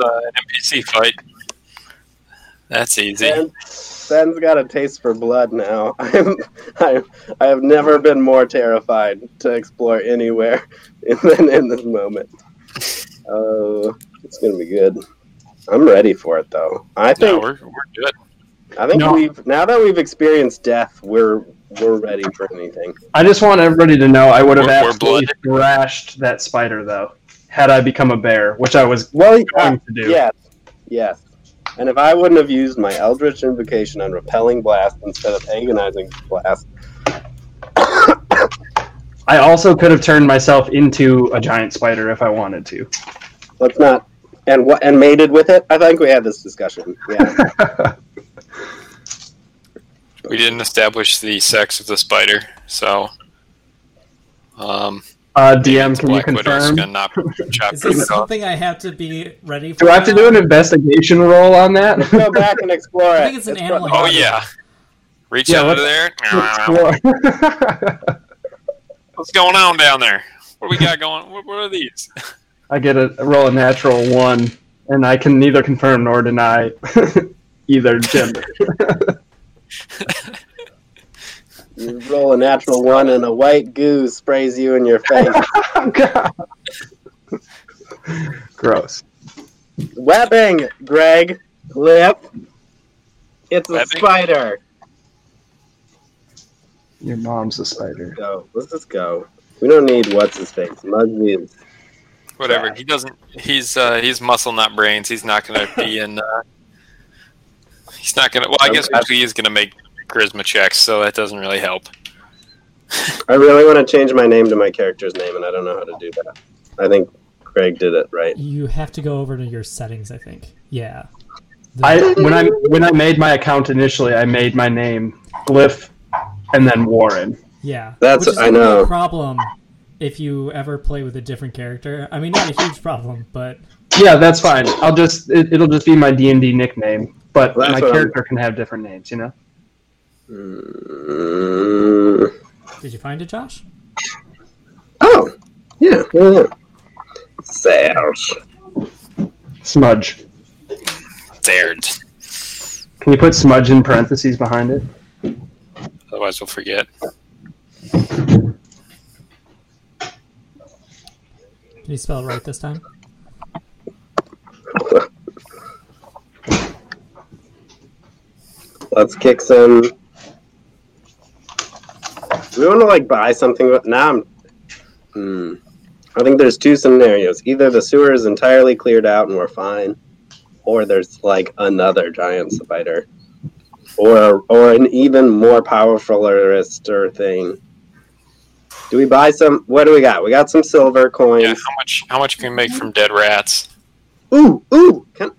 uh, an NPC fight. That's easy. Ben, Ben's got a taste for blood now. I'm, I'm, I have never been more terrified to explore anywhere than in this moment. Oh, it's gonna be good. I'm ready for it though. I no, think we're, we're good. I think No. we've now that we've experienced death, we're we're ready for anything. I just want everybody to know I would have We're- we're absolutely thrashed that spider though, had I become a bear, which I was Well, going to do. Yes, yes. And if I wouldn't have used my Eldritch Invocation on Repelling Blast instead of Agonizing Blast, I also could have turned myself into a giant spider if I wanted to. let's not. And what and mated with it? I think we had this discussion. Yeah, We didn't establish the sex of the spider, so um, Uh, DM, can you Black Widow's confirm? gonna knock chop Is people this off. something I have to be ready for? Do I have to now? do an investigation roll on that? go back and explore it. I think it's an animal. Oh yeah, reach Yeah, out let's- under there. Explore. What's going on down there? What do we got going? What, what are these? I get a roll a natural one, and I can neither confirm nor deny either gender. You roll a natural one, and a white goo sprays you in your face. Gross. Webbing, Greg. Lip. It's a Webbing? spider. Your mom's a spider. Go. Let's just go. We don't need what's his face. Muggsy is Whatever. Yeah. He doesn't. He's uh, he's muscle, not brains. He's not gonna be in. Uh, he's not gonna. Well, I guess Okay. actually he's gonna make charisma checks, so that doesn't really help. I really want to change my name to my character's name, and I don't know how to do that. I think Craig did it right. You have to go over to your settings, I think. Yeah. The- I when I when I made my account initially, I made my name Glyph, and then Warren. yeah. That's- Which is I gonna be know. A problem if you ever play with a different character. I mean, not a huge problem, but Yeah, that's fine. I'll just it, it'll just be my D and D nickname, but Well, my that's what I'm- character can have different names. You know. Mm. did you find it, Josh? Oh, yeah, yeah, yeah. Serge. Smudge. Dared. Can you put smudge in parentheses behind it? Otherwise, we'll forget. Can you spell it right this time? Let's kick some. Do we want to like buy something? But now I'm. Hmm. I think there's two scenarios. Either the sewer is entirely cleared out and we're fine, or there's like another giant spider, or or an even more powerful or thing. Do we buy some? What do we got? We got some silver coins. Yeah. How much? How much can we make from dead rats? Ooh, ooh! Can,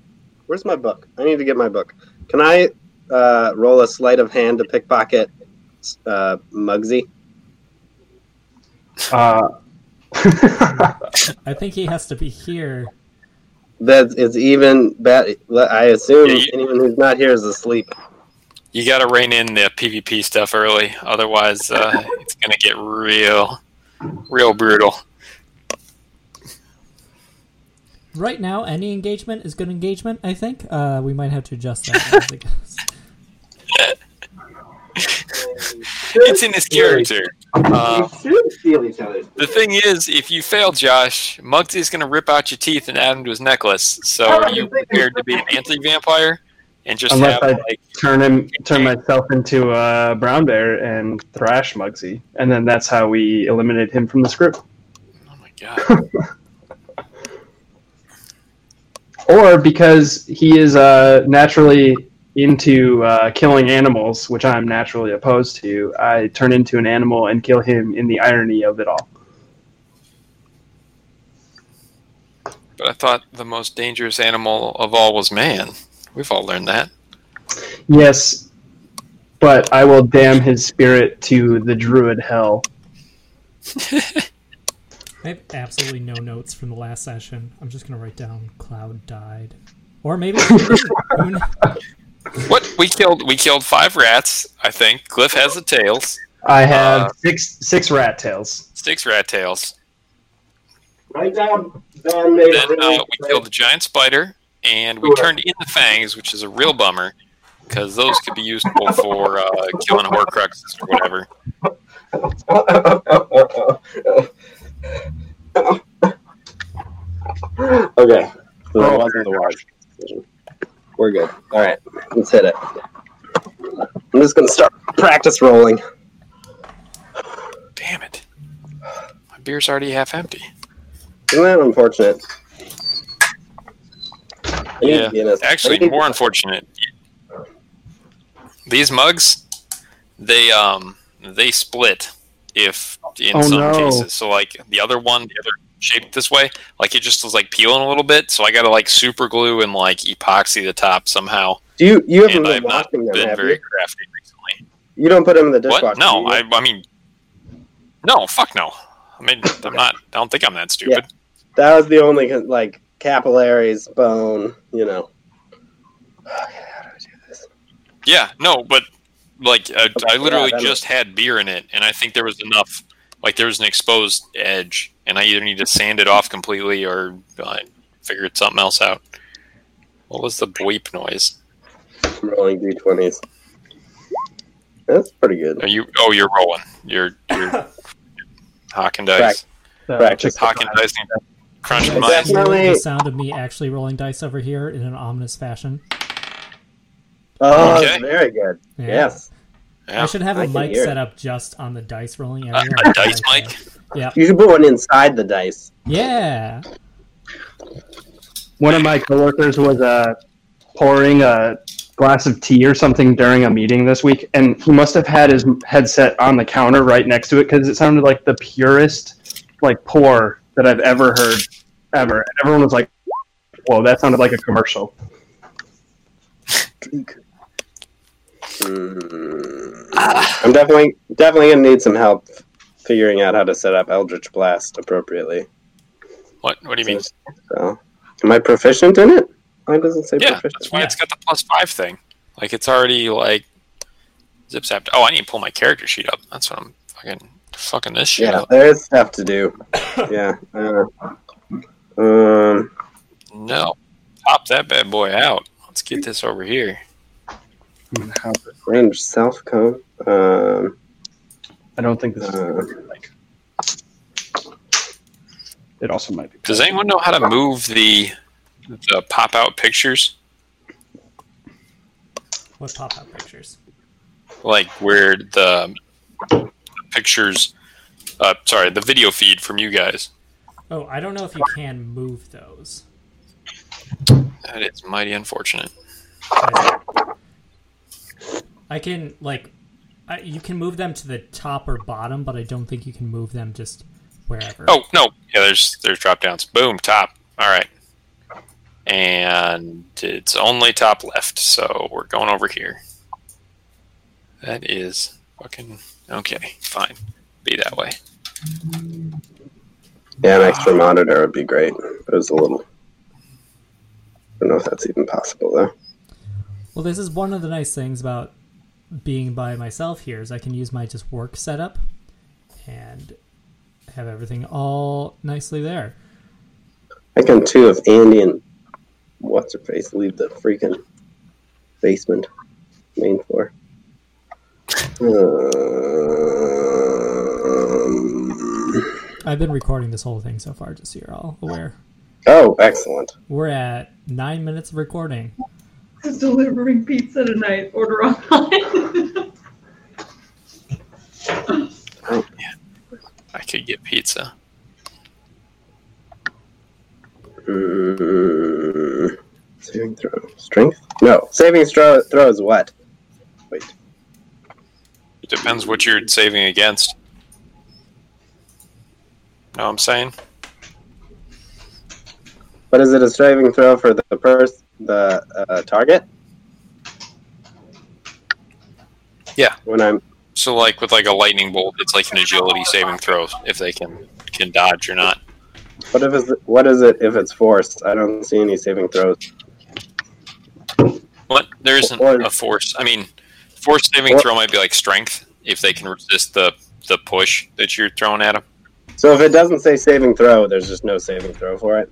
where's my book? I need to get my book. Can I uh, roll a sleight of hand to pickpocket uh, Mugsy? Uh, I think he has to be here. That is even bad. I assume Yeah, you- anyone who's not here is asleep. You got to rein in the PvP stuff early, otherwise uh, it's gonna get real, real brutal. Right now, any engagement is good engagement, I think. Uh, we might have to adjust that as it goes. It's in his character. Uh, should steal each other's. the thing is, if you fail, Josh, Muggsy's gonna rip out your teeth and add them to his necklace. So are you prepared to be an anti-vampire and just Unless have I- like turn him, turn myself into a brown bear and thrash Mugsy, and then that's how we eliminate him from the script. Oh my god. Or because he is uh, naturally into uh, killing animals, which I'm naturally opposed to, I turn into an animal and kill him in the irony of it all. But I thought the most dangerous animal of all was man. We've all learned that. Yes, but I will damn his spirit to the druid hell. I have absolutely no notes from the last session. I'm just gonna write down Cloud died, or maybe Who kn- What we killed? We killed five rats. I think Cliff has the tails. I have Uh, six six rat tails. Six rat tails. Right now, Ben made Then a really uh, we killed the giant spider. and we turned in the fangs, which is a real bummer because those could be useful for uh, killing Horcruxes or whatever. Okay. So that wasn't the wise decision. We're good. All right. Let's hit it. I'm just going to start practice rolling. Damn it. My beer's already half empty. Isn't that unfortunate? I need Yeah. Guinness. I Actually, need- more unfortunate. These mugs, they um they split if in Oh, some no. cases. So like the other one, the other shaped this way, like it just was like peeling a little bit. So I got to like super glue and like epoxy the top somehow. Do you, you haven't And been I've not washing them, been have very you? crafty recently. You don't put them in the dishwasher. What? No, do you? I I mean, no, fuck no. I mean, I'm not. I don't think I'm that stupid. That was the only like capillaries, bone, you know. How do I do this? Yeah, no, but like I, I yeah, literally that just had beer in it, and I think there was enough. Like there was an exposed edge, and I either need to sand it off completely or uh, figure something else out. What was the bleep noise? I'm rolling d20s. That's pretty good. Are you? Oh, you're rolling. You're you're hocking dice. So, Practice. Hocking dice. and Crunching mine. Exactly. Definitely- The sound of me actually rolling dice over here in an ominous fashion. Oh, Okay. very good. Yeah. Yes. Yeah. I should have a I can mic hear set up just on the dice rolling A, area. a dice mic. Yeah. You should put one inside the dice. Yeah. One of my coworkers was uh, pouring a glass of tea or something during a meeting this week, and he must have had his headset on the counter right next to it because it sounded like the purest like pour that I've ever heard, ever. And everyone was like, "Whoa, that sounded like a commercial." Mm. Ah. I'm definitely definitely gonna need some help figuring out how to set up Eldritch Blast appropriately. What? What do you mean? So, am I proficient in it? Why does it say Yeah, that's proficient? why it's got the plus five thing. Like it's already like zip zapped. Oh, I need to pull my character sheet up. That's what I'm fucking fucking this shit Yeah, up. there is stuff to do. yeah. Uh, um. No, pop that bad boy out. Let's get this over here. Range self cone. Um, I don't think this. Is, uh, it also might be. Does anyone know how to move the the pop out pictures? What pop up pictures? Like where the pictures? Uh, sorry, the video feed from you guys. Oh, I don't know if you can move those. That is mighty unfortunate. I can like, I, you can move them to the top or bottom, but I don't think you can move them just wherever. Oh no! Yeah, there's there's drop downs. Boom, top. All right, and it's only top left, so we're going over here. That is fucking okay. Fine, be that way. yeah, an extra monitor would be great. But it's a little. I don't know if that's even possible though. Well, this is one of the nice things about being by myself here is I can use my just work setup and have everything all nicely there. I can too if Andy and what's her face leave the freaking basement main floor. Uh, Um, I've been recording this whole thing so far, just so you're all aware. oh, excellent. We're at nine minutes of recording. Is delivering pizza tonight. Order online. I could get pizza. Mm, saving throw. Strength? No. Saving throw, throw is what? It depends what you're saving against. Know what I'm saying? But is it a saving throw for the first the uh, target? Yeah. When I'm So like with like a lightning bolt, it's like an agility saving throw if they can can dodge or not. what if is what is it if it's forced? I don't see any saving throws. What? There isn't Or- a force. I mean, force saving Or- throw might be like strength if they can resist the the push that you're throwing at them. So if it doesn't say saving throw, there's just no saving throw for it.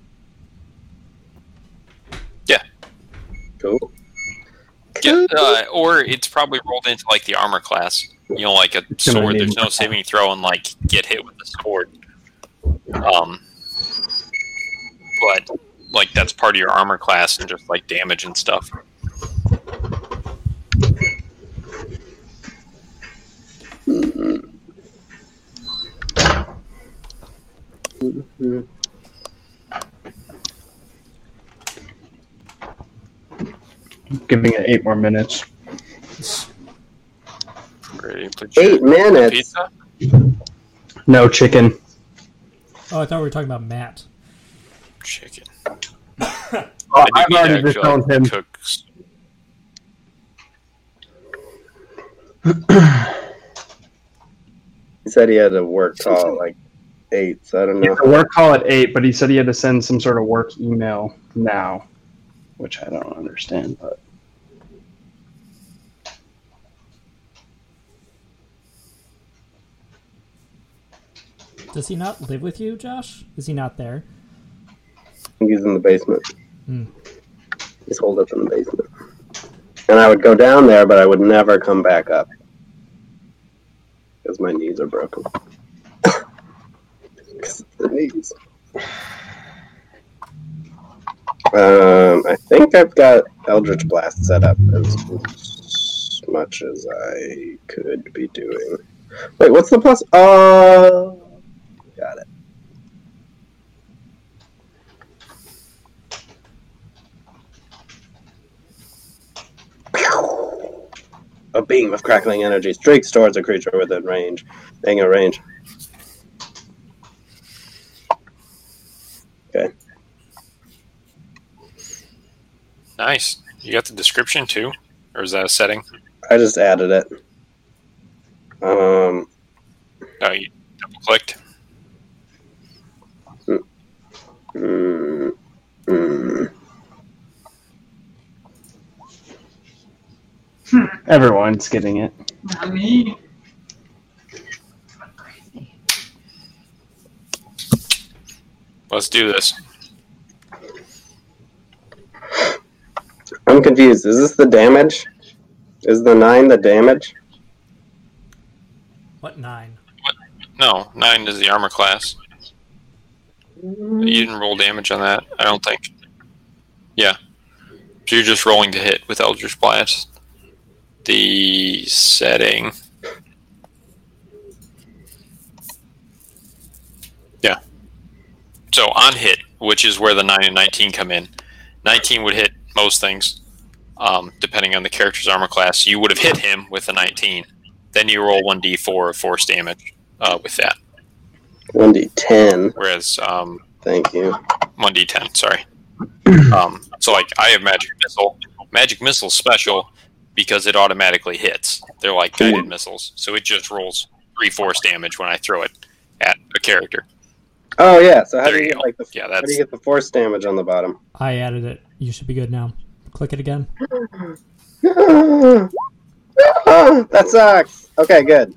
Yeah. Cool. Yeah, uh, or it's probably rolled into like the armor class. You know, like a It's gonna sword. need- There's no saving throw and like get hit with a sword. Um, but like that's part of your armor class and just like damage and stuff. Giving it eight more minutes. Pretty much. Eight minutes. Pizza? No chicken. Oh, I thought we were talking about Matt. Chicken. Oh, I I've do need to already actually, disowned like, him. cook s- He said he had to work till like eight, so I don't He had know. a work call at eight, but he said he had to send some sort of work email now, which I don't understand. But Does he not live with you, Josh? Is he not there? He's in the basement. Hmm. He's holed up in the basement. And I would go down there, but I would never come back up because my knees are broken. 'Cause of the knees. Um, I think I've got Eldritch Blast set up as much as I could be doing. Wait, what's the plus? Oh, got it. A beam of crackling energy streaks towards a creature within range. Hang a range. Nice. You got the description too, or is that a setting? I just added it. Um, Oh, you double clicked. mm, mm. everyone's getting it. Not me. Crazy. Let's do this. I'm confused. Is this the damage? Is the nine the damage? What nine? No, nine is the armor class. You didn't roll damage on that, I don't think. Yeah. So you're just rolling to hit with Eldritch Blast. The setting. Yeah. So on hit, which is where the 9 and 19 come in, 19 would hit most things, um, depending on the character's armor class. You would have hit him with a 19. Then you roll 1d4 of force damage uh, with that. One d ten. Whereas um, Thank you. one d ten. Sorry. um, so like I have magic missile. Magic missile special because it automatically hits. They're like guided missiles, so it just rolls three force damage when I throw it at a character. Oh yeah. So how There do you you get go. like the Yeah, how do that's you get the force damage on the bottom? I added it. You should be good now. Click it again. that sucks. Okay, good.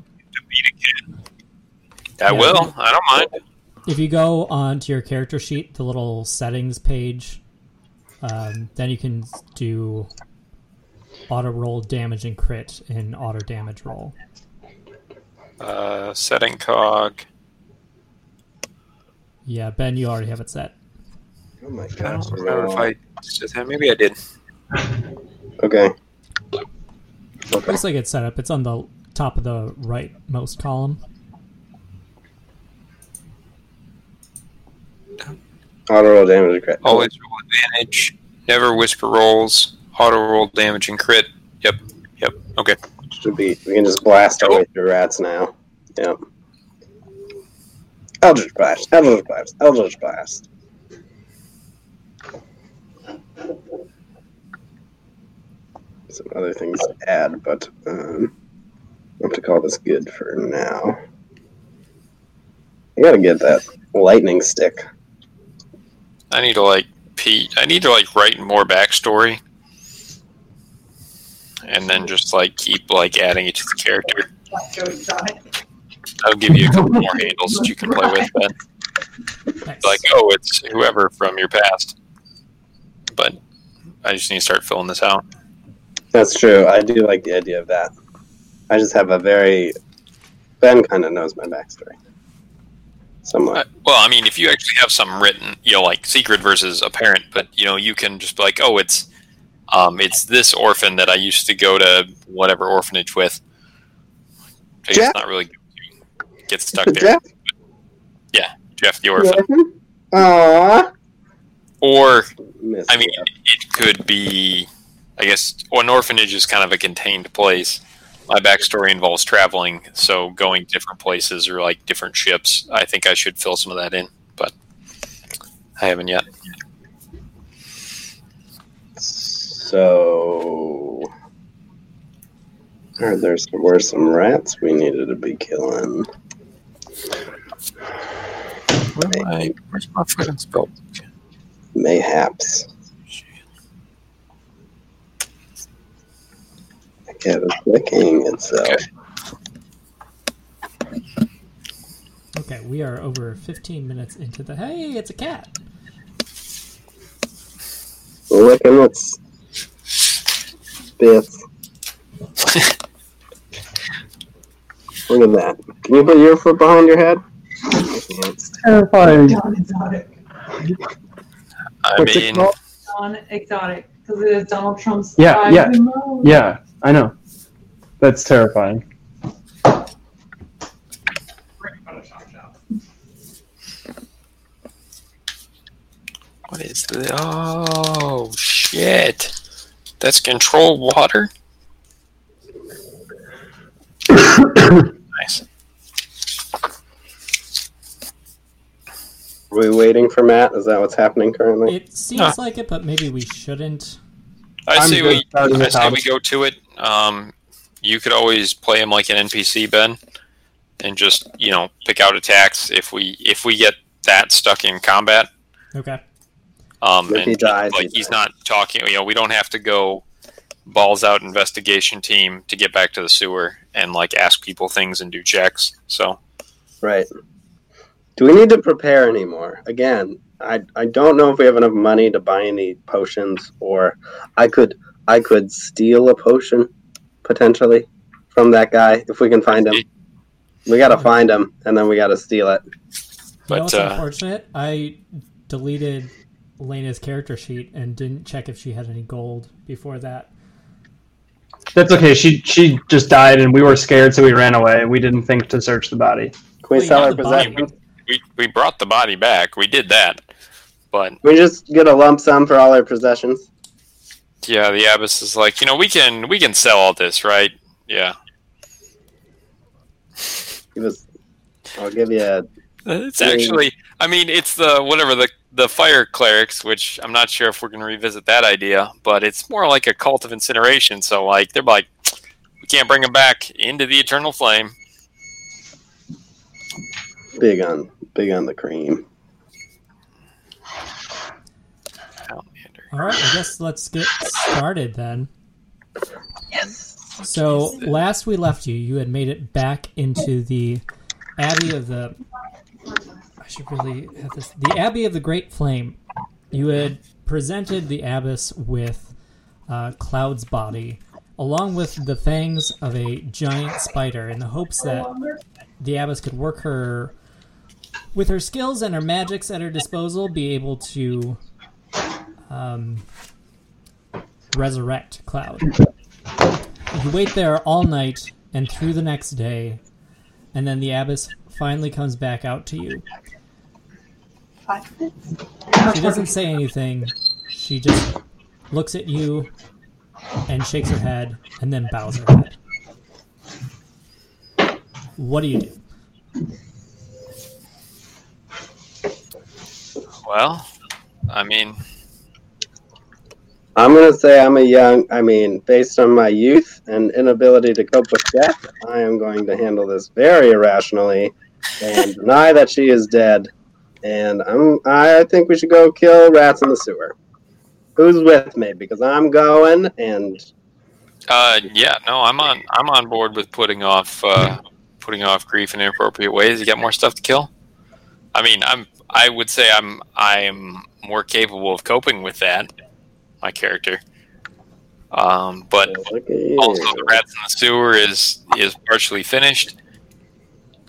I will. I don't mind. If you go onto your character sheet, the little settings page, um, then you can do auto roll damage and crit and auto damage roll. Uh, setting cog. Yeah, Ben, you already have it set. Oh my I gosh. don't remember if I did that. Maybe I did. Okay. Looks like it's set up. It's on the top of the rightmost column. Auto roll damage crit. Always roll advantage. Never whisper rolls. Auto roll damage and crit. Yep. Yep. Okay. Should be. We can just blast our way through rats now. Yep. Eldritch blast. Eldritch blast. Eldritch blast. Some other things to add, but um, I have to call this good for now. I gotta get that lightning stick. I need to like Pete. I need to like write more backstory, and then just like keep like adding it to the character. Like Joe Exotic. I'll give you a couple more handles that you can play with. But Nice. like, oh, it's whoever from your past. But I just need to start filling this out. That's true. I do like the idea of that. I just have a very Ben kind of knows my backstory Uh, somewhat. well, I mean, if you actually have some written, you know, like secret versus apparent, but you know, you can just be like, oh, it's, um, it's this orphan that I used to go to whatever orphanage with. I guess Jeff? not really get stuck there. Jeff, Jeff the you orphan, orphan? Aww. or I mean, it could be, I guess, well, an orphanage is kind of a contained place. My backstory involves traveling, so going different places or like different ships. I think I should fill some of that in, but I haven't yet. So, are there some, were some rats we needed to be killing? where's my fucking spell? Mayhaps. I get it clicking itself. Okay. Okay, we are over 15 minutes into the. Hey, it's a cat. Look at its bits. Look at that. Can you put your foot behind your head? I can't. Terrifying. Don Exotic. I What's it mean, called? Don Exotic. Because it is Donald Trump's. Yeah, five yeah, remote. Yeah, I know. That's terrifying. what is the? Oh shit! That's control water. nice. Are we waiting for Matt? Is that what's happening currently? It seems Ah. like it, but maybe we shouldn't. I I'm say good we. at starting I the say we house. go to it. Um, you could always play him like an NPC, Ben, and just you know pick out attacks if we if we get that stuck in combat. Okay. Um, If and he dies, like he he's dies. not talking. You know, we don't have to go balls out investigation team to get back to the sewer and like ask people things and do checks. So Right. Do we need to prepare anymore? Again, I, I don't know if we have enough money to buy any potions, or I could I could steal a potion potentially from that guy if we can find him. We gotta find him, and then we gotta steal it. you know But, what's uh, unfortunate? I deleted Lena's character sheet and didn't check if she had any gold before that. That's okay. She she just died, and we were scared, so we ran away. We didn't think to search the body. Can we Wait, sell not our the body. possessions? we we brought the body back. We did that, but Can we just get a lump sum for all our possessions? Yeah, the abbess is like, you know, we can we can sell all this, right? Yeah, Give us. I'll give you. A, it's Yeah. actually. I mean, it's the whatever the the fire clerics, which I'm not sure if we're gonna revisit that idea, but it's more like a cult of incineration. So like, they're like, we can't bring them back into the eternal flame. big on big on the cream. Outlander. All right, I guess let's get started then. Yes. So last we left you, you had made it back into the Abbey of the. I should really have this. The Abbey of the Great Flame. You had presented the abbess with uh, Cloud's body, along with the fangs of a giant spider, in the hopes that the abbess could work her, with her skills and her magics at her disposal, be able to um, resurrect Cloud. You wait there all night and through the next day, and then the abbess finally comes back out to you. Five minutes? She doesn't say anything. She just looks at you and shakes her head and then bows her head. What do you do? Well, I mean, I'm gonna say I'm a young. I mean, based on my youth and inability to cope with death, I am going to handle this very irrationally and deny that she is dead. And I'm. I think we should go kill rats in the sewer. Who's with me? Because I'm going, and uh, yeah, no, I'm on I'm on board with putting off uh, putting off grief in inappropriate ways. You got more stuff to kill. I mean, I'm I would say I'm I'm more capable of coping with that. my character. Um, but Look at you. also, the rats in the sewer is is partially finished.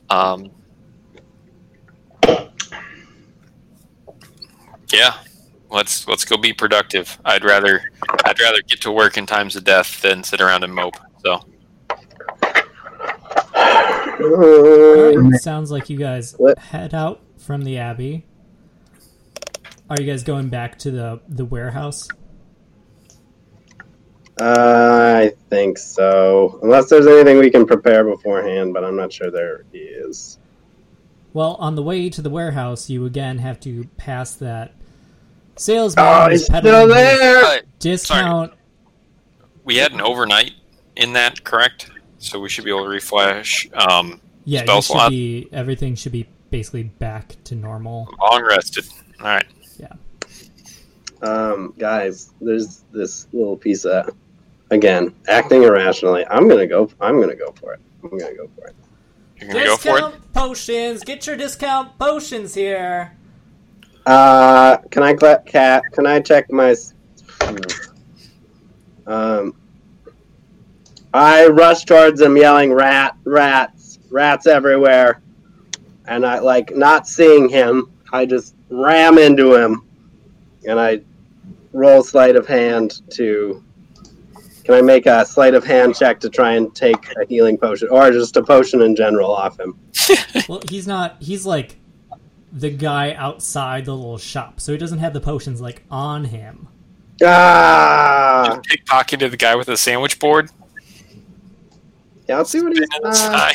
Um, yeah, let's let's go be productive. I'd rather I'd rather get to work in times of death than sit around and mope. So All Um, right, sounds like you guys What? head out from the abbey. Are you guys going back to the the warehouse? I think so. Unless there's anything we can prepare beforehand, but I'm not sure there is. Well, on the way to the warehouse, you again have to pass that salesman Oh, who's peddling his discount. we had an overnight in that, correct? So we should be able to reflash. Um, Yeah, Spell you should slot. be, everything should be basically back to normal. long rested. All right. Um, guys, there's this little piece of again acting irrationally. I'm gonna go. I'm gonna go for it. I'm gonna go for it. You're gonna go for it. potions. Get your discount potions here. Uh, can I cla- cat? Can I check my? s- Um, I rush towards him, yelling, "Rat! Rats! Rats everywhere!" And I like not seeing him. I just ram into him, and I roll sleight of hand to. Can I make a sleight of hand check to try and take a healing potion, or just a potion in general, off him? Well, he's not. He's like the guy outside the little shop, so he doesn't have the potions like on him. Ah! Just pickpocketed the guy with the sandwich board. Yeah, I'll see what he's. Uh, Sign.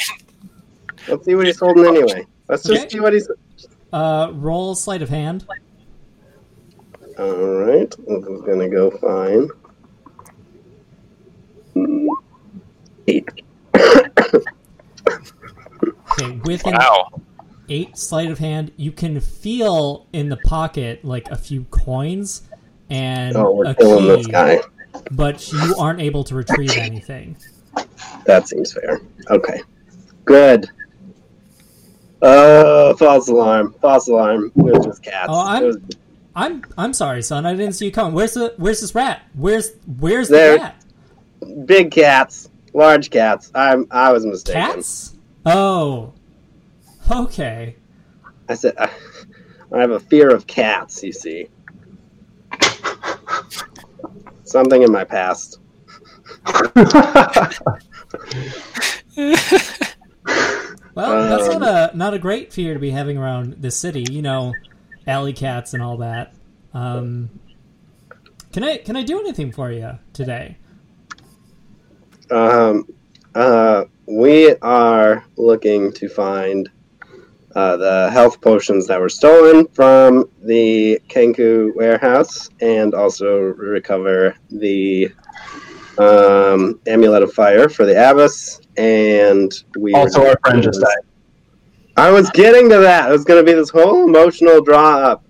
Let's see what he's holding anyway. Let's just Okay. see what he's. Uh, roll sleight of hand. All right, this is gonna go fine. Eight. Okay, with an Wow. eight sleight of hand, you can feel in the pocket like a few coins and Oh, we're a killing key, this guy. but you aren't able to retrieve anything. That seems fair. Okay, good. Oh, false alarm! False alarm! It was just cats. Oh, I'm- It was- I'm I'm sorry, son. I didn't see you coming. Where's the Where's this rat? Where's Where's There- the rat? big cats, large cats. I'm. I was mistaken. Cats? Oh, okay. I said. I, I have a fear of cats. You see. Something in my past. Well, that's Um, not a not a great fear to be having around this city. You know, alley cats and all that. Um, can I can I do anything for you today? Um, uh, we are looking to find uh, the health potions that were stolen from the Kenku warehouse and also recover the um, amulet of fire for the abbess. And we Also, our friend just died. I was getting to that. It was going to be this whole emotional draw up.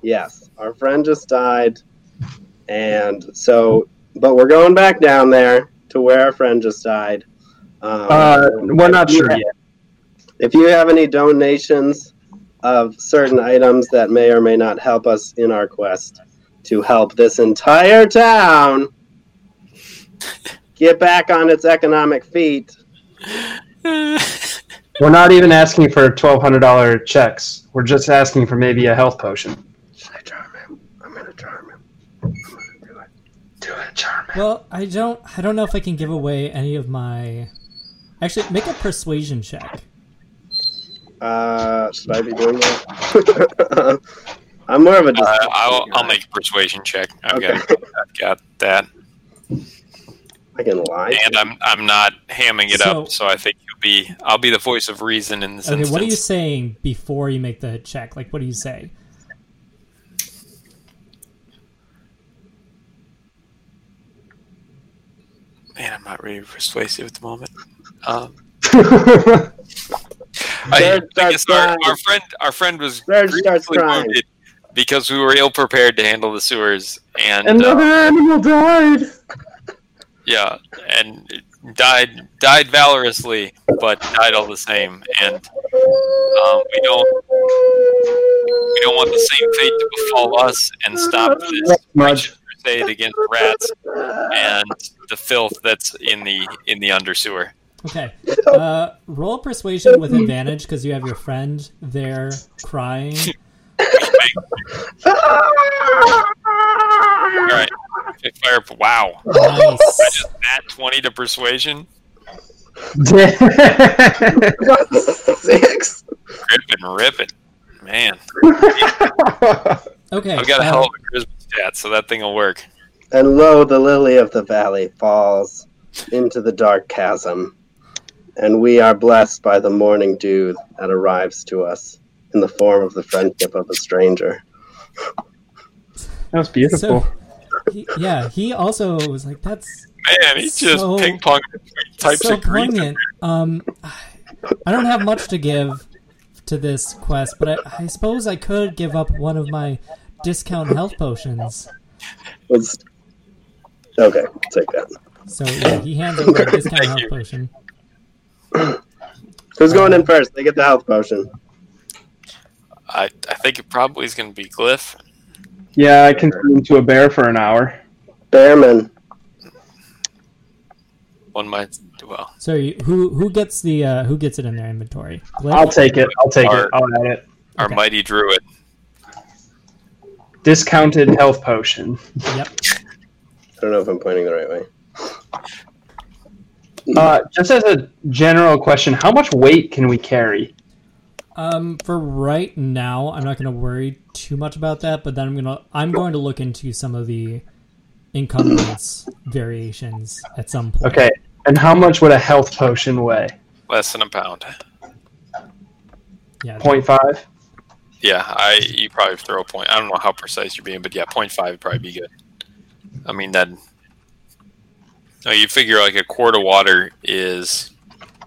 Yes, our friend just died. And so, but we're going back down there to where our friend just died. Um, Uh, we're not if you sure have- yet. If you have any donations of certain items that may or may not help us in our quest to help this entire town get back on its economic feet, We're not even asking for twelve hundred dollar checks. We're just asking for maybe a health potion. should I charm him? I'm going to charm him. Do it, Charm. Well, I don't I don't know if I can give away any of my. Actually, make a persuasion check. Uh, should I be doing that? I'm more of a. Uh, I'll, I'll make a persuasion check. I've, got, I've got that, I can lie. and I'm I'm not hamming it up, so So- I think you'll be I'll be the voice of reason in this Okay, instance. what are you saying before you make the check? Like, what do you say? Man, I'm not really persuasive at the moment. Um, I, Bird I starts guess our, crying. our friend our friend was Bird starts grievously crying. wounded because we were ill prepared to handle the sewers, and, Another uh, animal died. yeah, and died died valorously, but died all the same. And um, we don't we don't want the same fate to befall us and stop this Mudge. crusade against rats and the filth that's in the in the under sewer. Okay. Uh, roll persuasion with advantage because you have your friend there crying. All right, fire. Wow, Nice. that twenty to persuasion Six. ripping, ripping. Man, Okay. I've got uh, a hell of a charisma stat, so that thing will work. And lo, the lily of the valley falls into the dark chasm, and we are blessed by the morning dew that arrives to us in the form of the friendship of a stranger. That was beautiful. So, he- yeah, he also was like, "That's Man, he just So- ping ponged types so of green. poignant." Um, I don't have much to give to this quest, but I, I suppose I could give up one of my discount health potions. Let's- Okay, take that. So yeah, he hands over a discount health you. potion. Who's going in first? They get the health potion. I, I think it probably is going to be Glyph. yeah, I can turn into a bear for an hour. Bearman. One might well. So you, who who gets the uh, who gets it in their inventory? Glyph? I'll take it. I'll take it. I'll add it. Our Okay. mighty druid. Discounted health potion. Yep. I don't know if I'm pointing the right way. Uh, just as a general question, how much weight can we carry? Um, for right now, I'm not going to worry too much about that. But then I'm gonna I'm going to look into some of the encumbrance variations at some point. Okay, and how much would a health potion weigh? Less than a pound. Yeah. 0.5? Yeah, I you probably throw a point. I don't know how precise you're being, but yeah, 0.5 would probably be good. I mean, then. No, you figure like a quart of water is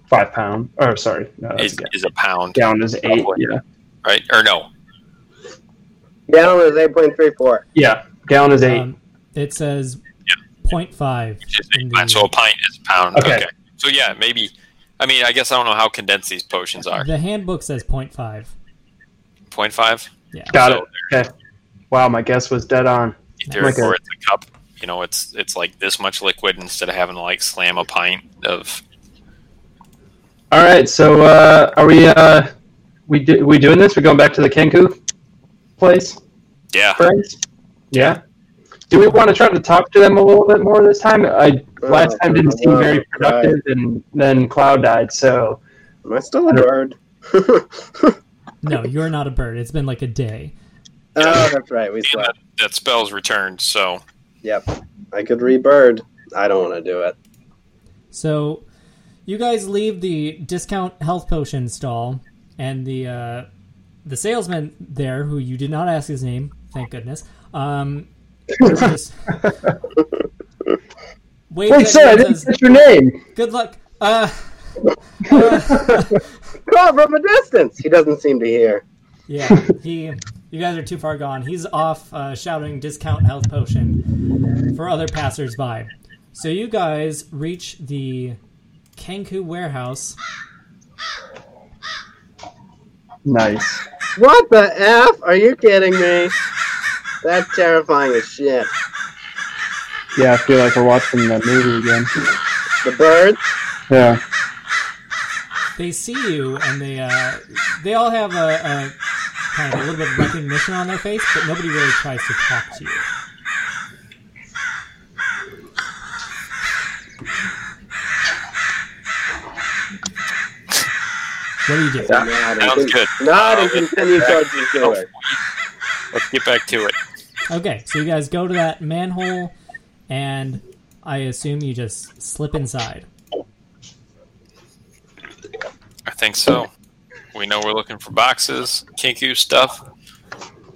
Five pound. Or sorry, no, that's is, a is a pound, down is eight. Yeah, right? Or no? Gallon is 8.34. yeah, gallon is eight. Um, it says 0.5. Just in a pint. So a pint is a pound. Okay. So yeah, maybe. I mean, I guess I don't know how condensed these potions are. The handbook says 0.5. 0.5. Got so- it. Okay. Wow, my guess was dead on. either Okay. or it's a cup. You know, it's it's like this much liquid instead of having to like slam a pint of. All right, so uh, are we uh, we do, we doing this? We're going back to the Kenku place, Yeah, friends. Yeah. Do we want to try to talk to them a little bit more this time? I last time didn't seem very productive, and then Cloud died. So Am I still a bird? oh, No, you're not a bird. It's been like a day. that's right. We and that, slept. that spell's returned. So Yep. I could rebird. I don't want to do it. So you guys leave the discount health potion stall and the uh, the salesman there who you did not ask his name, thank goodness. Um just- waves wait, at sir, you I and didn't says, get your name. Good luck. Uh, Call from a distance. He doesn't seem to hear. yeah, he. You guys are too far gone. He's off uh, shouting discount health potion for other passersby. So you guys reach the Kenku warehouse. Nice. What the F? Are you kidding me? That's terrifying as shit. Yeah, I feel like we're watching that movie again. The birds? Yeah. They see you and they uh, they all have a, a kind of a little bit of recognition on their face, but nobody really tries to talk to you. What do you do? Nod and sounds con- good. Nod and continue towards the door. Let's get back to it. Okay, so you guys go to that manhole, and I assume you just slip inside. I think so. We know we're looking for boxes, kinku stuff.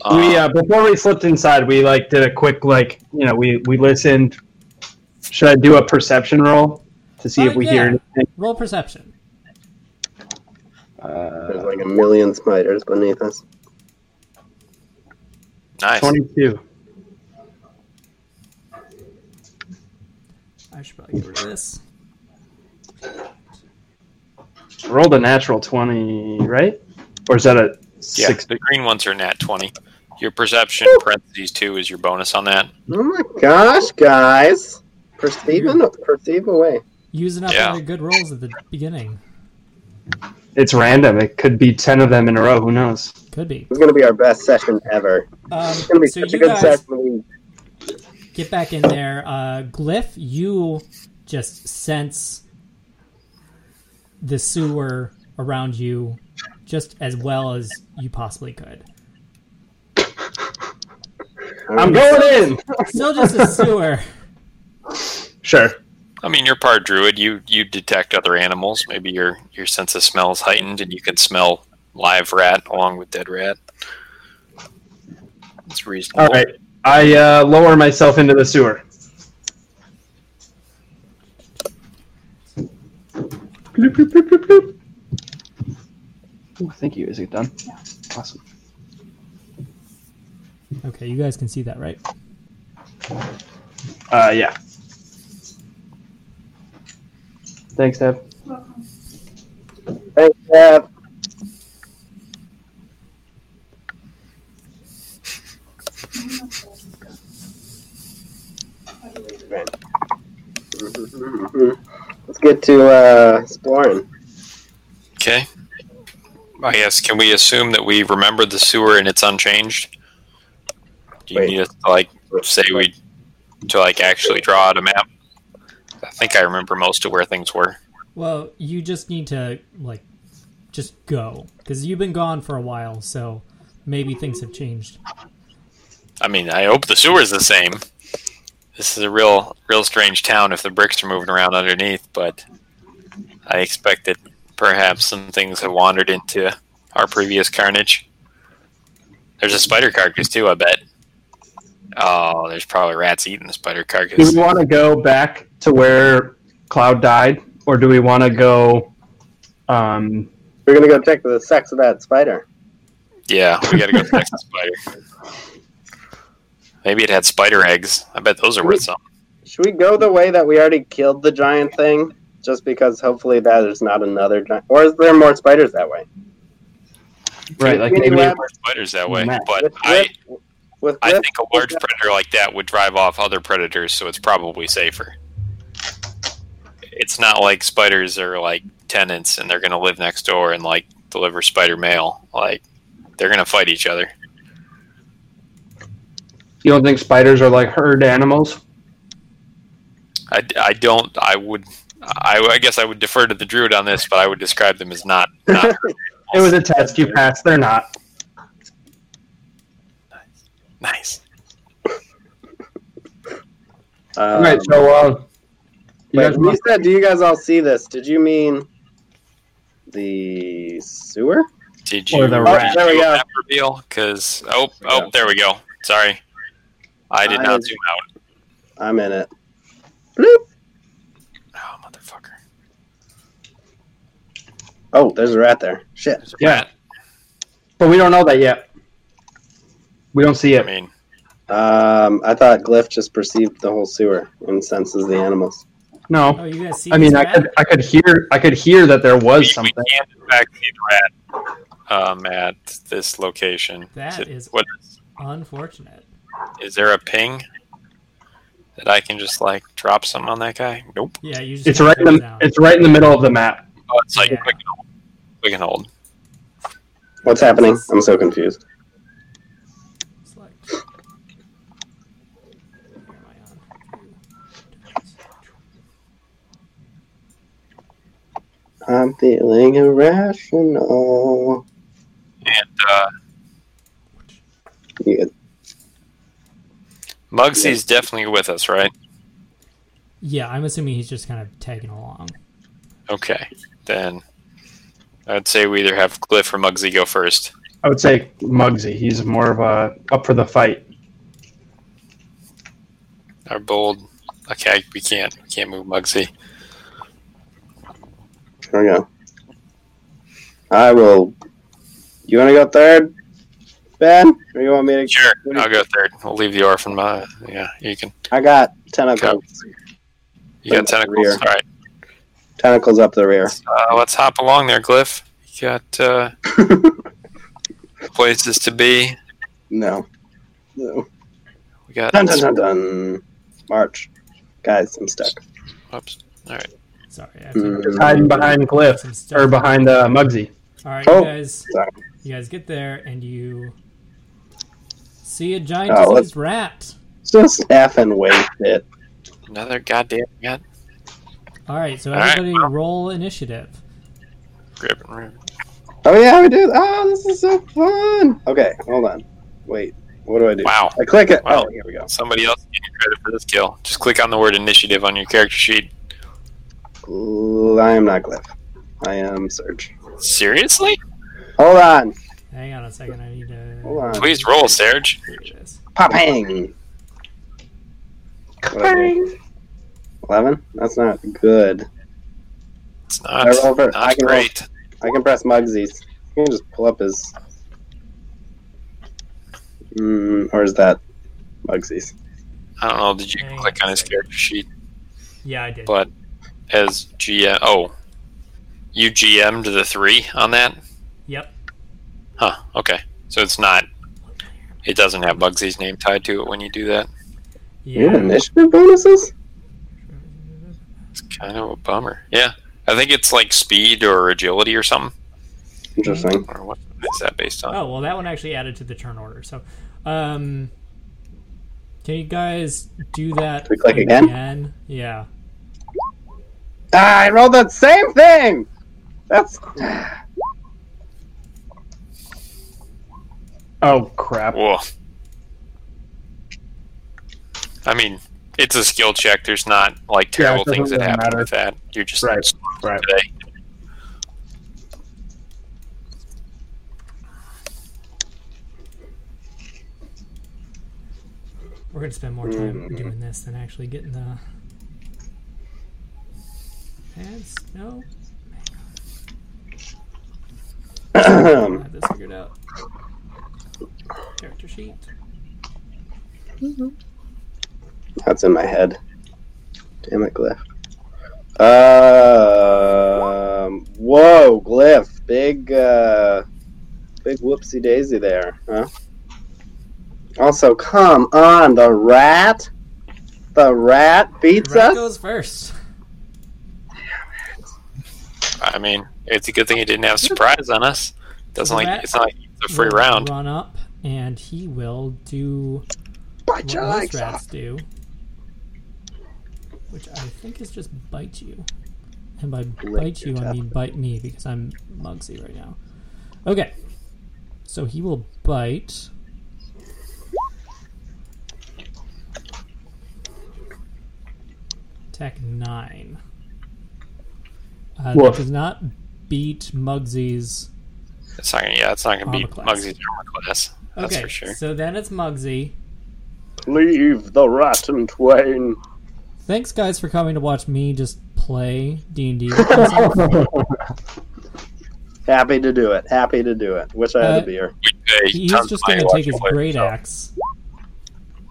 Um, we uh, before we slipped inside, we like did a quick like you know we we listened. Should I do a perception roll to see if Uh, we yeah. hear anything? Roll perception. There's Uh, like a million spiders beneath us. nice. Twenty-two. I should probably get rid of this. Rolled a natural twenty, right? Or is that a Yeah, six? the green ones are nat twenty. Your perception parentheses two is your bonus on that. Oh my gosh, guys! Perceive and perceive away. Using up Yeah. all your good rolls at the beginning. It's random. It could be ten of them in a row. Who knows? Could be. It's gonna be our best session ever. Um, It's gonna be so such a you good guys session. get back in there. Uh, Glyph, you just sense the sewer around you just as well as you possibly could. I'm going in. Still just a sewer. Sure. I mean, you're part druid. You you detect other animals. Maybe your your sense of smell is heightened, and you can smell live rat along with dead rat. It's reasonable. All right. I uh, lower myself into the sewer. Bloop, bloop, bloop, bloop, bloop. Ooh, thank you. Is it done? Awesome. Okay, you guys can see that, right? Uh, yeah. Thanks, Deb. Thanks, Jeff. Let's get to uh, exploring. Okay. I guess can we assume that we remember the sewer and it's unchanged? Do you Wait. need us to like say we to like actually draw out a map? I think I remember most of where things were. Well, you just need to like just go because you've been gone for a while, so maybe things have changed. I mean, I hope the sewer's the same. This is a real, real strange town if the bricks are moving around underneath, but I expect that perhaps some things have wandered into our previous carnage. There's a spider carcass too, I bet. Oh, there's probably rats eating the spider Do carcass. we want to go back to where Cloud died, or do we want to go? Um, We're gonna go check the sex of that spider. Yeah, we gotta go fix the spider. Maybe it had spider eggs. I bet those are worth something. Should we go the way that we already killed the giant thing? Just because hopefully that is not another giant. Or is there more spiders that way? right, like Skinny maybe lab Spiders that way, Matt. but with I, Griff- with I Griff? think a large predator like that would drive off other predators, so it's probably safer. It's not like spiders are like tenants and they're going to live next door and like deliver spider mail. Like they're going to fight each other. you don't think spiders are like herd animals? I, I don't. I would. I, I guess I would defer to the druid on this, but I would describe them as not. not It was a test. You passed. They're not. nice. Um, All right. So, uh, you Wait, guys when you want- said, Um, do you guys all see this? Did you mean the sewer? Did you? Or the did rat. you There we do a go. map reveal? Because oh oh, there we go. Sorry, I did I- not zoom out. I'm in it. Bloop. Oh motherfucker! Oh, there's a rat there. Shit. There's a Yeah. rat. But we don't know that yet. We don't see I it. mean, Um, I thought Glyph just perceived the whole sewer and senses the animals. Oh, No. you guys see? I mean, this I map? could, I could hear, I could hear that there we, was we something. can in fact see the rat um, at this location. That it- is- what Unfortunate. is there a ping that I can just like drop something on that guy? Nope. Yeah, you just It's gotta right in go the, down. it's right in the middle of the map. Oh, it's like Yeah. click and hold. Click and hold. What's happening? I'm so confused. It's like- Where am I on? I'm feeling irrational. And uh, Yeah. Mugsy's definitely with us, right? Yeah, I'm assuming he's just kind of tagging along. Okay, then I'd say we either have Glyph or Mugsy go first. I would say Muggsy. He's more of a up for the fight. Our bold. Okay, we can't. We can't move Mugsy. Here we go. I will. You want to go third, Ben? Or you want me to? Sure, I'll go third. We'll leave the orphan. Uh, yeah, you can. I got tentacles. You got Put him at the tentacles. All rear. right. Tentacles up the rear. Uh, let's hop along there, Glyph. You got uh, places to be. No. No. We got. Dun dun dun dun. March. Guys, I'm stuck. Oops. All right. Sorry. I have to Mm, Hiding behind do Cliff some stuff. or behind uh, Muggsy. All right, Oh. you guys. sorry. You guys get there and you see a giant Oh, let's- diseased rat. Just half and waste it. Another goddamn god. All right, so All right. everybody roll initiative. Grip and rip. Oh yeah, we did. Oh, this is so fun. Okay, hold on. Wait, what do I do? Wow. I click it. Wow. Oh, here we go. Somebody else getting credit for this kill. Just click on the word initiative on your character sheet. Gl- I am not Cliff. I am Serge. Seriously? Hold on. Hang on a second, I need to. Hold on. Please roll, Serge. Here it is. Popping. Eleven. That's not good. It's I not, roll for- not I can roll. great. I can press Muggsy's. You can just pull up his. Mm, or is that Muggsy's? I don't know. Did you Hang click on on his a second. character sheet? Yeah, I did. But as GM, oh, you GM'd the three on that? Yep. Huh. Okay. So it's not. It doesn't have Bugsy's name tied to it when you do that. You have Yeah. initiative bonuses? It's kind of a bummer. Yeah. I think it's like speed or agility or something. Interesting. Or what is that based on? Oh well, that one actually added to the turn order. So, um, can you guys do that We click again? Yeah. Ah, I rolled that same thing. That's Oh crap! Whoa. I mean, it's a skill check. There's not like Yeah, terrible it doesn't things that really happen matter. with that. You're just Right. Right. today. We're gonna spend more time Mm. doing this than actually getting the pads. No, I have this figured out. Character sheet. that's in my head. Damn it, Glyph. Um. Whoa, Glyph. Big. Uh, big whoopsie daisy there, huh? Also, come on, the rat. The rat beats Rat us. goes first. I mean, it's a good thing he didn't have surprise on us. Doesn't like Rat- it's not like it's a free will round. Run up, and he will do Bite what your most legs off. rats do, which I think is just bite you. And by bite you, your I mean bite me because I'm Mugsy right now. Okay, so he will bite. Attack nine. Uh, that Woof. does not beat Mugsy's It's not gonna, yeah, it's not gonna be Armor class. Muggsy's armor class. That's Okay, for sure. so then it's Muggsy. Leave the rat in twain. Thanks, guys, for coming to watch me just play D and D. Happy to do it. Happy to do it. Wish I had Uh, a beer. We pay He's tons just of going money to watch take his him play, great so axe,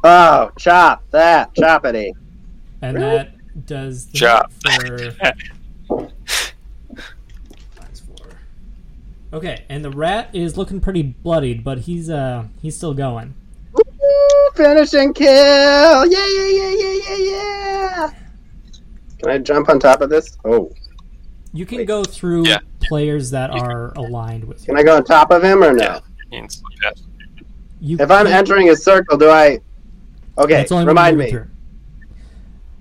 Oh, chop that, choppity. and that does the Chop. for times four. Okay, and the rat is looking pretty bloodied, but he's uh he's still going. Woo, Finish and kill! Yeah, yeah, yeah, yeah, yeah, yeah! Can I jump on top of this? Oh, You can go through Yeah. players that are aligned with you. can I go on top of him or no? Yeah. he can sleep that. you If I'm can- entering his circle, do I? Okay, that's only when remind you're me. through.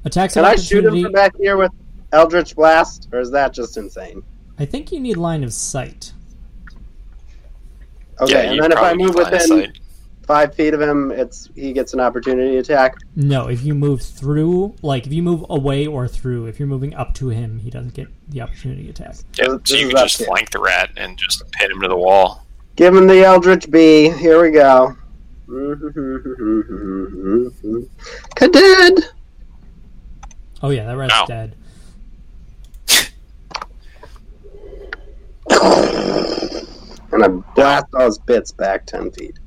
Attacks Can of I shoot him opportunity- from back here with Eldritch Blast, or is that just insane? I think you need line of sight. Okay, yeah, and you then if I probably move need line of within sight. five feet of him, it's he gets an opportunity attack. No, if you move through, like if you move away or through, if you're moving up to him, he doesn't get the opportunity attack. Yeah, this so is you can up just here. flank the rat and just pin him to the wall. Give him the Eldritch B. Here we go. Kadid! Oh yeah, that rat's Ow. dead. And I blast those bits back ten feet.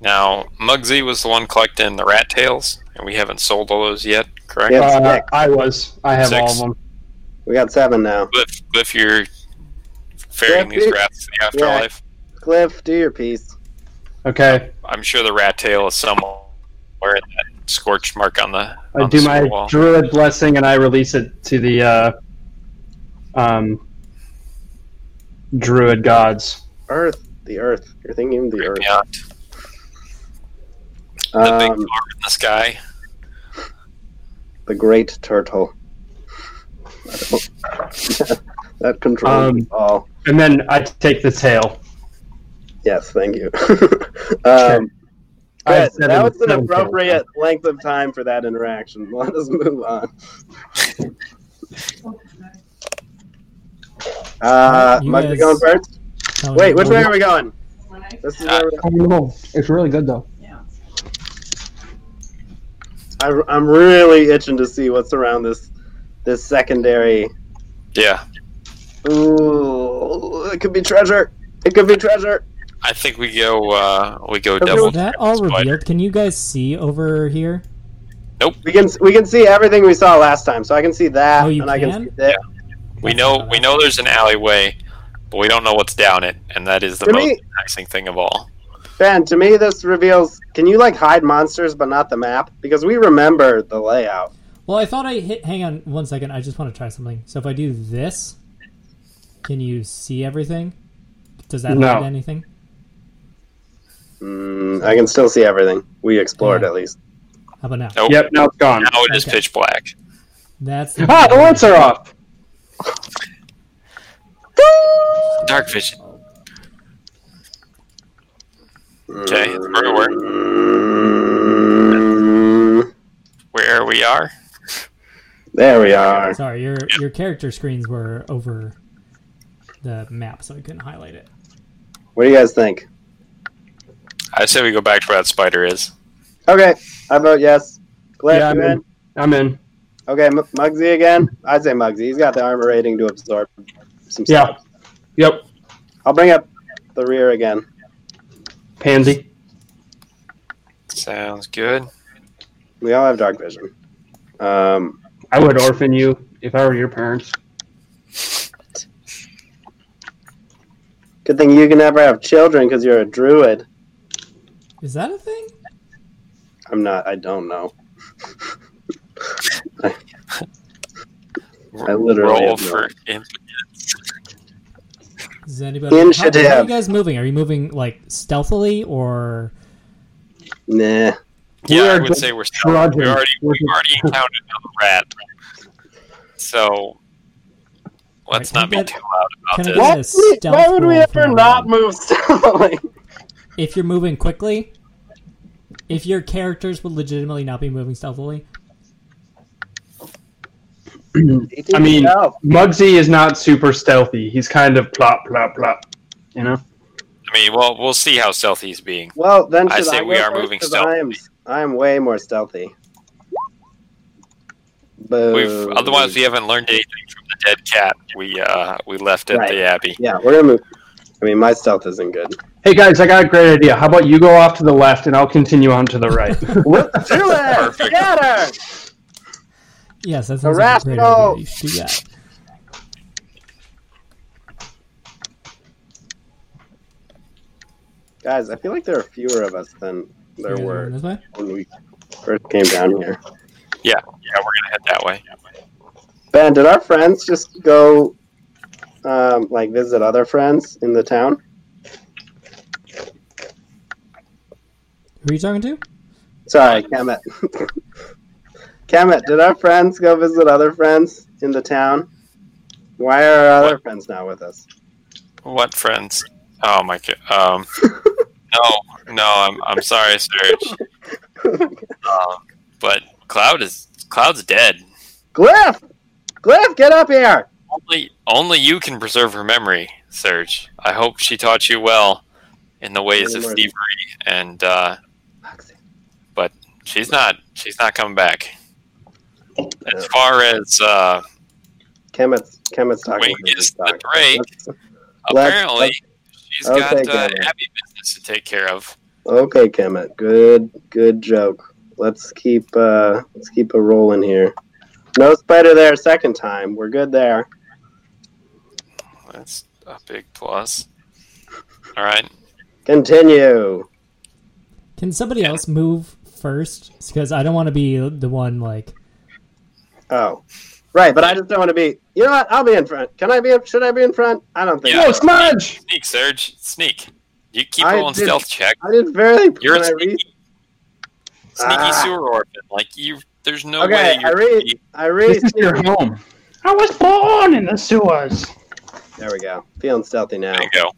Now, Muggsy was the one collecting the rat tails, and we haven't sold all those yet, correct? Yeah. Uh, Six. I was. I have all of Six. them. We got seven now. Cliff, Cliff, you're ferrying Cliff, these you- rats to the afterlife. Cliff, do your piece. Okay, I'm sure the rat tail is somewhere in that scorch mark on the. I on the do my sewer wall. druid blessing and I release it to the uh, um, druid gods. Earth, the Earth. You're thinking of the Earth. Beyond the big Um, arm in the sky. the Great Turtle. that controls Um, us all. And then I take the tail. Yes, thank you. um, I good. have seven- that was an seven tails. appropriate length of time for that interaction. Let us move on. Uh, You Mug's guys- going first. Oh, Wait, no. which way are we going? This is Uh, where we I don't know. It's really good though. I, I'm really itching to see what's around this this secondary. Yeah, Ooh, it could be treasure. It could be treasure. I think we go. Uh, we go Is devil. Is that all Spider. revealed? Can you guys see over here? We can we can see everything we saw last time, so I can see that, Oh, you and I can can? see that. We know. We know there's an alleyway, but we don't know what's down it, and that is the To most me- enticing thing of all. Ben, to me, this reveals. Can you like hide monsters but not the map? Because we remember the layout. Well, I thought I hit. Hang on one second. I just want to try something. So if I do this, can you see everything? Does that No. hide anything? Mm, I can still see everything. We explored Yeah. at least. How about now? Nope. Yep, now it's gone. Now it is Okay. pitch black. That's Ah, the lights are off. Dark vision. Okay, where we're- Mm, where we are. there we are. Sorry, your your character screens were over the map, so I couldn't highlight it. What do you guys think? I say we go back to where that spider is. Okay, I vote yes. Cliff, Yeah, I'm you in? in. I'm in. Okay, M- Muggsy again. I'd say Muggsy. He's got the armor rating to absorb some Yeah. stuff. Yep. I'll bring up the rear again. Pansy. Sounds good. We all have dark vision. Um, I would orphan you if I were your parents. good thing you can never have children because you're a druid. Is that a thing? I'm not. I don't know. I literally Roll have no- for imp- Is anybody? How, how are Initiative. you guys moving? Are you moving like stealthily or? Nah. Yeah, We I are would just say we're still, Oh, we trudging. already We're we already encountered another rat. So let's Right, not be can I too loud about can I this. get- Yes, Why would we- why would we stealth ever roll. not move stealthily? If you're moving quickly, if your characters would legitimately not be moving stealthily, I mean- Muggsy is not super stealthy. He's kind of plop, plop, plop. You know? I mean, well, we'll see how stealthy he's being. well, then I should say I we go are first? moving 'Cause I am, I am way more stealthy. Boo. We've otherwise we haven't learned anything from the dead cat we uh we left at Right. the abbey. yeah, we're gonna move. I mean, my stealth isn't good. Hey guys, I got a great idea. How about you go off to the left and I'll continue on to the right? Let's do it Perfect. together. yes, that's sounds like a great Irrational. idea. You should do that. Guys, I feel like there are fewer of us than there You guys are going were this way? when we first came down here. Yeah, we're gonna head that way. Ben, did our friends just go, um, like, visit other friends in the town? Who are you talking to? Sorry, Kemet. Kemet, did our friends go visit other friends in the town? Why are our other friends not with us? What friends? Oh my god. Um No, no, I'm I'm sorry, Serge. Um, but Cloud is Cloud's dead. Glyph! Glyph, get up here! Only, only you can preserve her memory, Serge. I hope she taught you well in the ways of Lord. thievery, and uh, she's not she's not coming back. As far as uh, Kemet's, Kemet's talking Wing about is the break, Let's- apparently she's I'll got take uh, it. Abby business to take care of. Okay, Kemet. Good, good joke. Let's keep, uh, let's keep a rolling here. No spider there second time. We're good there. That's a big plus. All right, Continue. Can somebody else move first? Because I don't want to be the one like. Oh, right. But I just don't want to be. You know what? I'll be in front. Can I be? Should I be in front? I don't think. Yeah. so. No, smudge! Sneak, Serge. Sneak. You keep I rolling did- stealth check. I did barely. You're when a I read, sneaky, sneaky Ah. sewer orphan. Like you, there's no way. okay, I You're, read. I read. This is your home. I was born in the sewers. There we go. Feeling stealthy now. There you go.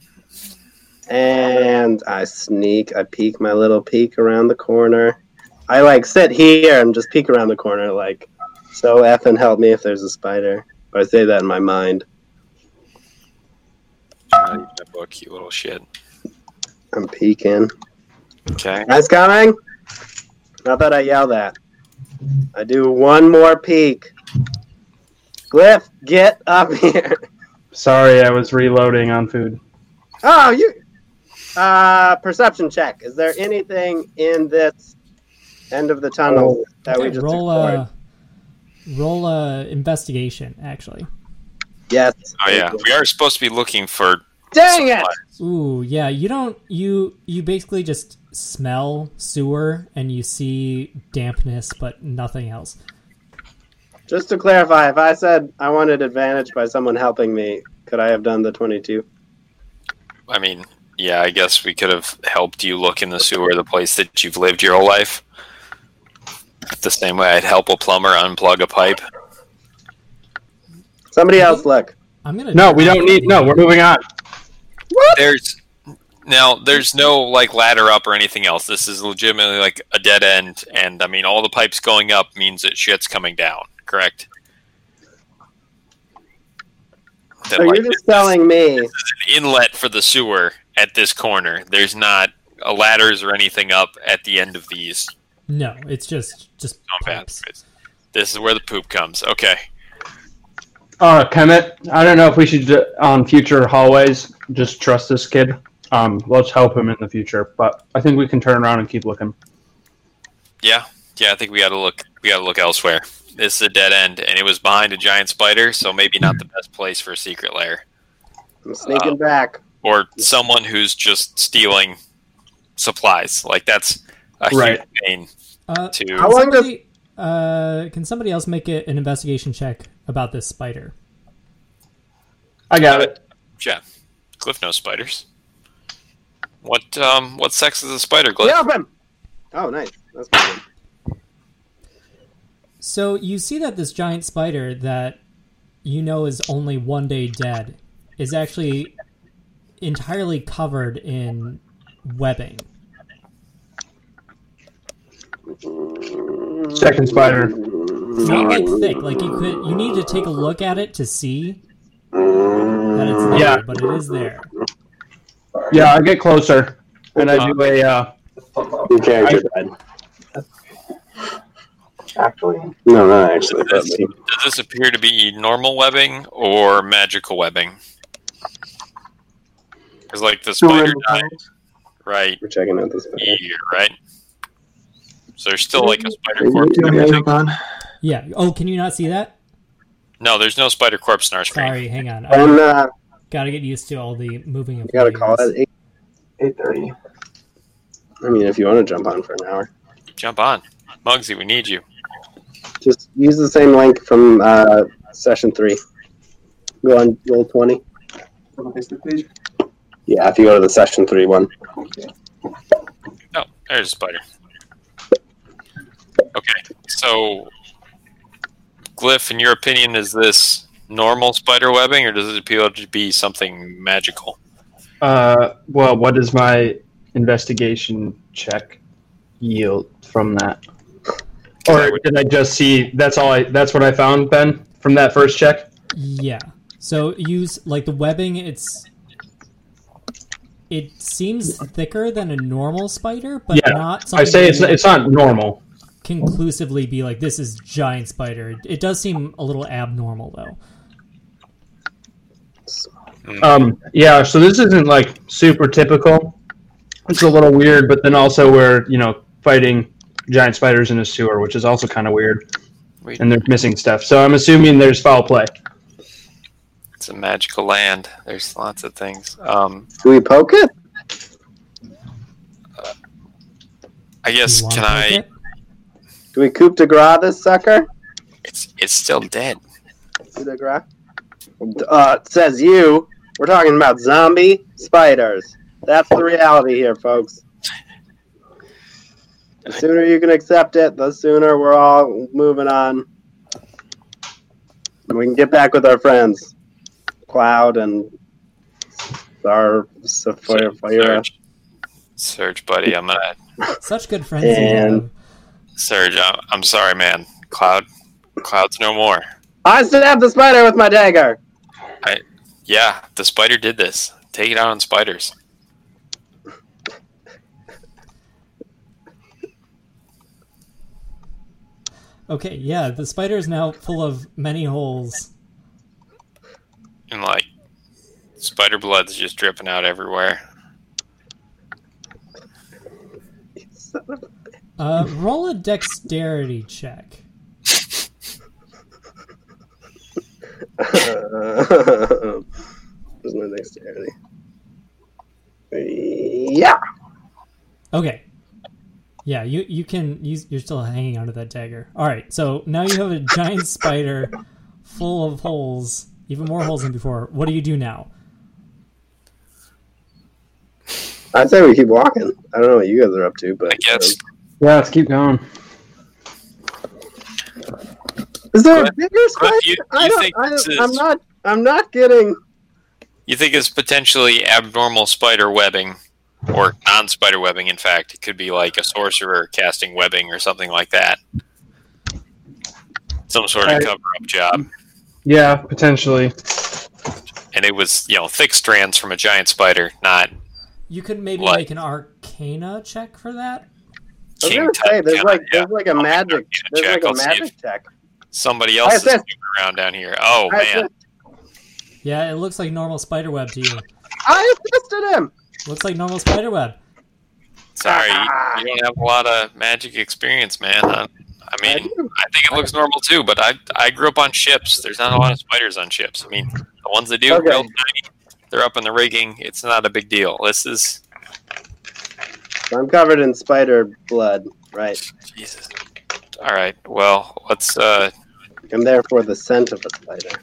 And I sneak. I peek my little peek around the corner. I like sit here and just peek around the corner, like, so effing help me if there's a spider. Or I say that in my mind. You're not even a book, you little shit. I'm peeking. Okay. That's coming. Not that I yell that. I do one more peek. Glyph, get up here. Sorry, I was reloading on food. Oh, you. Uh, perception check. Is there anything in this end of the tunnel that we Okay, just roll uh, explored? a roll a investigation. Actually, Yes. Oh yeah, we are supposed to be looking for. Dang it! ooh, yeah. You don't you you basically just smell sewer and you see dampness, but nothing else. Just to clarify, if I said I wanted advantage by someone helping me, could I have done the 22? I mean, yeah, I guess we could have helped you look in the sewer, the place that you've lived your whole life. The same way I'd help a plumber unplug a pipe. Somebody else look. I'm gonna. No, we don't need. No, we're moving on. There's now there's no like ladder up or anything else. This is legitimately like a dead end, and I mean all the pipes going up means that shit's coming down. Correct. That, So like, you're just this is telling me. an inlet for the sewer at this corner. There's not a ladders or anything up at the end of these. No, it's just just Oh, Not bad. pipes. This is where the poop comes. Okay. Uh, Kemet, I don't know if we should ju- on future hallways just trust this kid. Um, let's help him in the future, but I think we can turn around and keep looking. Yeah, yeah. I think we got to look. We got to look elsewhere. This is a dead end, and it was behind a giant spider, so maybe not the best place for a secret lair I'm sneaking back. or someone who's just stealing supplies. Like that's a Right. huge pain Uh, to. How Can long does- somebody, uh, can somebody else make it an investigation check about this spider? I got it. Yeah, Cliff knows spiders. What um what sex is a spider, Cliff? Yelp him! Oh, nice. That's good. So you see that this giant spider that you know is only one day dead is actually entirely covered in webbing. Second spider. So it's thick. Like you could, you need to take a look at it to see that it's there, Yeah. but it is there. Yeah, I get closer, and I do a. Uh, You can't do Actually. No, not actually. Does this, does this appear to be normal webbing or magical webbing? Because like the spider died, right? We're checking out this. year, right? So there's still like a spider corpse. Yeah. Oh, can you not see that? No, there's no spider corpse in our screen. Sorry. Hang on. I And uh, gotta get used to all the moving. Of you gotta call things. it eight. Eight thirty. I mean, if you want to jump on for an hour, Jump on, Muggsy. We need you. just use the same link from uh, session three. Go on roll twenty. Yeah, if you go to the session three one. Oh, there's a spider. Okay, so Glyph, in your opinion, is this normal spider webbing, or does it appear to be something magical? uh, well, what does my investigation check yield from that? Or did I just see? That's all. I. That's what I found, Ben, from that first check. Yeah. So use like the webbing. It's it seems thicker than a normal spider, but Yeah. not something I say that it's you it's not normal. conclusively be like this is giant spider. It does seem a little abnormal though. Um, yeah, so this isn't like super typical. It's a little weird, but then also we're you know fighting giant spiders in a sewer, which is also kind of weird. Wait. And they're missing stuff, so I'm assuming there's foul play. It's a magical land. There's lots of things. Um, Do we poke it? I guess wanna can take I? it? Do we coup de grace this sucker? It's, it's still dead. Coup de grace? Uh, it says you. We're talking about zombie spiders. That's the reality here, folks. The sooner you can accept it, the sooner we're all moving on. And we can get back with our friends, Cloud and our Sapphire. Surge, Surge, buddy, I'm gonna Such good friends. you have. And- Surge. I'm, I'm sorry, man. Cloud, Cloud's no more. I stabbed the spider with my dagger. Yeah, the spider did this. Take it out on spiders. Okay, yeah, the spider is now full of many holes. And like, spider blood's just dripping out everywhere. Uh, roll a dexterity check. Where's my dexterity? Yeah. Okay. Yeah, you you can you, you're still hanging onto that dagger. All right, so now you have a giant spider full of holes, even more holes than before. What do you do now? I'd say we keep walking. I don't know what you guys are up to, but um, I guess. Yeah, let's keep going. is there a Cliff- bigger spider? you- I you don't, think I, this is- I'm not. I'm not getting. You think it's potentially abnormal spider webbing, or non spider webbing, in fact. It could be like a sorcerer casting webbing or something like that. Some sort of Alright. cover up job. Yeah, potentially. And it was, you know, thick strands from a giant spider, not You could maybe Like- make an Arcana check for that. I was King gonna say, Tut- there's yeah, like yeah. there's like a magic check. there's like a I'll see if- magic check. Somebody else is assist. moving around down here. Oh, I man. assist, Yeah, it looks like normal spider web to you. I assisted him. Looks like normal spider web. Sorry, Ah. you, you don't have a lot of magic experience, man. I, I I mean, do. I think it looks normal too, but I I grew up on ships. There's not a lot of spiders on ships. I mean, the ones that do, Okay. real tiny. They're up in the rigging. It's not a big deal. This is I'm covered in spider blood. Right. Jesus. All right. Well, let's uh I'm there for the scent of a spider.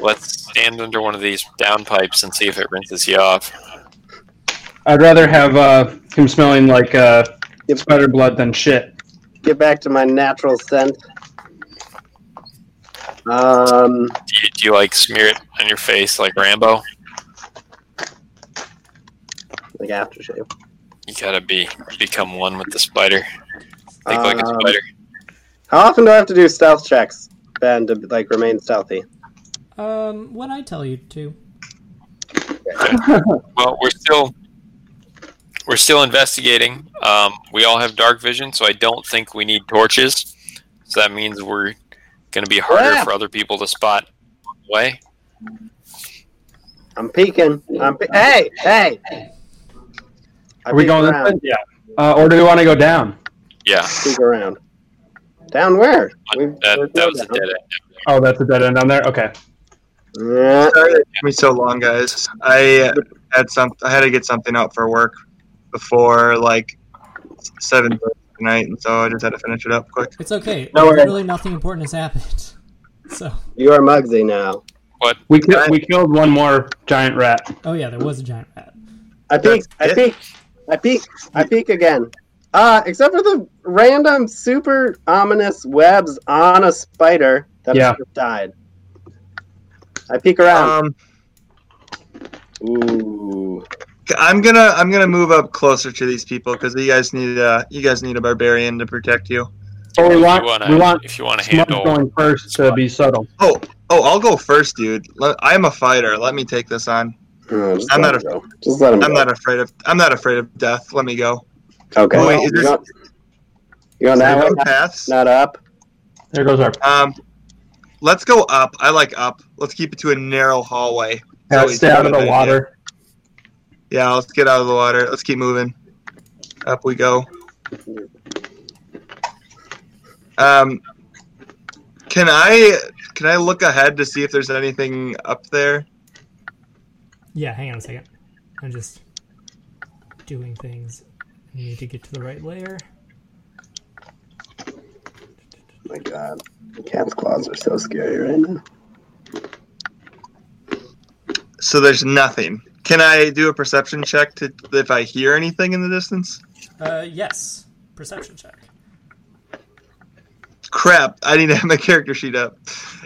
let's stand under one of these downpipes and see if it rinses you off. I'd rather have uh, him smelling like uh, Yep. spider blood than shit. Get back to my natural scent. Um. Do you, do you like smear it on your face like Rambo? like aftershave. You gotta be become one with the spider. Think like a Um, spider. How often do I have to do stealth checks, Ben, to like remain stealthy? Um, when I tell you to. Well, we're still we're still investigating. Um, we all have dark vision, so I don't think we need torches. So that means we're going to be harder Yeah. for other people to spot. Way I'm peeking. I'm pe- hey, hey. I Are we peek going this around, way? Yeah. Uh, or do we want to go down? yeah, Peek around. Down where? We've- that, we've that gone was a down. dead end. Oh, that's a dead end down there. Okay. Yeah. Sorry it took me so long, guys. I had some. I had to get something out for work before like seven tonight, and so I just had to finish it up quick. It's okay. No worries. Really, nothing important has happened. So, You are Mugsy now. We ki- we killed one more giant rat. oh yeah, there was a giant rat. I peek. I peek. I peek. I peek again. Uh, except for the random super ominous webs on a spider that Yeah. just died. I peek around. Um, Ooh. I'm gonna I'm gonna move up closer to these people because you guys need uh you guys need a barbarian to protect you. Or we If you want wanna- we want if you want to Smudge handle going first to be subtle. Oh oh, I'll go first, dude. Let, I'm a fighter. Let me take this on. Oh, just I'm let not him go. Just let him I'm go. not afraid of I'm not afraid of death. Let me go. Okay. Oh, wait, is you this- going, you going Is there that way? no paths? Not up. There goes our Um, let's go up. I like up. Let's keep it to a narrow hallway. cat. we Stay out of do it the like water. Yeah, let's get out of the water. Let's keep moving. Up we go. Um, can I can I look ahead to see if there's anything up there? Yeah, hang on a second. I'm just doing things. I need to get to the right layer. my god. Cat's claws are so scary right now. So there's nothing. Can I do a perception check to if I hear anything in the distance? Uh, yes. Perception check. Crap! I need to have my character sheet up.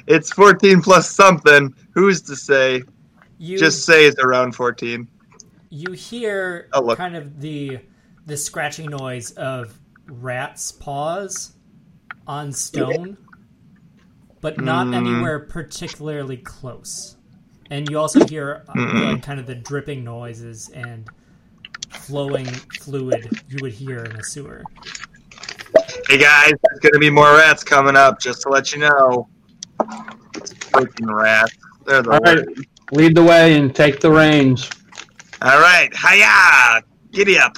It's 14 plus something. Who's to say? You Just say it's around 14. you hear Oh, look. kind of the the scratching noise of rats' paws on stone, but not Mm. anywhere particularly close. And you also hear uh, Mm-mm. like, kind of the dripping noises and flowing fluid you would hear in a sewer. Hey guys, there's gonna be more rats coming up. Just to let you know. Freaking rats! They're the All right, worst. lead the way and take the reins. All right, hiya! Giddy up!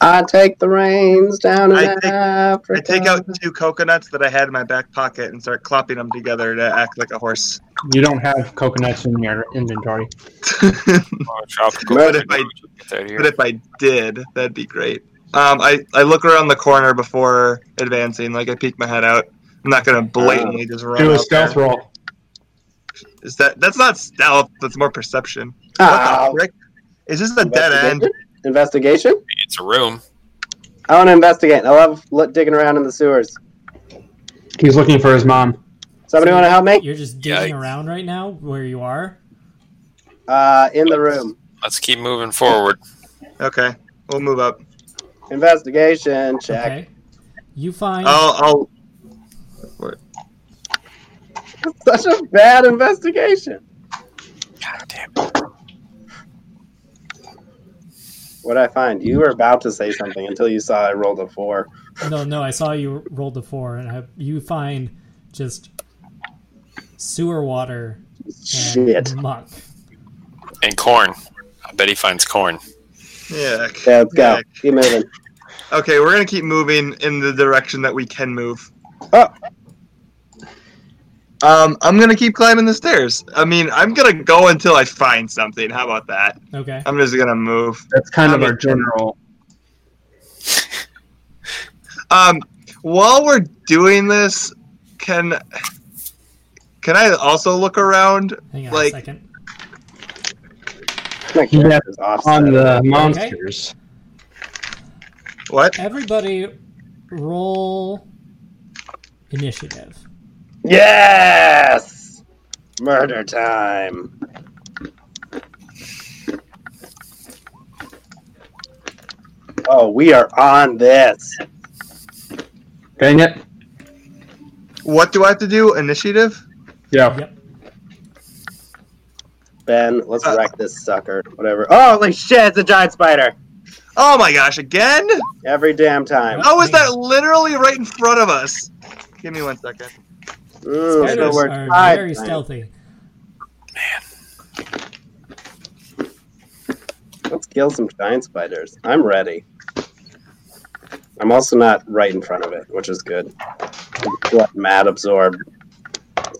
I take the reins down in I take- I Africa. take out two coconuts that I had in my back pocket and start clopping them together to act like a horse. You don't have coconuts in your inventory. but Oh, tropical. What if I- Get that here. if I did, that'd be great. Um, I, I look around the corner before advancing, like I peek my head out. I'm not gonna blatantly just run. Uh, Do a out stealth there. roll. Is that that's not stealth? That's more perception. Ow. What the frick? Is this a dead end? Ah. Investigation? It's a room. I want to investigate. I love lo- digging around in the sewers. He's looking for his mom. Somebody want to help me? You're just digging Yikes. around right now where you are. Uh, in the room. Let's keep moving forward. Okay, we'll move up. Investigation check. Okay. You find I'll I'll Such a bad investigation. God damn it. What would I find? You were about to say something until you saw I rolled a four. No, no, I saw you rolled the four, and I, you find just sewer water and Shit. muck. And corn. I bet he finds corn. yeah. Yeah, let's go. Keep moving. Okay, we're gonna keep moving in the direction that we can move. Oh. Um, I'm gonna keep climbing the stairs. I mean, I'm gonna go until I find something. How about that? Okay. I'm just gonna move. That's kind of Um, our general. Um, while we're doing this, can can I also look around? Hang on a Like- second. My Yeah, character's offset. On the monsters. What? Everybody, roll initiative. Yes! Murder time. Oh, we are on this. Dang it. What do I have to do? Initiative. Yeah. Yep. Ben, let's Uh, wreck this sucker. Whatever. Oh, holy shit, it's a giant spider. Oh my gosh! Again? Every damn time. How is that literally right in front of us? Give me one second. Ooh, so Oh, Spiders we're are tied very then. stealthy. Let's kill some giant spiders. I'm ready. I'm also not right in front of it, which is good. I feel like mad absorbed.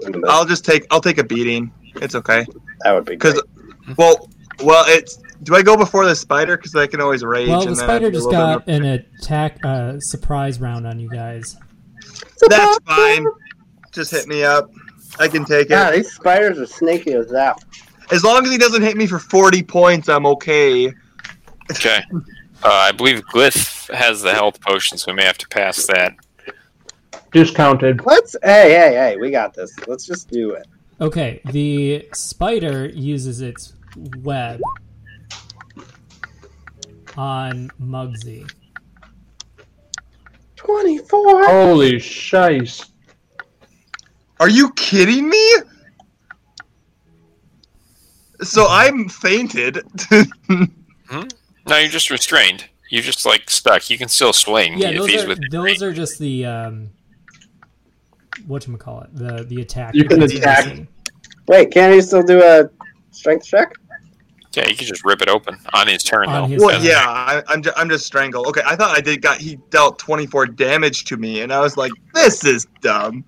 And that- I'll just take. I'll take a beating. It's okay. that would be 'cause- good. Well, well, it's. Do I go before the spider? Because I can always rage. Well, and the then I have to spider do a just little bit got an attack uh, surprise round on you guys. more- That's fine. Just hit me up. I can take Yeah, it. these spiders are sneaky as that. As long as he doesn't hit me for forty points, I'm okay. Okay. Uh, I believe Glyph has the health potion, so we may have to pass that. Discounted. Let's. Hey, hey, hey. We got this. Let's just do it. Okay, the spider uses its web on Mugsy. Twenty-four. Holy shice. Are you kidding me? So I'm fainted. No, you're just restrained. You're just like stuck. You can still swing Yeah, if those he's are with. those are just the um, what you call it the the attack. You can attack. Wait, can he still do a strength check? Yeah, you can just rip it open on his turn On though. his well, turn. yeah, I, I'm ju- I'm just strangled. Okay, I thought I did got he dealt 24 damage to me, and I was like, this is dumb.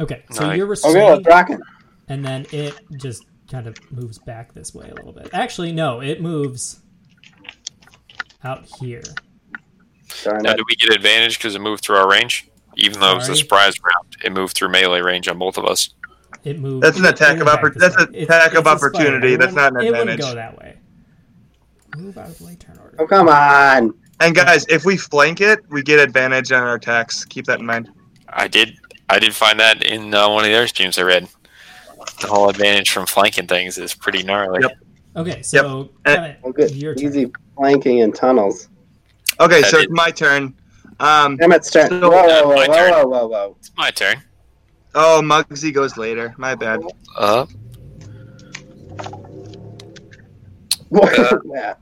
Okay, so Nice. you're Okay, restrained, let's rock it. and then it just kind of moves back this way a little bit. Actually, no, it moves out here. Darn Now, it. do we get advantage because it moved through our range? Even though it was a Sorry? surprise round, it moved through melee range on both of us. It moved. That's an attack of it went oppor- back that's this an way. It's- attack of it's a spider. opportunity. It That's wouldn't- not an advantage. It wouldn't go that way. Move out of late turn order. Oh, come on. And guys, if we flank it, we get advantage on our attacks. Keep that in mind. I did. I did find that in uh, one of the other streams I read. The whole advantage from flanking things is pretty gnarly. Yep. Okay, so Kevin, Well, good. your turn. Easy flanking and tunnels. Okay, so That it's my turn. Um, Damn it, start. So, whoa, whoa, uh, whoa, my whoa, turn. whoa, whoa, whoa. It's my turn. oh, Muggsy goes later. My bad. Uh, What Uh, is that?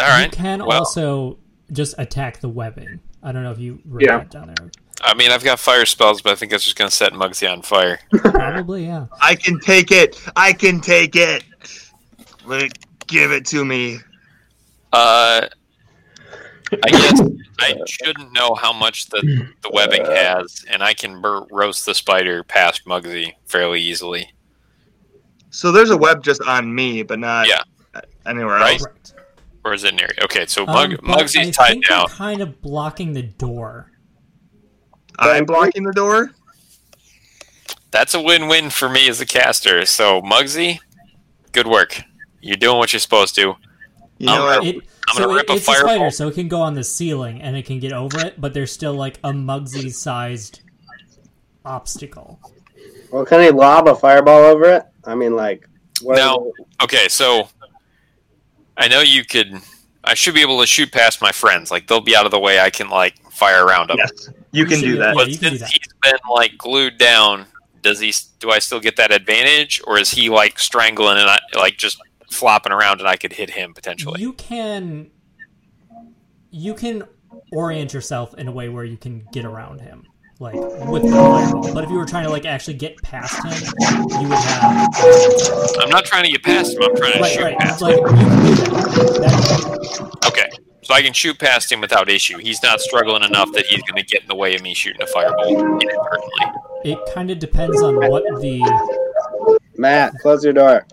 all You right. can Well- also just attack the weapon. I don't know if you wrote Yeah. that down there. I mean, I've got fire spells, but I think that's just going to set Muggsy on fire. Probably, yeah. I can take it. I can take it. Like, give it to me. Uh, I guess I shouldn't know how much the the webbing has, and I can bur- roast the spider past Muggsy fairly easily. So there's a web just on me, but not Yeah. anywhere Right. else. Correct. Or is it near? Okay, so Mug- Um, but I Muggsy's tied think you're down. kind of blocking the door. I'm blocking the door. That's a win-win for me as a caster. So Muggsy, good work. You're doing what you're supposed to. You know Okay. what? It, I'm so gonna it- rip a it's a fireball. spider, so it can go on the ceiling and it can get over it, but there's still like a Mugsy-sized obstacle. Well, can he lob a fireball over it? I mean, like, what No. Okay, so I know you could. I should be able to shoot past my friends. Like they'll be out of the way. I can like fire around them. Yes, you can should do be- that. yeah, But you can do since that. he's been like glued down, does he? Do I still get that advantage, or is he like strangling and I like just flopping around and I could hit him potentially? You can you can orient yourself in a way where you can get around him, like with the fireball. But if you were trying to like actually get past him, you would have I'm not trying to get past him. I'm trying to right, shoot right. past. Like you can do that. That- him. Okay, so I can shoot past him without issue. He's not struggling enough that he's going to get in the way of me shooting a fireball inadvertently. it kind of depends on what the Matt, close your door.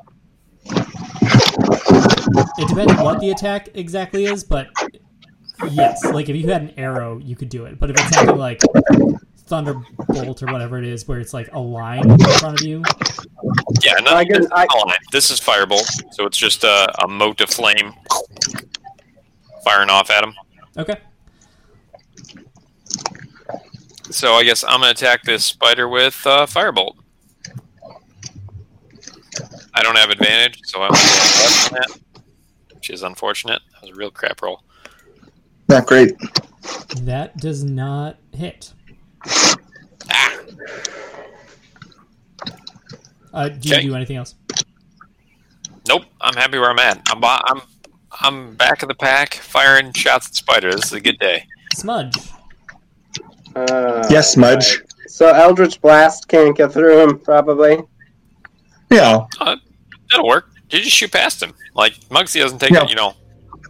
it depends on what the attack exactly is, but yes, like if you had an arrow, you could do it. But if it's something like thunderbolt or whatever it is, where it's like a line in front of you, Yeah, no, I guess this, is I- fine. this is Firebolt, so it's just a, a mote of flame firing off at him. okay. So I guess I'm going to attack this spider with uh, Firebolt. I don't have advantage, so I'm going to less than that, which is unfortunate. That was a real crap roll. Not great. That does not hit. Ah, Uh, do you Okay. do anything else? Nope, I'm happy where I'm at. I'm, bo- I'm, I'm back of the pack, firing shots at spider. This is a good day. Smudge. Uh, Yes, Smudge. right. So Eldritch Blast can't get through him, probably. Yeah. That'll work. You just shoot past him. Like, Muggsy doesn't take Yeah. it, you know.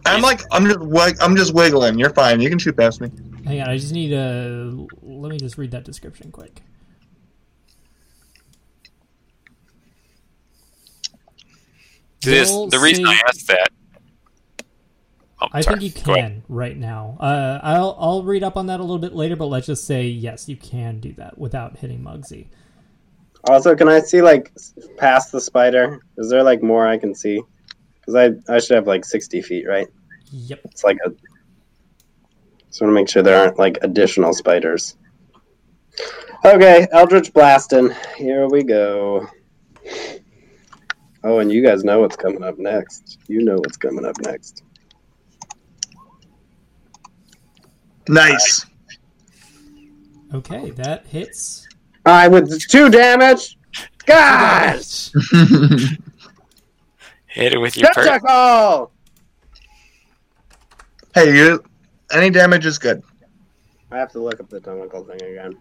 I'm like, I'm just, wig- I'm just wiggling. You're fine. You can shoot past me. Hang on, I just need to. Let me just read that description quick. This, Will the reason I save- asked that. Oh, I sorry. think you Go ahead. can right now. Uh, I'll I'll read up on that a little bit later, but let's just say yes, you can do that without hitting Muggsy. Also, can I see, like, s- past the spider? Is there, like, more I can see? Because I, I should have, like, 60 feet, right? Yep. It's like a. Just want to make sure there aren't, like, additional spiders. Okay, Eldritch Blasting. Here we go. Oh, and you guys know what's coming up next. You know what's coming up next. Nice. Okay, that hits. I with two damage. God, Hit it with your per- tentacle. hey, you. Any damage is good. I have to look up the tentacle thing again.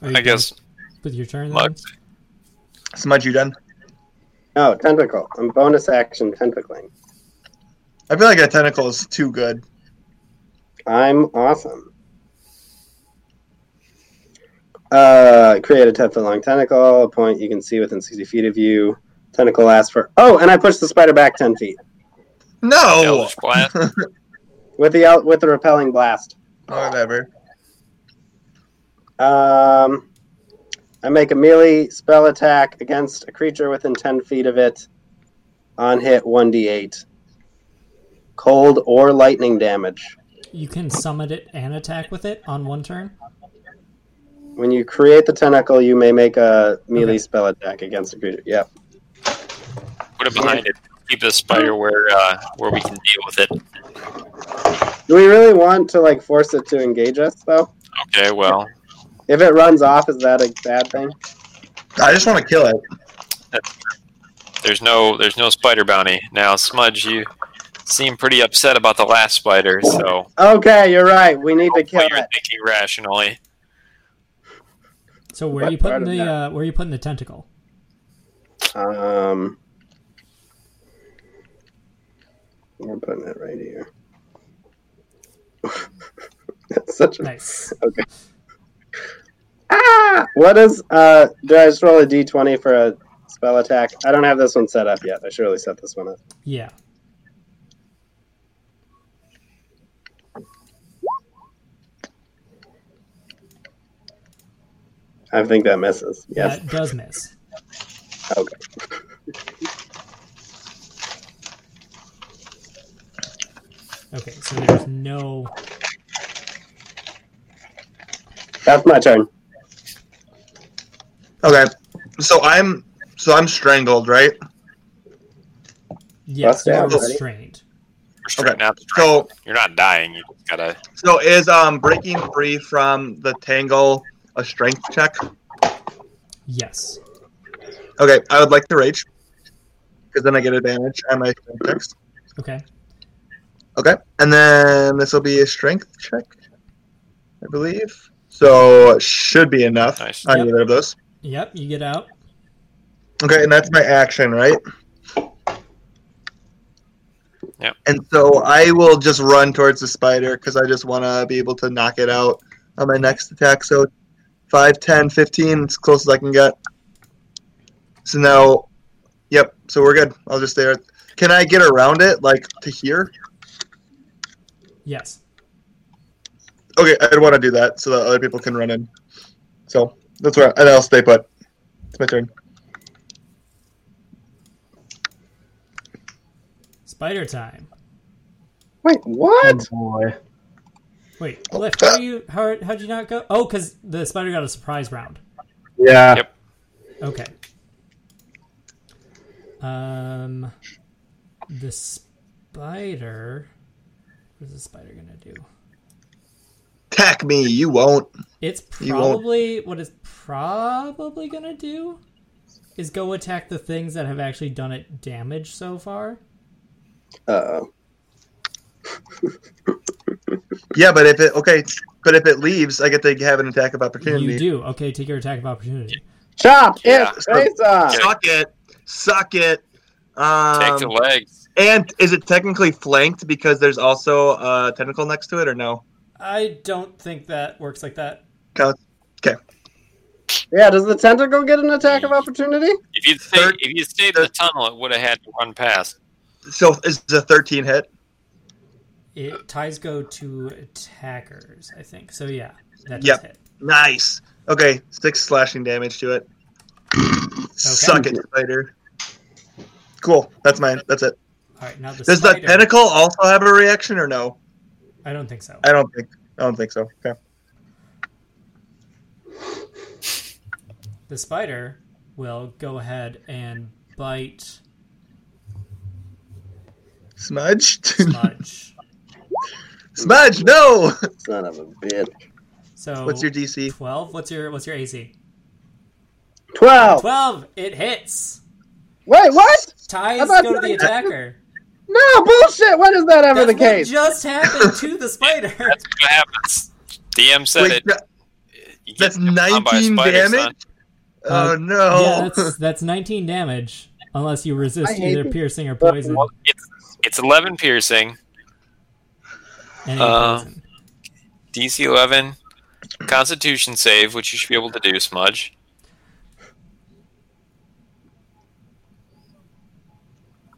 Are you I guess done with your turn. Then? Mug- Smudge, you done? No, Oh, tentacle. I'm bonus action tentacling. I feel like a tentacle is too good. I'm awesome. Uh, create a 10 foot long tentacle, a point you can see within 60 feet of you. Tentacle lasts for. Oh, and I push the spider back 10 feet. No. Hellish blast. with the out with the repelling blast. Oh, Whatever. Um, I make a melee spell attack against a creature within 10 feet of it. On hit, 1d8. Cold or lightning damage. You can summon it and attack with it on one turn. When you create the tentacle, you may make a melee spell attack against a creature. Yep. Put it behind it. Keep the spider where uh, where we can deal with it. Do we really want to like force it to engage us though? Okay, well, If it runs off, is that a bad thing? I just want to kill it. there's no there's no spider bounty now. Smudge, you seem pretty upset about the last spider, so Okay, you're right. We need to kill hopefully you're it. thinking rationally. So where are What you part putting of the that? uh, where are you putting the tentacle? Um, we're putting it right here. That's such a Nice. Ah! What is uh? Do I just roll a d twenty for a spell attack? I don't have this one set up yet. I should really set this one up. Yeah. I think that misses. Yes. That does miss. Okay. Okay, so there's no That's my turn. Okay. So I'm so I'm strangled, right? yes, Bust you are down, buddy. restrained. You're, not, So you're not dying. You just gotta. so is um breaking free from the tangle a strength check? Yes. Okay, I would like to rage because then I get advantage on my strength checks. Okay. Okay, and then this will be a strength check, I believe. So it should be enough Nice. on Yep. either of those. Yep, you get out. Okay, and that's my action, right? Yep. And so I will just run towards the spider because I just want to be able to knock it out on my next attack. So 5, 10, 15, as close as I can get. So now, yep, so we're good. I'll just stay there. Can I get around it, like to here? Yes. Okay, I'd want to do that so that other people can run in. So that's where, and I'll stay put. It's my turn. Spider time. Wait, what? oh boy. Wait, Cliff, how do you how how'd you not go? Oh, because the spider got a surprise round. Yeah. Yep. Okay. Um, the spider. What is the spider gonna do? Attack me, you won't. It's You won't- probably what it's probably gonna do is go attack the things that have actually done it damage so far. Uh oh. Yeah, but if it okay, but if it leaves, I get to have an attack of You opportunity. do okay. Take your attack of opportunity. Chop Yeah. it, face off. Suck it, suck it. Take the Um, legs. and is it technically flanked because there's also a tentacle next to it, or no? I don't think that works like that. Yeah, does the tentacle get an attack of opportunity? If you stayed, Third- if you stayed in the tunnel, it would have had to run past. So is the 13 hit? It ties go to attackers. I think so. Yeah, that does Yep. hit. Nice. Okay, six slashing damage to it. Suck it, spider. Cool. That's mine. That's it. All right, now the Does spider. the tentacle also have a reaction, or no? I don't think so. I don't think. I don't think so. Okay. the spider will go ahead and bite Smudge. Smudge. Smudge. No. Son of a bitch. So What's your DC? twelve? What's your what's your AC? 12. Twelve. It hits. Wait, what? Ties I thought go to the you- attacker. No, bullshit. When is that ever That's the case? what just happened to the spider. That's what happens. DM said Wait, it. that- You get that's stung by a 19 spider, son. damage. Oh Uh, no. Yeah, that's that's nineteen damage unless you resist I hate either it. piercing or poison. Well, it's, it's 11 piercing, Any uh, poison. DC 11, Constitution save, which you should be able to do, Smudge.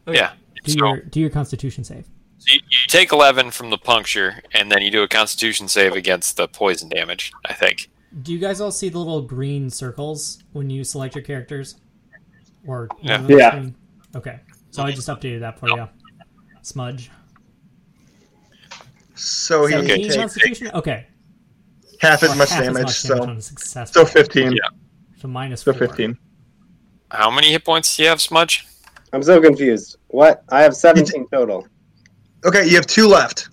Oh, yeah. do So- your do your Constitution save. So you, you take 11 from the puncture, and then you do a constitution save against the poison damage, I think. Do you guys all see the little green circles when you select your characters? Or Yeah. one of the Yeah. green- Okay. So I just updated that for you. Smudge. So Oh, he Okay. 17 can take Constitution. Okay. half as Well, much half as damage, so on a success so roll. fifteen. Yeah. So minus So four. fifteen. How many hit points do you have, Smudge? I'm so confused. What? I have 17 total. Okay, you have two left.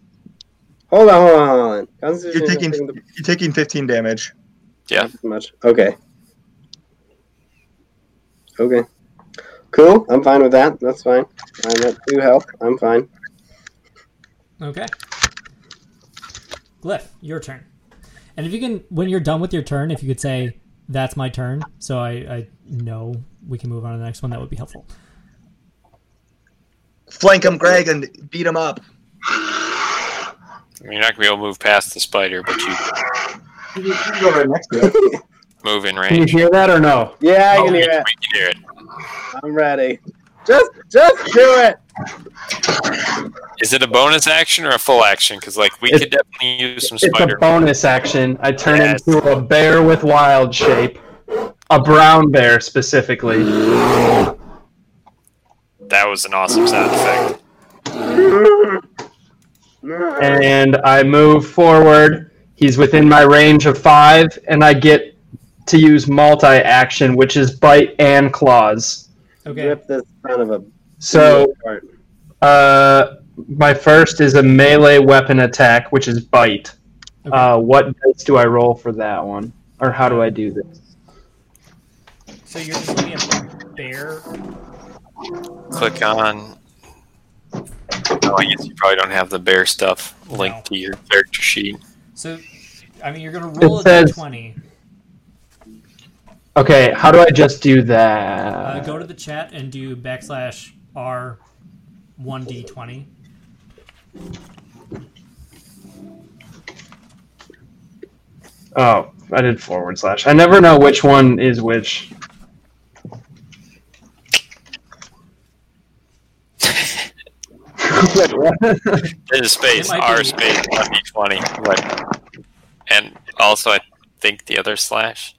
Hold on, hold on, hold on. Constitution You're taking is taking you're taking fifteen damage. Yeah. the- much. Okay. Okay. Cool. I'm fine with that. That's fine. I'm at two health. I'm fine. Okay. Glyph, your turn. And if you can, when you're done with your turn, if you could say, that's my turn, so I, I know we can move on to the next one, that would be helpful. Flank him, Greg, and beat him up. I mean, you're not going to be able to move past the spider, but you You can go right next to him. move in Can you range. hear that or no? Yeah, I Oh, can we hear can it. hear it. I'm ready. Just, just do it. Is it a bonus action or a full action? Because, like, we It's- could definitely use some It's a spider. bonus action. I turn Yes. into a bear with wild shape, a brown bear specifically. That was an awesome sound effect. and I move forward. He's within my range of five, and I get to use multi action, which is bite and claws. Okay. Rip this son of a. So uh, my first is a melee weapon attack, which is bite. Okay. Uh, what dice do I roll for that one, or how do I do this? So you're just going to be a bear? Click on. Oh, I guess you probably don't have the bear stuff linked to your character sheet. So, I mean, you're going to It roll a says- d20. Okay, how do I just do Uh, that? go to the chat and do backslash R 1d20. Oh, I did forward slash. I never know which one is which. There's a space, It might R be- space, 1d20. Right. And also, I think the other slash.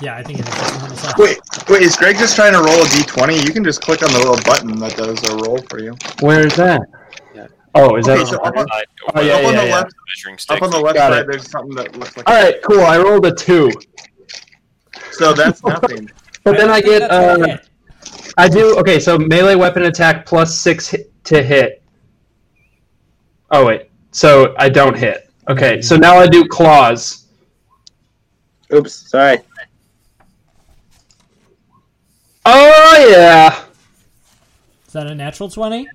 Yeah, I think it is. just normal stuff. Wait, wait, is Greg just trying to roll a D twenty? You can just click on the little button that does a roll for you. Where is that? Yeah. Oh, is that? Okay, so up on, Side- Oh, yeah, up on yeah, the yeah. left measuring stick. up on the left Got side it. there's something that looks like All right, cool. I rolled a two, so that's nothing. but then I think get that's uh, it. I do okay. So melee weapon attack plus six hit to hit. Oh wait, so I don't hit. Okay, so now I do claws. Oops, sorry. Oh yeah, Is that a natural 20?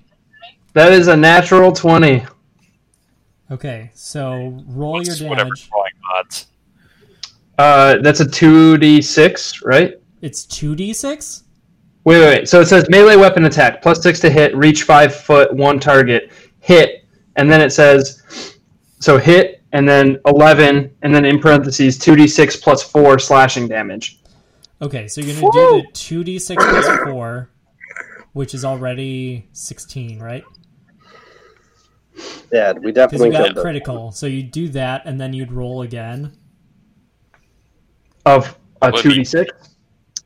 that is a natural twenty. Okay, so roll your It's whatever damage. rolling odds. Uh, that's a two d six, right? It's 2d6? Wait, wait, wait. So it says melee weapon attack plus six to hit, reach five foot, one target, hit, and then it says so hit, and then eleven, and then in parentheses two d six plus four slashing damage. Okay, so you're gonna do the two d six plus four, which is already sixteen, right? Dad, we Because you definitely got killed him. critical. So you do that, and then you'd roll again. of a Would two be- d six.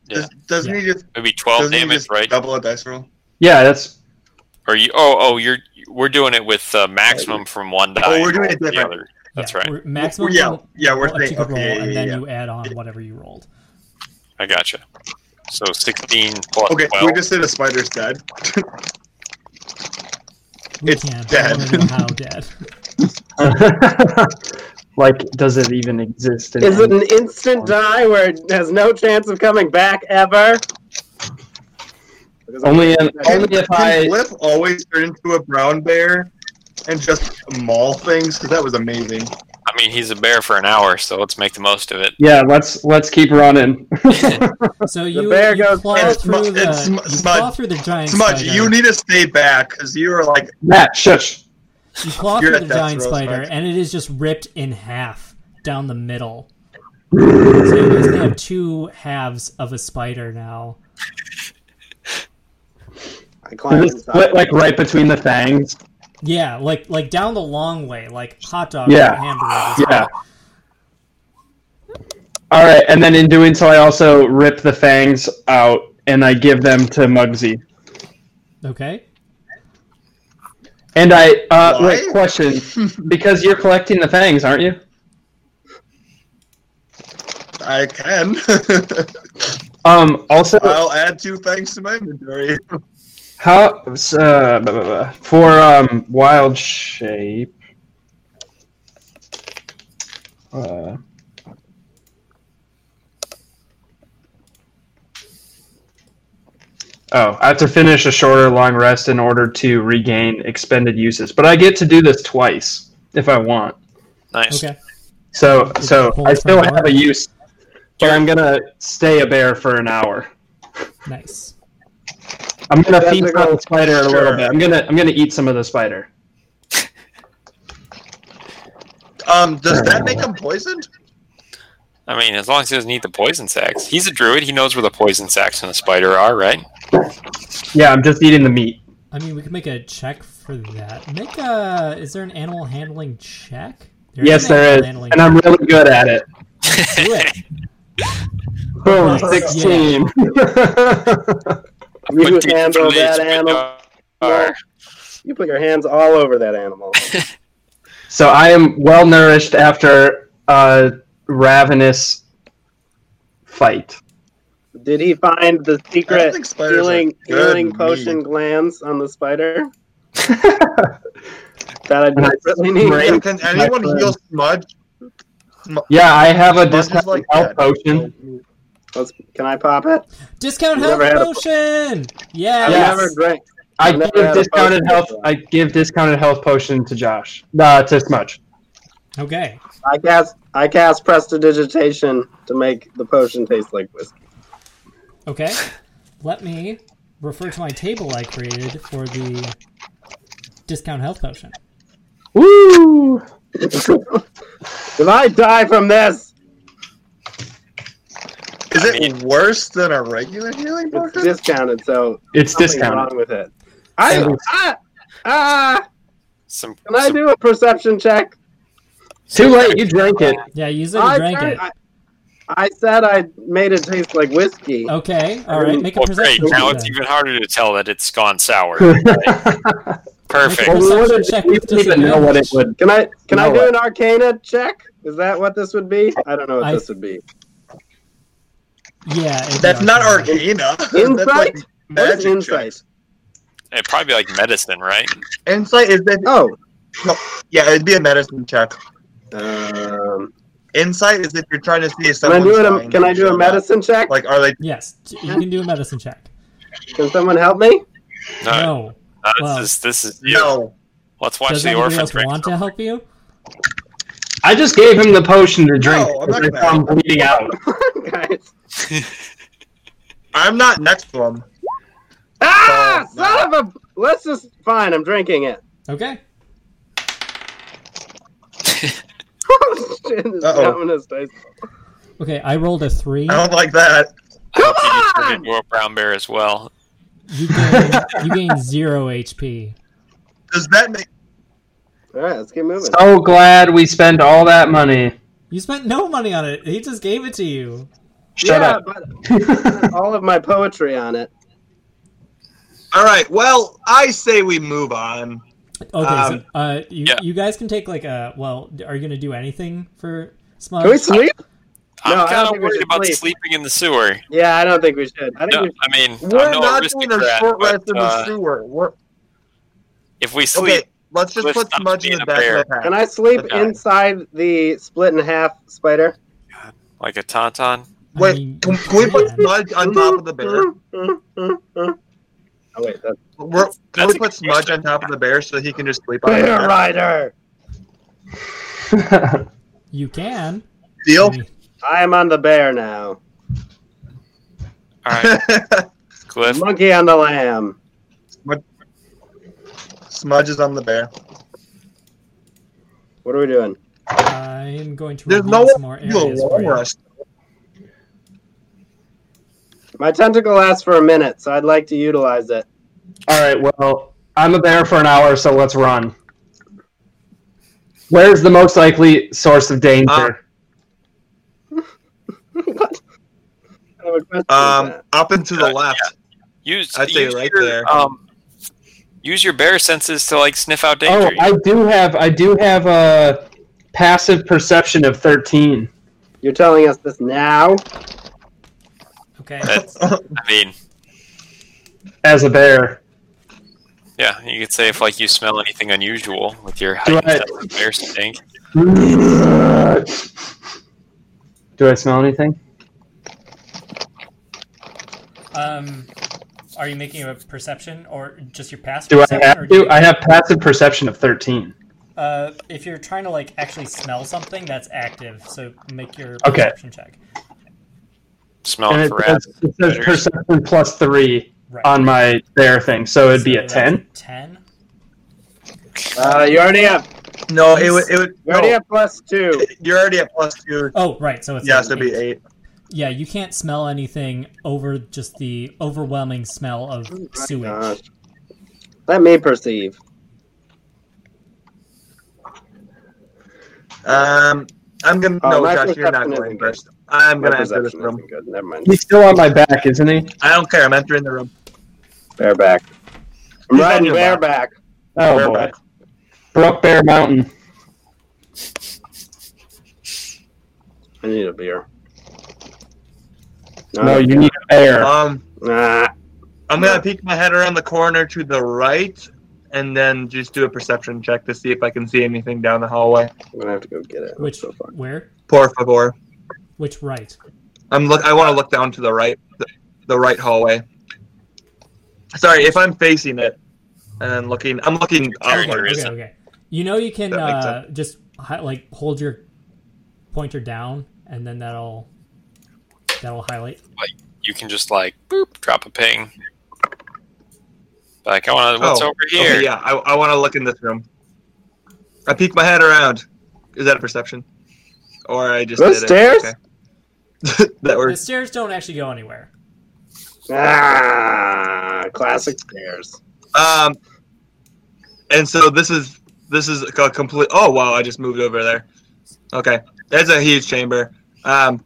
Yeah. Does- Doesn't he just Maybe 12 doesn't he damage, just right? double a dice roll? Yeah, that's Or you? Oh, oh, you're we're doing it with uh, maximum from one die. Oh, we're doing it The different. other. That's Yeah, right. we're- Maximum. yeah, roll- yeah, we're roll that you saying- could roll, okay, yeah, and yeah, then yeah. you add on whatever you rolled. I gotcha. So 16 plus Okay, 12. we just did a spider's dead. We It's can't. dead. I don't know how dead. like, does it even exist? in Is it any- an instant die where it has no chance of coming back ever? Because I'm- only, in, only if I. Flip always turn into a brown bear and just maul things because that was amazing. I mean, he's a bear for an hour, so let's make the most of it. Yeah, let's let's keep running. So you, bear you goes- claw and through Smu- the and Smu- you claw Smudge- through the giant Smudge, spider. you need to stay back because you are like Matt, shush. you claw you're through at the death's giant row, spider, Smudge. and it is just ripped in half down the middle. So you basically have two halves of a spider now. I climbed Is it split inside. like right between the fangs? Yeah, like like down the long way, like hot dog Yeah. and hamburger. Yeah. All right, and then in doing so, I also rip the fangs out and I give them to Muggsy. Okay. And I uh, Why? wait, question because you're collecting the fangs, aren't you? I can. Um. Also, I'll add two things to my inventory. How uh, blah, blah, blah. for um, wild shape? Uh, oh, I have to finish a shorter long rest in order to regain expended uses, but I get to do this twice if I want. Nice. Okay. So, so Hold I it for still an hour. have a use, but I'm gonna stay a bear for an hour. Nice. I'm gonna That's feed a on the good- spider a little Sure. bit. I'm gonna I'm gonna eat some of the spider. Um, does that make him poisoned? I mean, as long as he doesn't eat the poison sacs, he's a druid. He knows where the poison sacs and the spider are, right? Yeah, I'm just eating the meat. I mean, we can make a check for that. Make a. Is there an animal handling check? There yes, an there animal is, handling and I'm really good at it. check. Do it. Boom, Nice. sixteen. You But handle differently, that it's with animal. the- are- You put your hands all over that animal. so I am well nourished after a ravenous fight. Did he find the I don't secret think spiders are healing good healing meat. potion glands on the spider? that I And I desperately need. sprayed- Can anyone friend. heal Smudge? Yeah, I have a Smudge is discount like health that. potion. Let's, can I pop it? Discount Never health had a- potion. I've Yes. never drank. I I've never give had a discounted potion health. before. I give discounted health potion to Josh. Uh, to Smudge. Okay. I cast I cast prestidigitation to make the potion taste like whiskey. Okay. Let me refer to my table I created for the discount health potion. Woo! if I die from this, Is I it worse than a regular healing it's potion? discounted, so It's something's discounted. wrong with it. I, So- I ah, Some, can I some- do a perception check? Too late. You drank it. Yeah, you said you I drank turned- it. I, I said I made it taste like whiskey. Oh. Okay. All right. Make a Well, Oh, great. perception Now check. it's then. even harder to tell that it's gone sour. Well, Perfect. Perception Well, what check if- we with didn't even know what it disadvantage. would. Can I can I No. do an Arcana check? Is that what this would be? I don't know what I- this would be. Yeah. it'd be That's not arcana. Arcana. That's Insight. like What is magic insight? checks. It'd probably be like medicine, right? Insight is that Oh, yeah, it'd be a medicine check. um, Insight is if you're trying to see if can I someone's do it? lying a- Can I to do show a that. medicine check? Like, are they? Yes. t- You can do a medicine check. Can someone help me? No, No. no, Wow. this is this is you. No. Let's watch Does the anybody orphan else drink. want to help you? I just gave him the potion to drink. No, I'm not because I gonna- saw him bleeding out. Guys. I'm not next to him. Ah, So, Oh, no. son of a! Let's just fine. I'm drinking it. Okay. oh shit! This Uh-oh. ominous taste. Okay. I rolled a three. I don't like that. I hope you Come turn into a brown bear as well. You gain, you gain zero HP. Does that make? All right, let's keep moving. So glad we spent all that money. You spent no money on it. He just gave it to you. Shut yeah, up. but all of my poetry on it. All right. Well, I say we move on. Okay. Um, so, uh, you, yeah. you guys can take like a. Well, are you gonna do anything for Smudge? Can we sleep? No, I I'm don't kind think of we worried should about sleep. sleeping in the sewer. Yeah, I don't think we should. I think No, we should. I mean, We're I'm no not doing a aristocrat, short rest in but, the uh, sewer. We're if we okay. sleep, Let's just Let's put stop Smudge in being the a back bear. of the pack. Can I sleep Okay. inside the split in half spider? like a tauntaun, I Wait, mean, Can can we put yeah. Smudge on top of the bear? Oh wait, that's We're, can That's a we put good Smudge on top of the bear so he can just sleep on it? Bear Rider. You can. I Deal. mean, I am on the bear now. all right, Cliff, Monkey on the lamb. Smudge is on the bear. What are we doing? I'm going to There's reveal no some more one areas will for warn you. us. My tentacle lasts for a minute, so I'd like to utilize it. All right. Well, I'm there for an hour, so let's run. Where's the most likely source of danger? Uh, I have a question with Um, that. up and to Uh, the left. Use I'd say use right your, there. Um, use your bear senses to like sniff out oh, danger. I do have. I do have a passive perception of 13. You're telling us this now? Okay. That's- I mean, as a bear. yeah, you could say if like you smell anything unusual with your Do heightened I- sense of bear stink. Do I smell anything? Um, are you making a perception or just your passive? Do I perception, or have to? do you- I have passive perception of 13. Uh, if you're trying to like actually smell something, that's active. So make your Okay. perception check. Smell And it it Oh, for says, rats. it says Bears. perception plus 3 Right. on my bear thing, Um, so it'd be So a that's 10. Ten. Uh, you already have. No, it would. It would. You already no, have plus two. You're already at plus two. Oh, right. So it's Yeah, an so it'd be eight. eight. Yeah, you can't smell anything over just the overwhelming smell of Oh my sewage. gosh. Let me perceive. Um, I'm gonna. Oh, no, my Josh, you're not perception going isn't first. I'm My gonna enter this perception room. isn't good. Never mind. He's still on my back, isn't he? I don't care. I'm entering the room. Bareback. I'm He's on riding your back. bareback. Oh Bear boy, back. Broke Bear Mountain. I need a beer. No, you need a bear. Um, Nah. I'm gonna peek my head around the corner to the right, and then just do a perception check to see if I can see anything down the hallway. I'm gonna have to go get it. Which So far. where? Por favor. Which right? I'm look. I want to look down to the right, the, the right hallway. Sorry, if I'm facing it and then looking, I'm looking Carrying your outward. is Okay, okay. You know you can That makes uh, just hi- like hold your pointer down, and then that'll that'll highlight. You can just like boop, drop a ping. Like I want to. What's Oh, over here? Okay, yeah, I, I want to look in this room. I peek my head around. Is that a perception? Or I just Those did stairs? It. Okay. that The works. stairs don't actually go anywhere. Ah, classic stairs. Um, and so this is this is a complete. Oh wow! I just moved over there. Okay, that's a huge chamber. Um,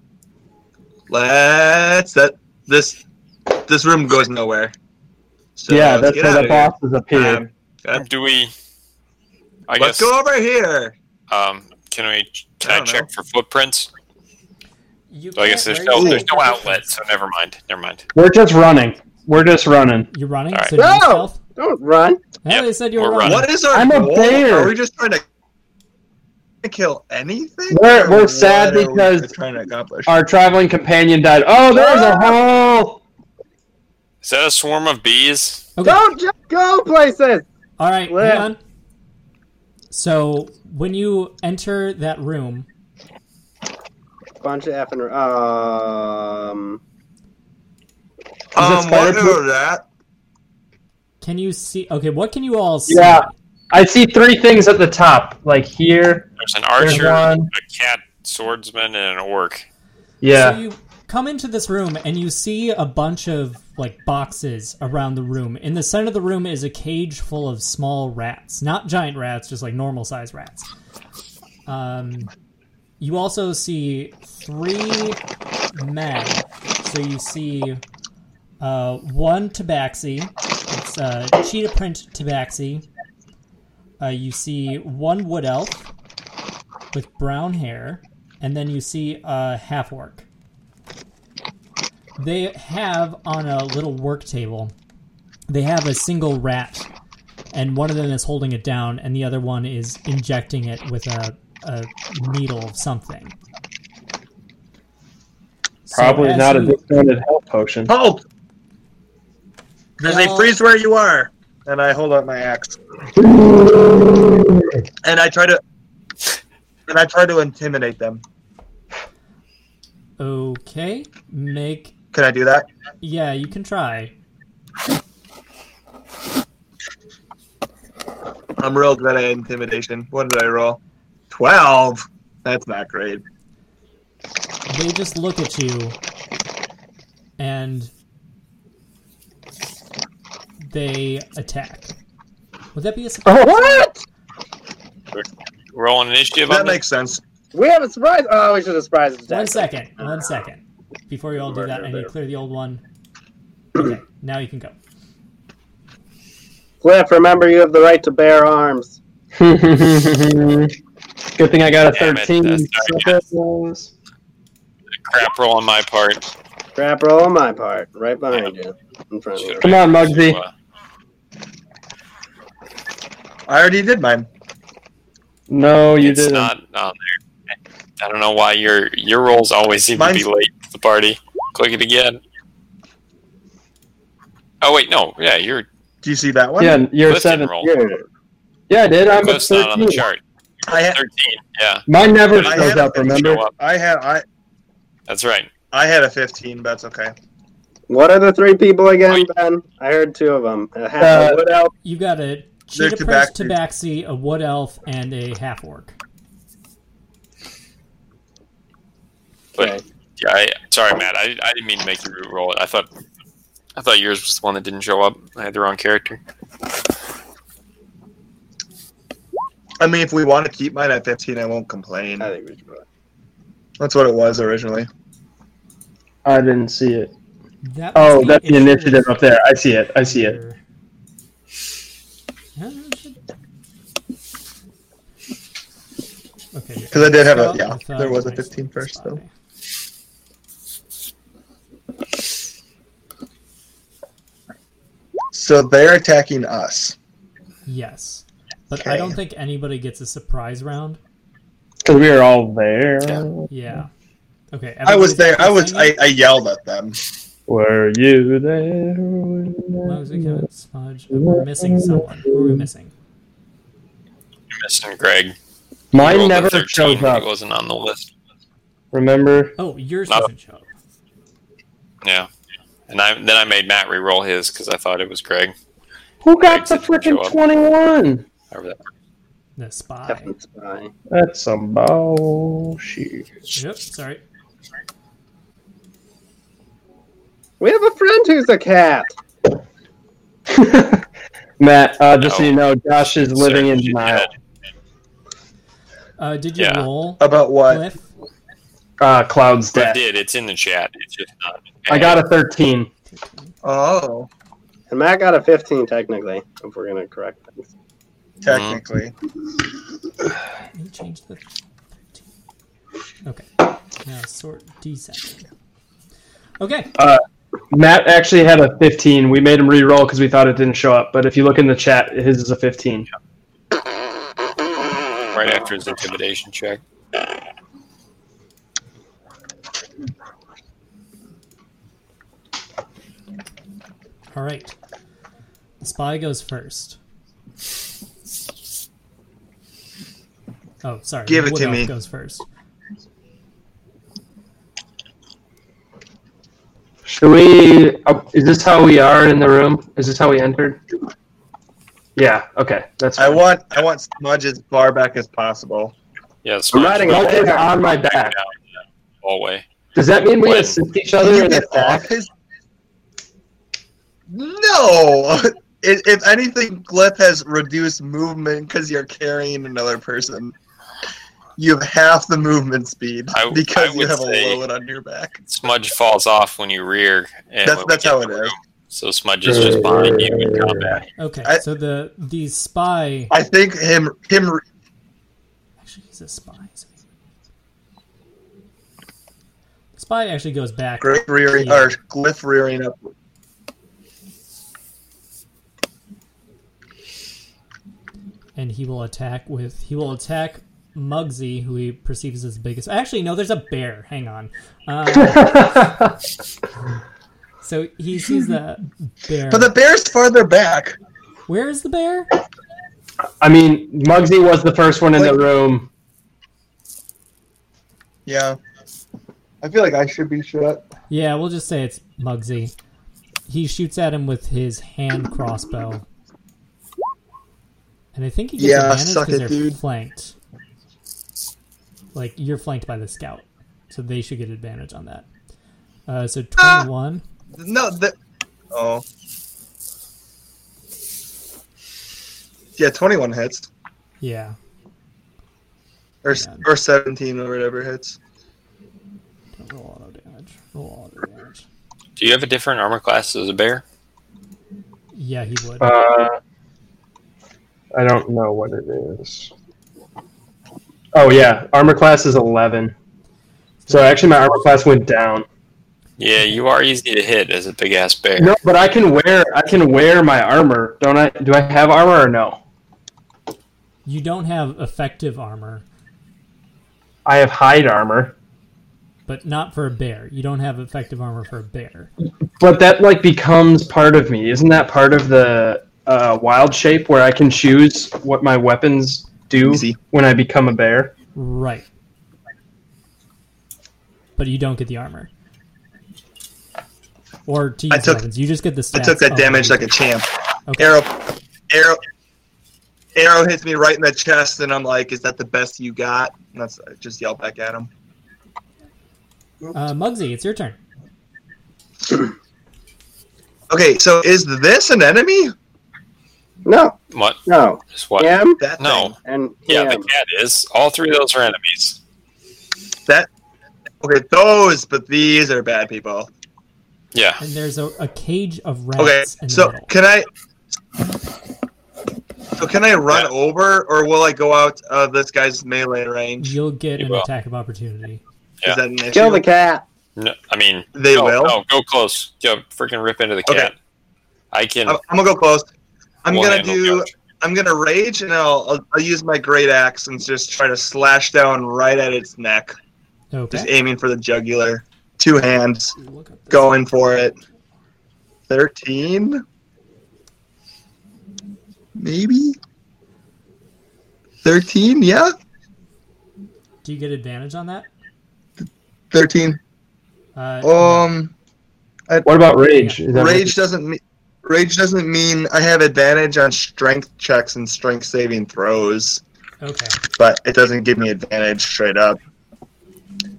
let's that this this room goes nowhere. So yeah, let's that's get where out the of here. boss is up here. Um, uh, Do we? I guess. let's go over here. Um, can we? Can I I, don't check know. for footprints? You So I guess can't there's where no you- there's no outlet, so never mind. Never mind. We're just running. We're just running. You're running. All right. So do you No! stealth? Don't run. Yeah, Yep, they said you were we're running. running. What is our? I'm a goal? bear. Are we just trying to kill anything? We're- Or we're sad what are we because- trying to accomplish. Our traveling companion died. Oh, there's a hole. Is that a swarm of bees? Okay. Don't ju- go places. All right, Well- hang on. So when you enter that room, Bunch of effing. r- Um. um, spider what is that? can you see? Okay, what can you all see? Yeah. I see three things at the top, like here. There's an There's archer, one. a cat swordsman, and an orc. Yeah. So you come into this room and you see a bunch of like boxes around the room. In the center of the room is a cage full of small rats, not giant rats, just like normal size rats. Um, you also see three men. So you see uh, one tabaxi. It's uh, cheetah print tabaxi. Uh, you see one wood elf with brown hair and then you see a half orc. They have on a little work table, they have a single rat, and one of them is holding it down, and the other one is injecting it with a, a needle of something. So Probably as not a you- discounted health potion. Halt! There's Well- a freeze where you are, and I hold out my axe, and I try to, and I try to intimidate them. Okay, make. Can I do that? Yeah, you can try. I'm real good at intimidation. What did I roll? Twelve. That's not great. They just look at you and they attack. Would that be a surprise? What? Roll an initiative. That on this? makes sense. We have a surprise. Oh, we should have surprised attack. One second. One second. Before you all do that, I need to clear the old one. Okay, now you can go. Cliff, remember you have the right to bear arms. Good thing I got a Damn it, 13. that's not good. Suckers. crap roll on my part. Crap roll on my part, right behind you, in front of you. Come on, Muggsy. Uh, I already did mine. No, you it's didn't. not on there. I don't know why your your rolls always seem Mine's- to be late to the party. Click it again. Oh wait, no. Yeah, you're Do you see that one? Yeah, you're Cliff didn't seven. roll. Yeah. Yeah, I did. I'm at Cliff's not on 13. the chart. I ha- Thirteen. Yeah, Mine never I shows had up, it. remember? show up. I had I That's right. I had a 15, but it's okay. What are the three people again, Wait. Ben? I heard two of them. A half Uh, a wood elf. You've got a cheetah They're prince, tabaxi. tabaxi, a wood elf, and a half orc. But Okay. yeah, I, sorry, Matt. I, I didn't mean to make you roll it. I thought I thought yours was the one that didn't show up. I had the wrong character. I mean, if we want to keep mine at 15, I won't complain. I think we should. roll. That's what it was originally. I didn't see it. That Oh, was that's the issue initiative with- up there. I see it. I see it. Yeah, that should- Okay. yeah. Because I did have a Scout yeah, with, uh, there was a nice 15 first spy. though. So they're attacking us. Yes, but I Okay. don't think anybody gets a surprise round. Because we were all there. Yeah. Yeah. Okay. I was everybody's there. I was. I, singing? I yelled at them. Were you there? Mosey, Kevin, Smudge. We're missing someone. Who are we missing? You're missing Greg. You Mine rolled a never 13. shows He up. wasn't on the list. Remember? Oh, yours Not- doesn't show. up. Yeah. And I then I made Matt re-roll his because I thought it was Greg. Who got the Exit didn't show freaking up. 21? However that- The spy. Captain Spy. That's some bullshit. Yep. Sorry. We have a friend who's a cat. Matt, uh, just so No. you know, Josh is living Sorry, in she denial. had- Uh, did you Yeah. roll, About what? Cliff? Uh, Cloud's I death. did. It's in the chat. It's just not. I got a 13. Oh, And Matt got a 15, technically, if we're going to correct things. Mm-hmm. technically. Let me change the. Okay. Now sort D section. Okay. Matt actually had a 15. We made him re-roll because we thought it didn't show up. But if you look in the chat, his is a 15. right after his intimidation check. All right. The spy goes first. Oh, sorry. Give the it wood to elf me. Goes first. Should we? oh, is this how we are in the room? Is this how we entered? Yeah. Okay. That's. I Fine. want. I want Smudge as far back as possible. Yeah, it's I'm riding fine. Mug is on my Down back. the hallway. Does that mean we Wait. assist each Oh, Can other you in get off attack? his? No. If, if anything, Glyph has reduced movement because you're carrying another person. You have half the movement speed I- I because you would have say- a load on your back. Smudge falls off when you rear. And That's when we that's get how in it the is. room. So Smudge is just behind you in combat. Okay. I- so the the spy. I think him him Actually, he's a spy. So he... The spy actually goes back. Glyph rearing Yeah. or Glyph rearing up. and he will attack with he will attack Muggsy, who he perceives as the biggest. Actually, no, there's a bear. Hang on. Uh, so he sees the bear. But the bear's farther back. Where is the bear? I mean, Muggsy was the first one in the Wait. room. Yeah. I feel like I should be shut. Yeah, we'll just say it's Muggsy. He shoots at him with his hand crossbow, and I think he gets Yeah, advantage suck because they're it, dude. flanked. Like you're flanked by the scout, so they should get advantage on that. Uh, so Ah! twenty-one. No, the Oh. Yeah, 21 hits Yeah. or or 17 or whatever hits. Don't roll auto damage. Roll auto damage. Do you have a different armor class as a bear? Yeah, he would. Uh, I don't know what it is. Oh yeah, armor class is eleven. So actually, my armor class went down. Yeah, you are easy to hit as a big ass bear. No, but I can wear I can wear my armor. Don't I? Do I have armor or no? you don't have effective armor, I have hide armor, but not for a bear. You don't have effective armor for a bear. but that like becomes part of me. Isn't that part of the uh, wild shape where I can choose what my weapons do Easy. when I become a bear? Right. But you don't get the armor. Or to I use took- weapons. You just get the I stats. Oh, took that of- damage like a champ. Arrow, arrow, arrow hits me right in the chest, and I'm like, "Is that the best you got?" And that's I just yell back at him. Uh, Muggsy, it's your turn. Okay, so is this an enemy? No, What? no. Is what? Cam That No. thing. and Yeah, Cam. the cat is. All three of those are enemies. That. Okay, those, but these are bad people. Yeah. And there's a, a cage of rats Okay, in the so middle. can I? So can I run Yeah. over, or will I go out of this guy's melee range? You'll get You an will. attack of opportunity. Yeah. Is that an issue? Kill the cat. No, I mean, They no, will? No, go close. Yo, freaking rip into the Okay. cat. I can. I'm, I'm gonna go close. I'm one gonna handle do. couch. I'm gonna rage, and I'll, I'll I'll use my great axe and just try to slash down right at its neck, Okay. just aiming for the jugular. Two hands, Look up this. going for it. Thirteen, maybe. Thirteen, yeah, Do you get advantage on that? thirteen. Uh, Um, What about rage? Is that- rage doesn't mean rage doesn't mean I have advantage on strength checks and strength saving throws. Okay. but it doesn't give me advantage straight up.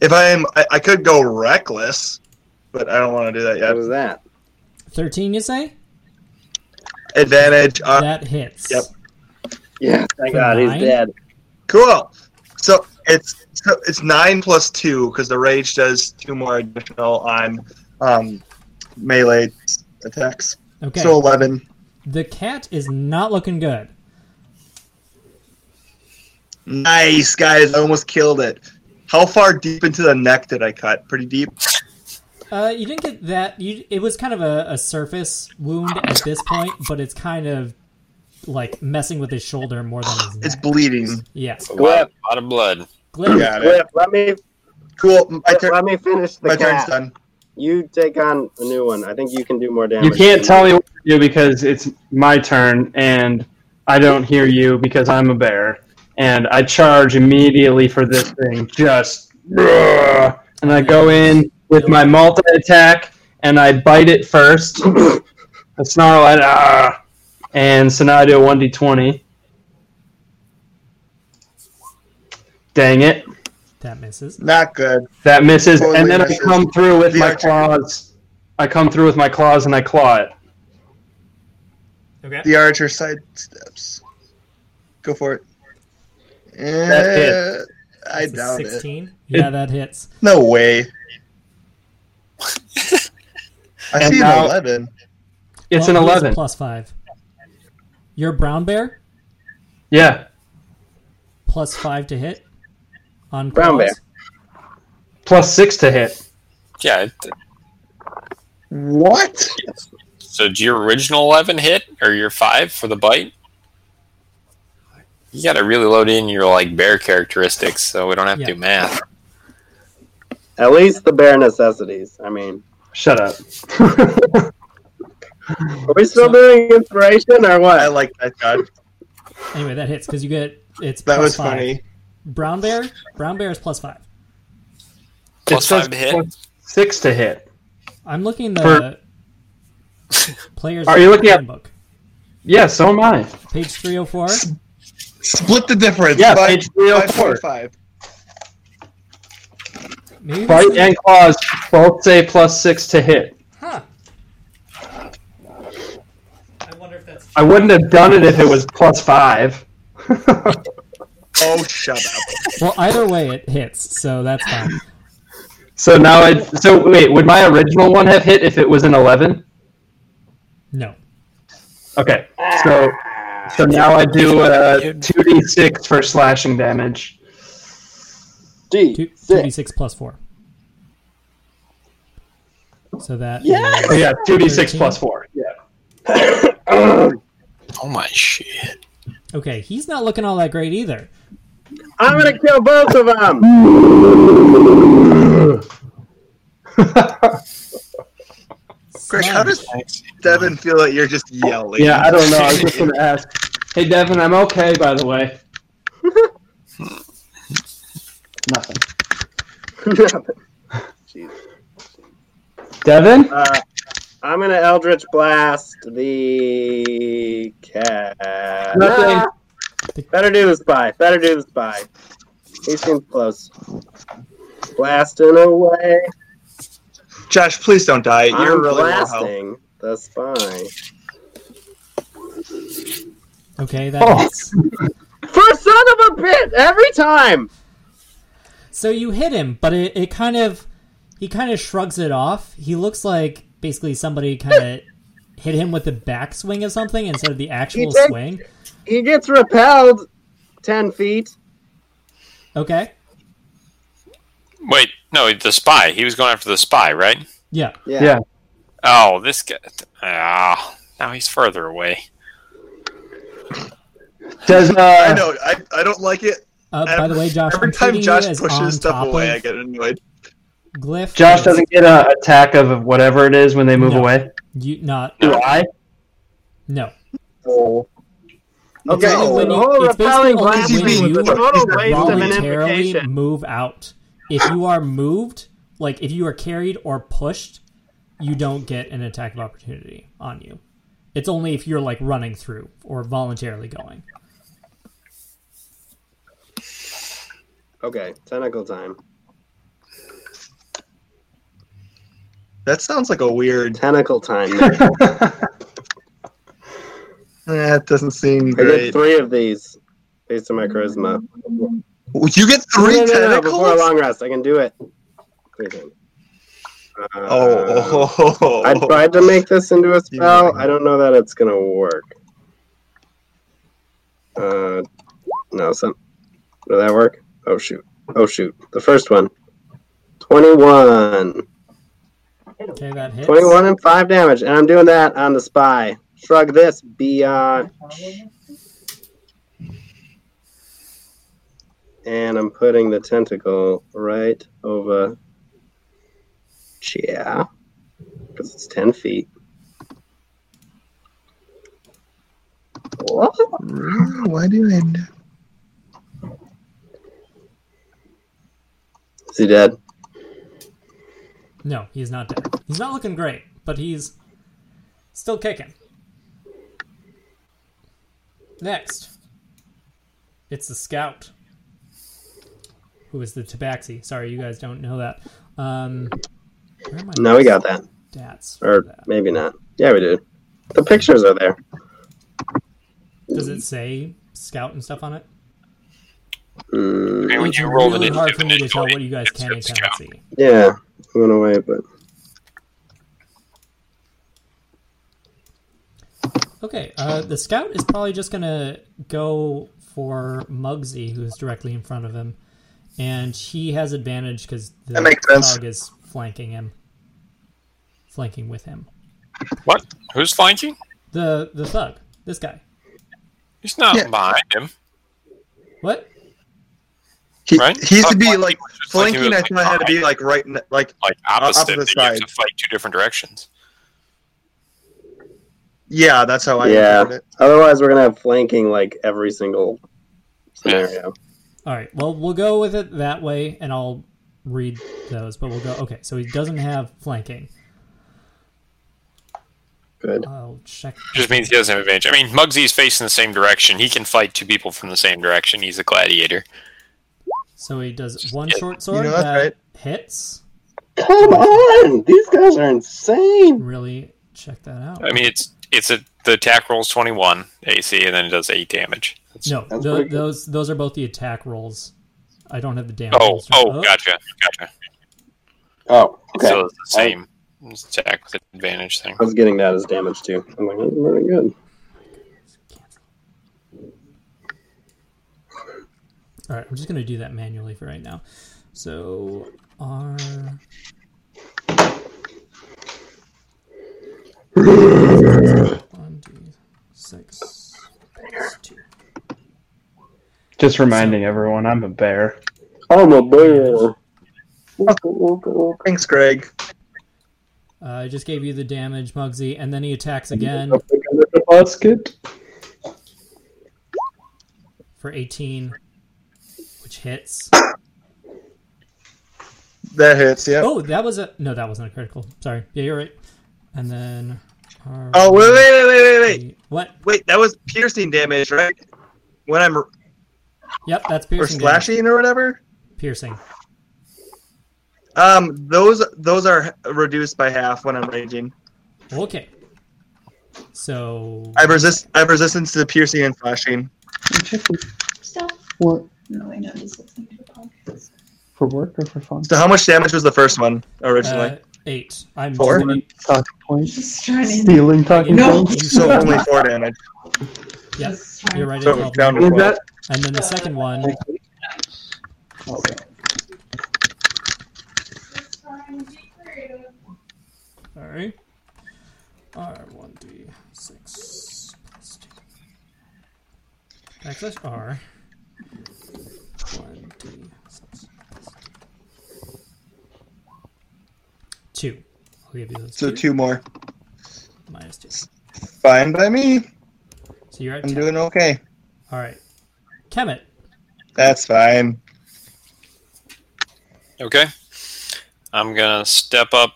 If I am, I, I could go reckless, but I don't want to do that What yet. was that? 13, you say? Advantage, uh, that hits. yep. Yeah, thank God he's Nine? dead. cool. So it's so it's nine plus two because the rage does two more additional on um, melee attacks. Okay. So eleven. the cat is not looking good. Nice guys, I almost killed it. How far deep into the neck did I cut? Pretty deep. Uh, you didn't get that. You, it was kind of a, a surface wound at this point, but it's kind of like messing with his shoulder more than his neck. It's bleeding. yes. A lot, of- lot of blood. Glitch. Got it. Whip, let me Cool. My, Let- tur- Let me finish the my turn's cat. done. You take on a new one. I think you can do more damage. You can't than tell me what to do because it's my turn and I don't hear you because I'm a bear. And I charge immediately for this thing, just "Bruh," and I go in with my multi attack and I bite it first. I snarl at ah, and so now I do a one d twenty. Dang it, That misses. Not good. that misses, Totally and then I misses. come through with The my archer- claws. I come through with my claws and I claw it. Okay. The archer sidesteps. Go for it. That Eh, I doubt it. 16. Yeah, that hits. No way. I And see now- an 11. It's Well, an he is eleven. Plus 5. Your brown bear, Yeah, plus 5 to hit. On Brown claws. plus six to hit. Yeah. it- What? So did your original 11 hit or your 5 for the bite? You got to really load in your like bear characteristics so we don't have Yeah. to do math. At least the bare necessities. I mean, Shut up. are we still doing inspiration or I what? like that god. Anyway, that hits because you get it's That plus was five. funny. Brown bear, brown bear is plus five. Plus It says 5 to hit. plus Six to hit. I'm looking the players. Are you looking at- book? Yeah, so am I. Page three hundred four. Split the difference. Yeah, by, page 304. by 5.5. Maybe this Bite is- and claws both say plus six to hit. Huh. I wonder if that's I wouldn't have done it if it was plus five. Oh, shut up. Well, either way, it hits, so that's fine. so now I. So wait, would my original one have hit if it was an eleven? No. Okay. So so now I do uh two d six for slashing damage. D Two d six. six plus four. So that Yes! Oh, yeah, two d six plus four. Yeah. Oh my shit. is- uh, okay, he's not looking all that great either. I'm gonna kill both of them. Greg, Son how of a does Devin feel like you're just yelling? Yeah, I don't know. I was just gonna ask. Hey Devin, I'm okay by the way. Nothing. Jeez. Devin? Uh, I'm gonna Eldritch Blast the cat. Nothing. Better do the spy. Better do the spy. He seems close. Blasting away. Josh, please don't die. You're I'm really low health. blasting the spy. Okay, that Oh. hits. For son of a bitch! Every time! So you hit him, but it, it kind of he kind of shrugs it off. He looks like basically somebody kind of hit him with the backswing of something instead of the actual did. swing. He gets repelled 10 feet. Okay. Wait, no, the spy. He was going after the spy, right? Yeah. Yeah. Yeah. Oh, this guy. Ah, now he's further away. Does I uh know. I, I don't like it. Uh, by the way, Josh, Every I'm time treating Josh you as on pushes top stuff away, of I get annoyed. glyph. Josh doesn't get a attack of whatever it is when they move No. away? You not Do I? no. Okay, It's only No. when the you- whole it's repelling basically only blast when was you a total waste of an voluntarily invocation. move out. If you are moved, like if you are carried or pushed, you don't get an attack of opportunity on you. It's only if you're like running through or voluntarily going. Okay, tentacle time. That sounds like a weird. Tentacle time. now. That eh, doesn't seem I get great. three of these based on my charisma. You get three no, no, no, no, tentacles. before a long rest, I can do it. Three things. Uh, Oh, oh, oh, oh, I tried to make this into a spell. Yeah. I don't know that it's gonna work. Uh, no, some. Did that work? Oh shoot! Oh shoot! The first one. 21. Okay, that hits. 21 and 5 damage, and I'm doing that on the spy. Shrug this, beyond. And I'm putting the tentacle right over. Yeah. Because it's 10 feet. What? Why do I? Is he dead? No, he's not dead. He's not looking great, but he's still kicking. Next, it's the scout, who is the Tabaxi. Sorry, you guys don't know that. Um, where am I? No, we got that. stats. for Or that? maybe not. Yeah, we did. The pictures are there. Does it say scout and stuff on it? I Mm, mean, when It's you rolled really it in, hard for me to tell individually, what you guys it's- can and it's cannot count. see. yeah, it went away, but. Okay, uh, the scout is probably just gonna go for Muggsy, who's directly in front of him, and he has advantage because the That makes sense. dog is flanking him, flanking with him. What? Who's flanking? The the thug, this guy. He's not Yeah. behind him, What? He, right? He's Not to be flanking, like he was just he flanking. was, I think I had to be like right, in- like like opposite. opposite that You have side. to fight two different directions. yeah. That's how I. Yeah. interpreted it. Otherwise, we're gonna have flanking like every single scenario. All right. Well, we'll go with it that way, and I'll read those. But we'll go. Okay, so he doesn't have flanking. Good. I'll check. just means he doesn't have advantage. I mean, Muggsy's facing the same direction. He can fight two people from the same direction. He's a gladiator. So he does one Yeah. short sword know, that's that right. hits. Come on, these guys are insane. Really check that out. I mean, it's it's a the attack rolls twenty one AC, and then it does eight damage. No, That's tho- pretty good. those those are both the attack rolls. I don't have the damage. Oh, rolls right- oh, gotcha, gotcha. Oh, okay. So it's the same attack with advantage thing. I was getting that as damage too. I'm like, that's very good. All right, I'm just gonna do that manually for right now. So R. One, two, six, plus two. Just reminding everyone, I'm a bear. I'm a bear. Thanks, Greg. Uh, I just gave you the damage, Mugsy, and then he attacks again Basket. for 18, which hits. That hits, yeah. Oh, Oh, that was a no, that wasn't a critical. Sorry, yeah, you're right. And then R. Oh, wait, wait, wait, wait, wait, wait. What? Wait, that was piercing damage, right? When I'm or Yep, that's piercing. damage. slashing or whatever. Piercing. Um, those those are reduced by half when I'm raging. Okay. So I have resist. I have resistance to piercing and slashing. Check this Stop. What? No, I know he's listening to the podcast. for work or for fun. So how much damage was the first one originally? uh, eight. I'm Four? just- Talking points. Just trying to. Stealing talking No. points. so only four damage. Yep, just trying you're right. So At it was 12. down to Is four. that And then the second one. Okay. Sorry. R one D six plus two. Access R. One D six. plus Two. Two. I'll give you those So two. two more. Minus two. Fine by me. So you're at I'm ten. doing okay. All right. Kemet. That's fine. Okay. I'm gonna step up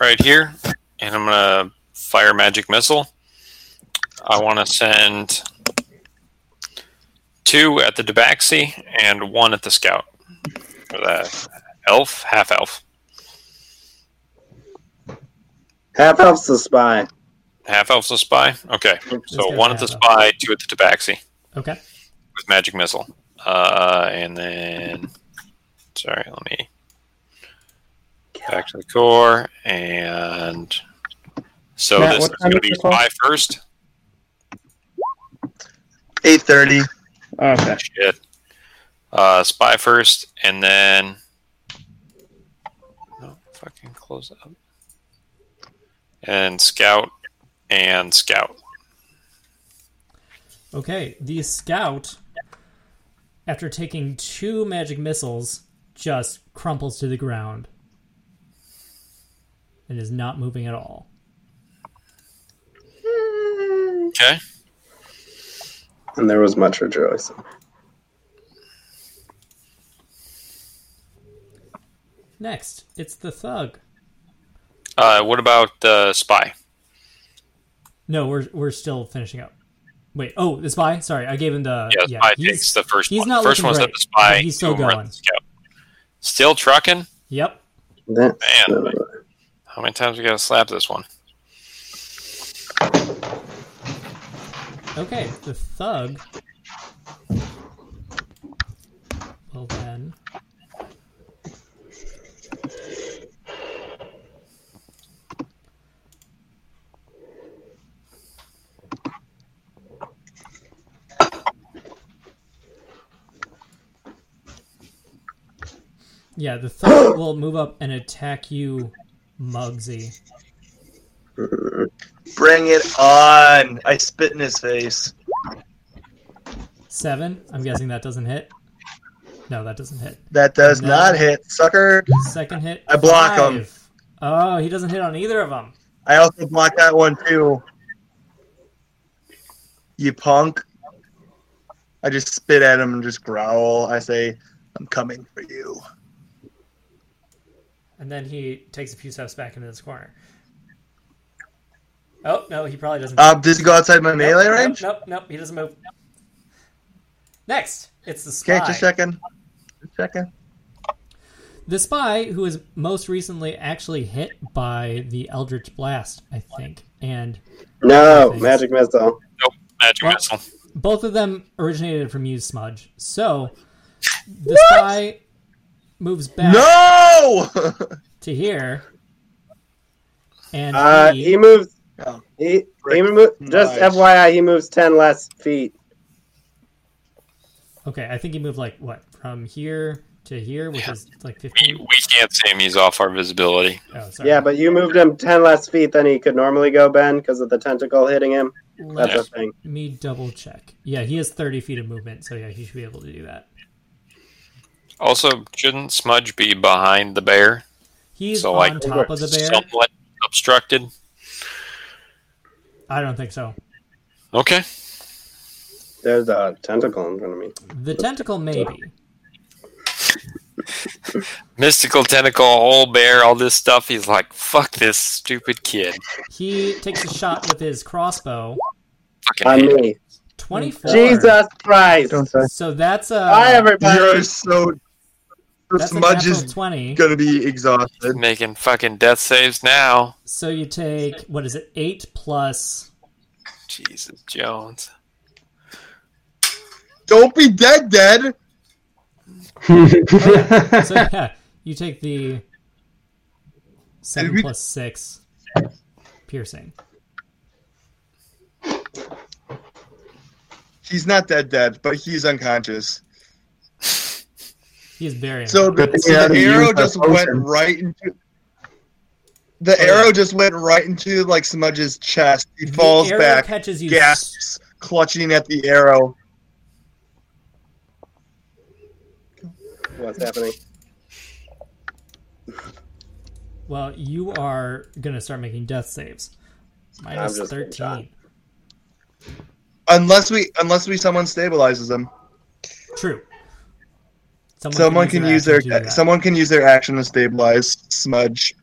right here, and I'm gonna fire magic missile. I want to send two at the Debaxi and one at the Scout, or the elf, half elf, Half elf's a spy. half elf's a spy. Okay, so go one at the half elf. spy, two at the Debaxi Okay. with magic missile, uh, and then sorry, let me back to the core and. So Matt, this what is time going to is be the call? spy first. Eight thirty. Okay. Shit. Uh, spy first, and then. No, fucking close up. And scout, and scout. Okay, the scout, after taking two magic missiles, just crumples to the ground and is not moving at all. Okay. And there was much rejoicing. Next, it's the thug. Uh, what about the spy? No, we're we're still finishing up. Wait, oh, the spy. Sorry, I gave him the Yeah, yeah. spy he's- takes the first he's one. not first looking one's great, at the spy. but he's still two more at the going. Scout. Still trucking. yep. That, Man. How many times we gotta slap this one? Okay, the thug. Well then. Yeah, the thug will move up and attack you, Mugsy. Bring it on. I spit in his face. Seven. I'm guessing that doesn't hit. No, that doesn't hit. That does No. not hit, sucker. Second hit. I block five. him. Oh, he doesn't hit on either of them. I also blocked that one too. You punk. I just spit at him and just growl. I say, I'm coming for you. And then he takes a few steps back into this corner. Oh no, he probably doesn't. Uh, does he go outside my Nope, melee nope, range? Nope, nope, he doesn't move. Next, it's the spy. Okay, just checking. Just checking. The spy, who was most recently actually hit by the Eldritch Blast, I think, and No, magic missile. Magic Well- missile. both of them originated from you, Smudge. So the spy moves back No! to here, and Uh, he- he moves. Oh, He, he frick. remo- just Nice. FYI, he moves ten less feet. okay, I think he moved like what from here to here, which is like We, fifteen. we can't see him. He's off our visibility. Oh, sorry. Yeah, but you moved him ten less feet than he could normally go, Ben, because of the tentacle hitting him. Let That's a thing. me double check. Yeah, he has thirty feet of movement, so yeah, he should be able to do that. Also, shouldn't Smudge be behind the bear? He's So, on like, top of the bear. Somewhat obstructed. I don't think so. Okay. There's a tentacle in front of me. The tentacle maybe. Mystical tentacle, whole bear, all this stuff. He's like, fuck this stupid kid. He takes a shot with his crossbow. Fucking On hate him. me. Twenty-four. Jesus Christ! don't say. So that's a Bye, everybody. You're so. that's a Smudge natural is twenty. gonna be exhausted. He's making fucking death saves now. So you take what is it? Eight plus. Jesus Jones. Don't be dead, dead. So yeah, you take the seven Did we- plus six piercing. He's not dead, dead, but he's unconscious. He is very So the, Good thing so you had the him arrow use that just went potion. right into. The arrow just went right into like Smudge's chest. He Oh, The falls arrow back, Catches you. gasps, clutching at the arrow. What's happening? Well, you are gonna start making death saves. Minus just getting shot. thirteen. Unless we, unless we, someone stabilizes him. True. Someone can use their, action to do that. someone can use their action to stabilize Smudge.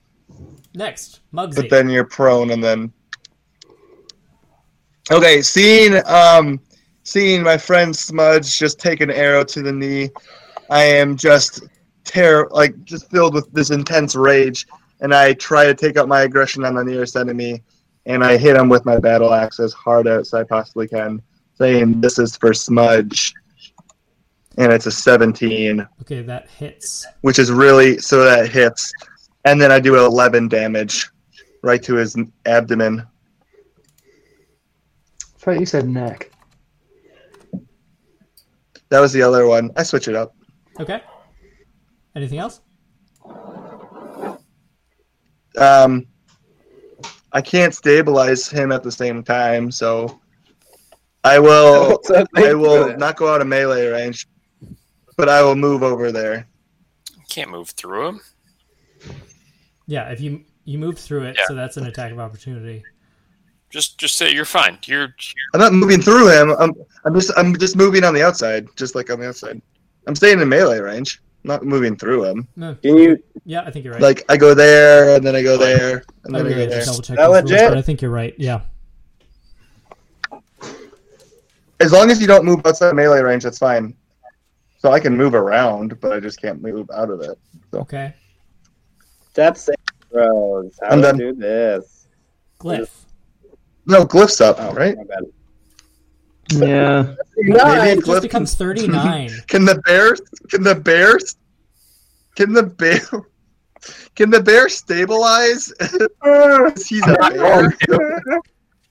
next Mugsy. but then you're prone and then okay seeing um seeing my friend smudge just take an arrow to the knee i am just terror like just filled with this intense rage and i try to take out my aggression on the nearest enemy and i hit him with my battle axe as hard as i possibly can saying this is for smudge and it's a 17 okay, that hits. which is really so that hits, and then I do 11 damage right to his abdomen. thought you said neck. That was the other one. I switch it up. Okay. Anything else? Um, I can't stabilize him at the same time, so I will. So thank Oh, I you for will that. not go out of melee range, but I will move over there. Can't move through him. Yeah, if you you move through it, Yeah. so that's an attack of opportunity. Just just say you're fine. You're, you're I'm not moving through him. I'm. I'm just. I'm just moving on the outside, just like on the outside. I'm staying in melee range. I'm not moving through him. No, Can you? yeah, I think you're right. Like I go there, and then I go there, and I then I really had go to there. double check That these rules, legit? but I think you're right. Yeah. As long as you don't move outside melee range, that's fine. So I can move around, but I just can't move out of it. Okay. Death save throws. How I'm do I done. do this? Glyph. No, glyph's up, Oh, right? My bad. Yeah. Maybe It just glyph becomes 39. Can the bear? Can the bear? Can the bear? Can the bear stabilize? 'Cause He's a bear.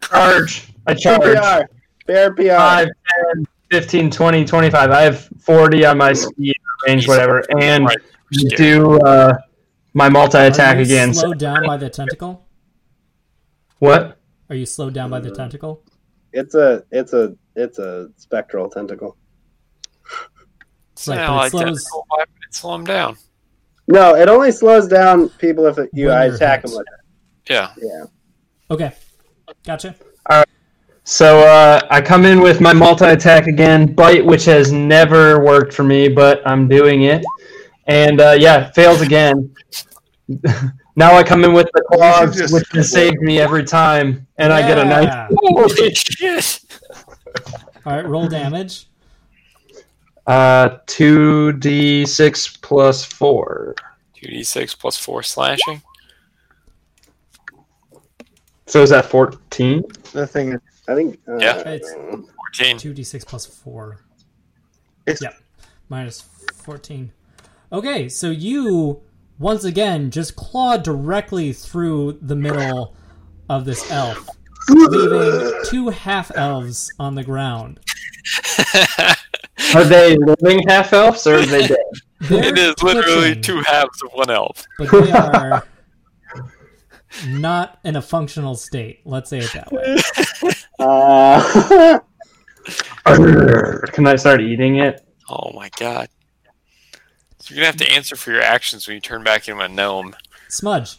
Charge. I charge. PR. Fair PR. 5, 10, 15, 20, 25. I have 40 on my speed range, whatever. And right. You're scared. do uh, my multi attack Are you again. So- Slowed down by the tentacle? what? Are you slowed down by the tentacle? It's a. It's a. It's a spectral tentacle. It's Right, not but it like that. slows- Oh, Why would it slow him down? No, it only slows down people if it, you When I you're attack hit. them with Yeah. it. Yeah. Okay. Gotcha. So uh, I come in with my multi attack again, bite, which has never worked for me, but I'm doing it. And uh, yeah, it fails again. now I come in with the You should claws, just- which has saved me every time, and I get a nice. Yeah. Oh, Holy shit. All right, roll damage. Uh, 2d6 plus 4. 2d6 plus 4 slashing. So is that 14? The thing is, I think. Uh, Yeah. It's- 14. 2d6 plus 4. It's- Yep. Minus 14. Okay, so you, once again, just claw directly through the middle of this elf, leaving two half elves on the ground. Are they living half elves or are they dead? They're it is literally twitching, two halves of one elf. But they are not in a functional state. Let's say it that way. Uh, Arrgh. Can I start eating it? Oh my god. So you're gonna have to answer for your actions when you turn back into a gnome. Smudge,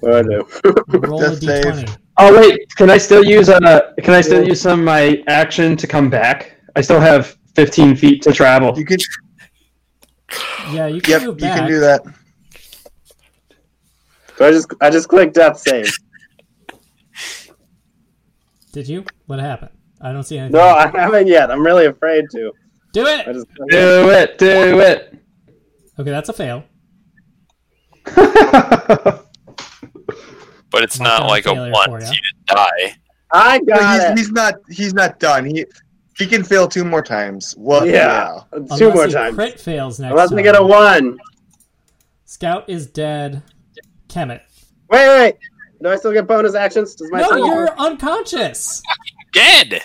what do I do? roll a Just save. d20. Oh wait, can I still use uh can I still use some of my action to come back? I still have 15 feet to travel. you can. Yeah, you can Yep, you move back. can do that. Do I just I just click death save. Did you? What happened? I don't see anything. No, I haven't yet. I'm really afraid to. Do I it! just Do it, do it. Okay, that's a fail. But it's Mark not down like a failure one. for ya. You just die. I But he's, got it. he's not. He's not done. He he can fail two more times. Well, Yeah. yeah. Two Unless more he times. Crit fails next Unless time. we get a one. Scout is dead. Kemet. Wait, wait. Do I still get bonus actions? Does my No, tentacle, you're unconscious. Dead!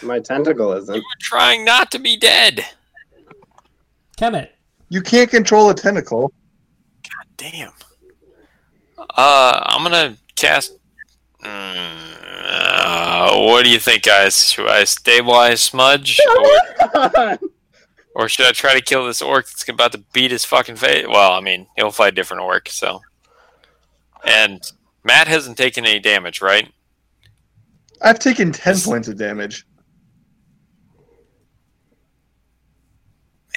You my tentacle isn't? were trying not to be dead. Kemet. You can't control a tentacle. Damn. Uh I'm gonna cast Mm, uh, what do you think, guys? Should I stabilize Smudge, or, or should I try to kill this orc that's about to beat his fucking face? Well, I mean, he'll fight a different orc, so. And Matt hasn't taken any damage, right? I've taken ten points of damage.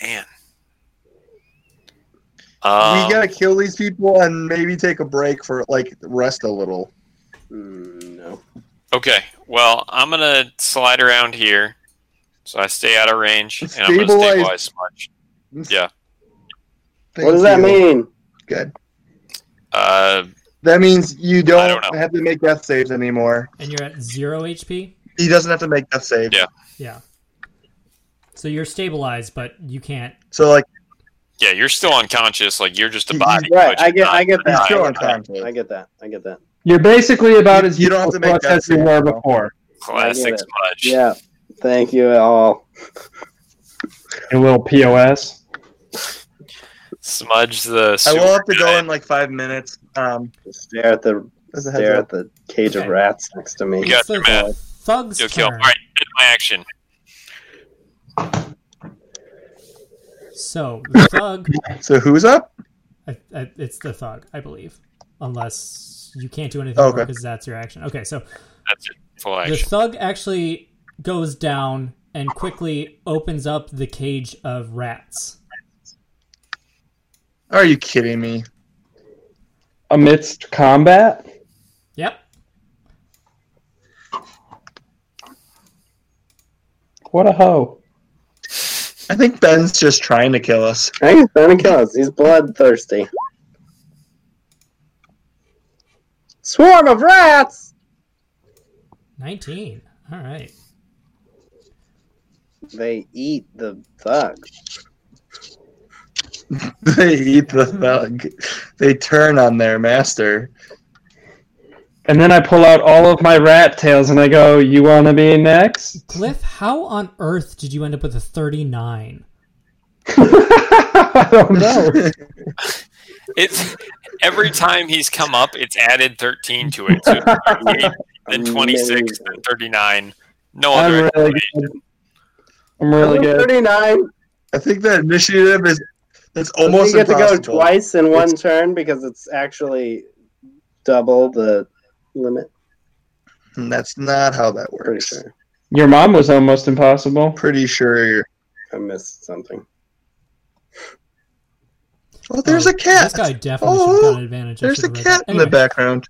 Man. Um, we gotta kill these people and maybe take a break for like rest a little. Mm, no. Okay, well, I'm gonna slide around here, so I stay out of range, and I'm gonna Stabilize- stabilize Smudge. Yeah. What does that Thank you. mean? Good. Uh, That means you I don't, don't know. have to make death saves anymore. And you're at zero HP? He doesn't have to make death saves. Yeah. Yeah. So you're stabilized, but you can't. So like yeah, you're still unconscious, like you're just a He's body. Right, but I you're get not I get a that. He's still I get that. unconscious. I get that. I get that. You're basically about as You don't have to make useless that as you save, were though. before. Classic it. Smudge. Yeah. Thank you all. You little POS. Smudge the. I Sewer will have to go guy. in like five minutes. Um Stare at the as a heads stare up. at the cage Okay. of rats next to me. You got So- your man. Thug's Go kill. All turn. right, end my action. So, the thug. So who's up? I, I, it's the thug, I believe. Unless you can't do anything more Okay. because that's your action. Okay, so That's your full The action. thug actually goes down and quickly opens up the cage of rats. Are you kidding me? Amidst combat? Yep. What a hoe. I think Ben's just trying to kill us. Hey, he's trying to kill us. He's bloodthirsty. Swarm of rats! 19. All right. They eat the thug. they eat the thug. They turn on their master. And then I pull out all of my rat tails and I go, You wanna be next? Cliff, how on earth did you end up with a 39? I don't know. It's every time he's come up, it's added thirteen to it. So it's 38, then twenty six, then thirty nine. No I'm other. really good. I'm really good. 39. I think that initiative is it's Almost almost you get impossible. to go twice in one It's- turn because it's actually double the limit. And that's not how that works. Pretty sure. Your mom was almost impossible. Pretty sure you're- I missed something. Oh, there's Oh, a cat. This guy definitely Oh, should have gotten advantage. I There's a should have read cat that. in the Anyway, background.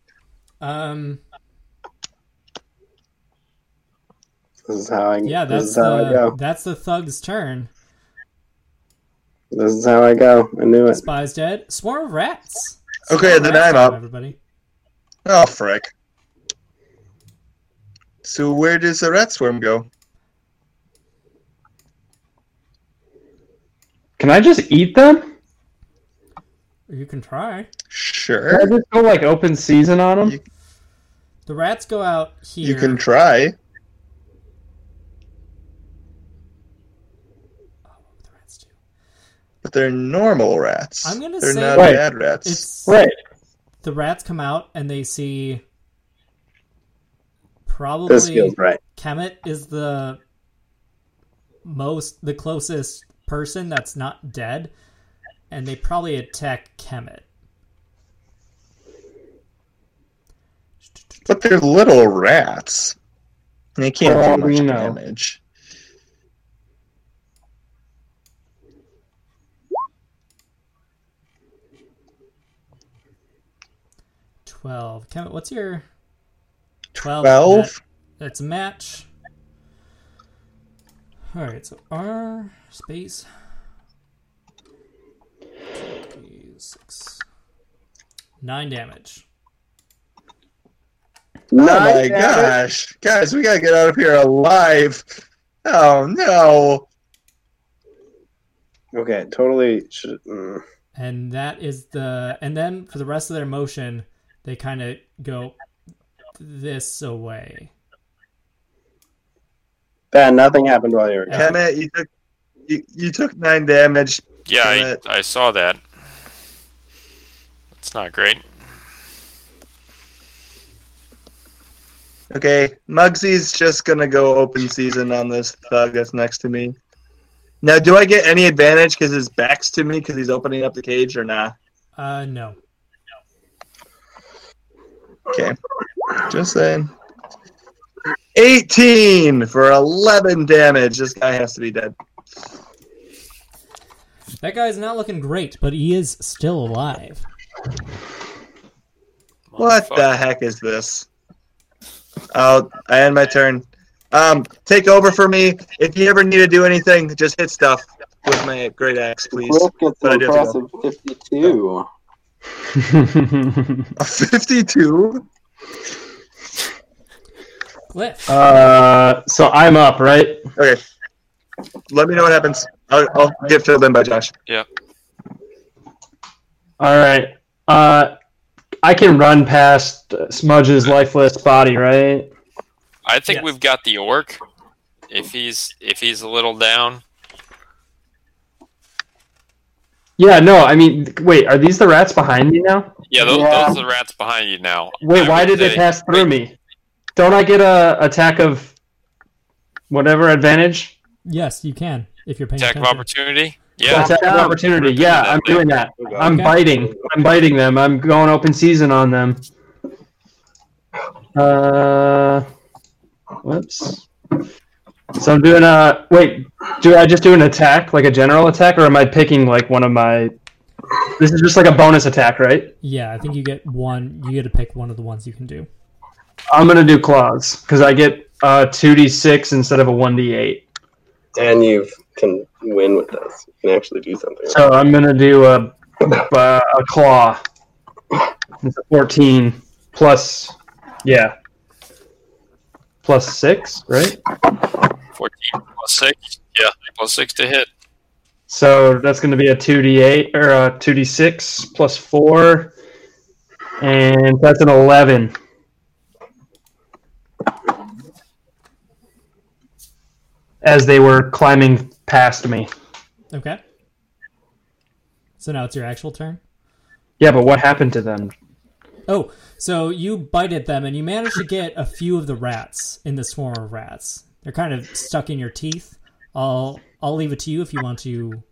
Um, This is how I. yeah, this that's is how I the, go. that's the thug's turn. This is how I go. I knew it. Spy's dead. Swarm of rats. Okay, Swarm of then rats I'm time, up. Everybody. Oh, frick. So where does the rat swarm go? Can I just eat them? You can try. Sure. Can I just go like open season on them? You- The rats go out here. You can try. What would the rats do? But they're normal rats. I'm gonna they're say- not Right. bad rats. It's Right. the rats come out and they see This probably feels right. Kemet is the most the closest person that's not dead, and they probably attack Kemet. But they're little rats. They can't For all do we much know. damage. Twelve. Kemet, what's your twelve? Twelve? Matt. That's a match. All right, so R space two, six, nine damage. Oh my gosh. Guys, we gotta get out of here alive. Oh no. Okay, totally. Should, mm. and that is the and then for the rest of their motion they kind of go this away Ben, nothing happened while you were gone. Yeah. Kemet, you took you, you took nine damage. Yeah, But- I, I saw that. It's not great. Okay. Muggsy's just gonna go open season on this thug that's next to me. Now do I get any advantage because his back's to me because he's opening up the cage or nah? uh no Okay. Just saying. 18 for 11 damage. This guy has to be dead. that guy's not looking great but he is still alive What the heck is this? Oh, I end my turn. Um, take over for me. If you ever need to do anything, just hit stuff with my great axe, please. Cliff gets But I an do have to impressive 52. A 52? glyph uh, so I'm up, right? Okay. Let me know what happens. I'll, I'll get filled in by Josh. All right. Uh, I can run past Smudge's lifeless body, right? I think Yes. we've got the orc. If he's if he's a little down, Yeah. No, I mean, wait. Are these the rats behind me now? yeah, those, Yeah. those are the rats behind you now. Wait, I why would did say- they pass through me? Don't I get a attack of whatever advantage? yes you can if you're paying Attack of attention opportunity. Yeah, Attack of opportunity. Yeah, I'm doing that. I'm Okay. biting. I'm biting them. I'm going open season on them. Uh, whoops. So I'm doing a wait. Do I just do an attack, like a general attack, or am I picking like one of my? This is just like a bonus attack, right? yeah i think you get one you get to pick one of the ones you can do I'm gonna do claws because I get uh two d six instead of a one d eight. And you can win with this. You can actually do something. So I'm gonna do a a, a claw. It's a fourteen plus, yeah, plus six, right? fourteen plus six. Yeah, plus six to hit. So that's going to be a 2d8 or a 2d6 plus 4. And that's an 11. As they were climbing past me. okay so now it's your actual turn Yeah, but what happened to them? oh so you bite at them and you manage to get a few of the rats in the swarm of rats they're kind of stuck in your teeth i'll i'll leave it to you if you want to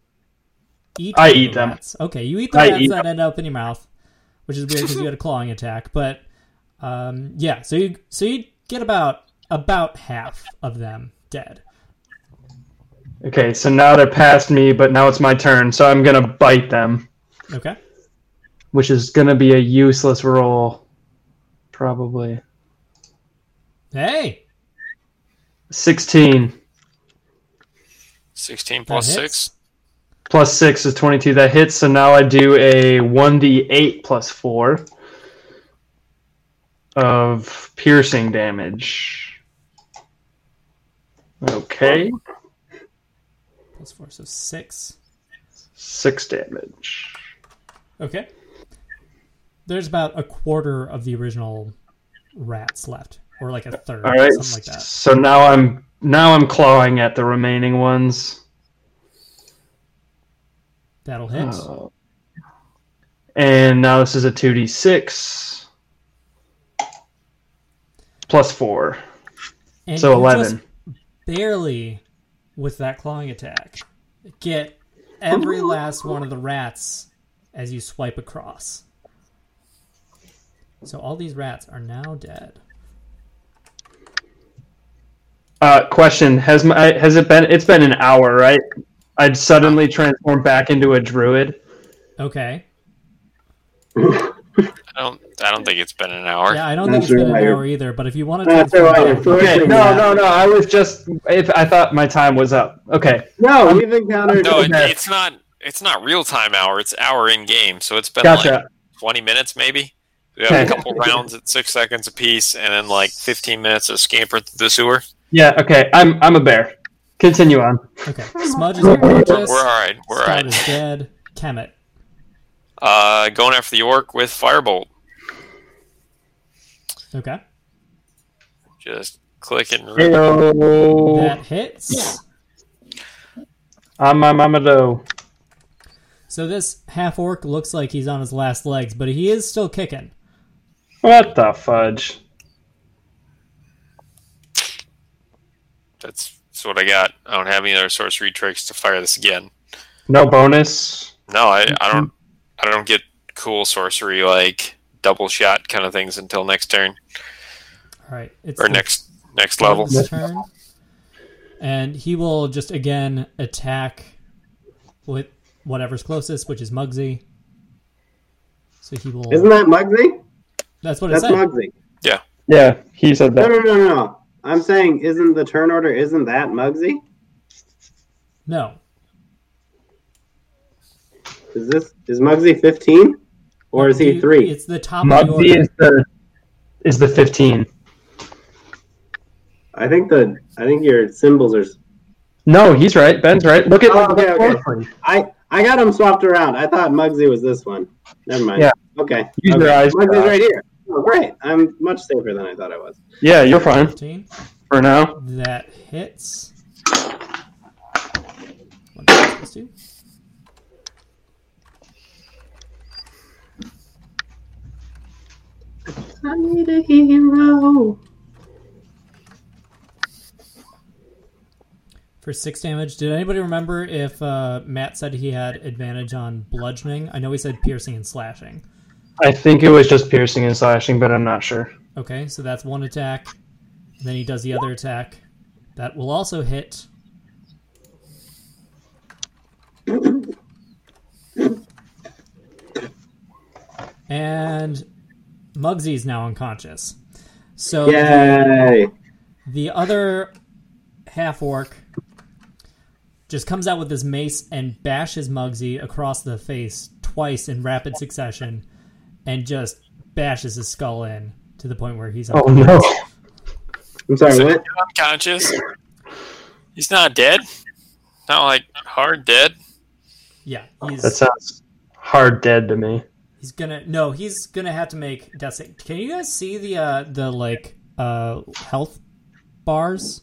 eat I one of eat the them. rats. okay you eat the I rats eat that end up in your mouth which is weird because you had a clawing attack but um yeah so you so you get about about half of them dead Okay, so now they're past me, but now it's my turn, so I'm going to bite them, okay which is going to be a useless roll. Probably. hey 16. Sixteen that plus hits. six. plus six is 22. That hits. So now I do a 1d8 plus four of piercing damage. Okay. Plus four, so six. Six damage. Okay. There's about a quarter of the original rats left, or like a third, All right. something like that. So now I'm now I'm clawing at the remaining ones. That'll hit. Uh, and now this is a 2d6 plus 4. And So you just 11. barely, with that clawing attack, get every last one of the rats as you swipe across. So all these rats are now dead. Uh, question, has my has it been it's been an hour, right? I'd suddenly transform back into a druid. Okay. I don't. I don't think it's been an hour. Yeah, I don't think it's That's been an right. hour either, but if you want to That's transform right. back- First Okay, thing no, we no, no. I was just if I thought my time was up. Okay. No, we've encountered. No, it, Okay. it's not. It's not real time hour. It's hour in game. So it's been like Gotcha. twenty minutes, maybe. We have Okay. a couple rounds at six seconds apiece, and then like fifteen minutes of scamper through the sewer. Yeah, okay. I'm I'm a bear. Continue on. Okay. Smudge is unconscious. We're all right. We're all Stout is right. dead. Kemet. Uh, going after the orc with firebolt. Okay. Just click and re- That Heyo. hits. I'm my mama doe. So this half orc looks like he's on his last legs, but he is still kicking. What the fudge? That's, that's what I got. I don't have any other sorcery tricks to fire this again. No bonus. No, I, I don't. I don't get cool sorcery like double shot kind of things until next turn All right. It's or the next next level. Orc's turn. And he will just again attack with whatever's closest, which is Mugsy. So he will. Isn't that Muggsy? that's what it That's said. Muggsy. Yeah, he said No, that. no, no, no, no. I'm saying, isn't the turn order? Isn't that Muggsy? no. Is this is Muggsy 15, or is he You- three? It's the top of the Muggsy order. is the is the fifteen. I think the I think your symbols are. No, he's right. Ben's right. Look at Oh, okay, okay. closely. I I got them swapped around. I thought Muggsy was this one. Never mind. Yeah. Okay. Use your Okay. eyes for Muggsy's that. right here. Oh, great. I'm much safer than I thought I was. Yeah, you're fine 15. for now. That hits. One d6 plus two. I need a hero. for six damage. Did anybody remember if uh, Matt said he had advantage on bludgeoning? I know he said piercing and slashing. I think it was just piercing and slashing, but I'm not sure. Okay, so that's one attack. Then he does the other attack. That will also hit. And Muggsy is now unconscious. So Oh. the- Yay! the other half orc just comes out with his mace and bashes Muggsy across the face twice in rapid succession and just bashes his skull in to the point where he's Oh no. I'm sorry. So What? you're unconscious. He's not dead. Not like hard dead. Yeah, he's That sounds hard dead to me. he's gonna no, he's gonna have to make death save. Can you guys see the uh the like uh health bars?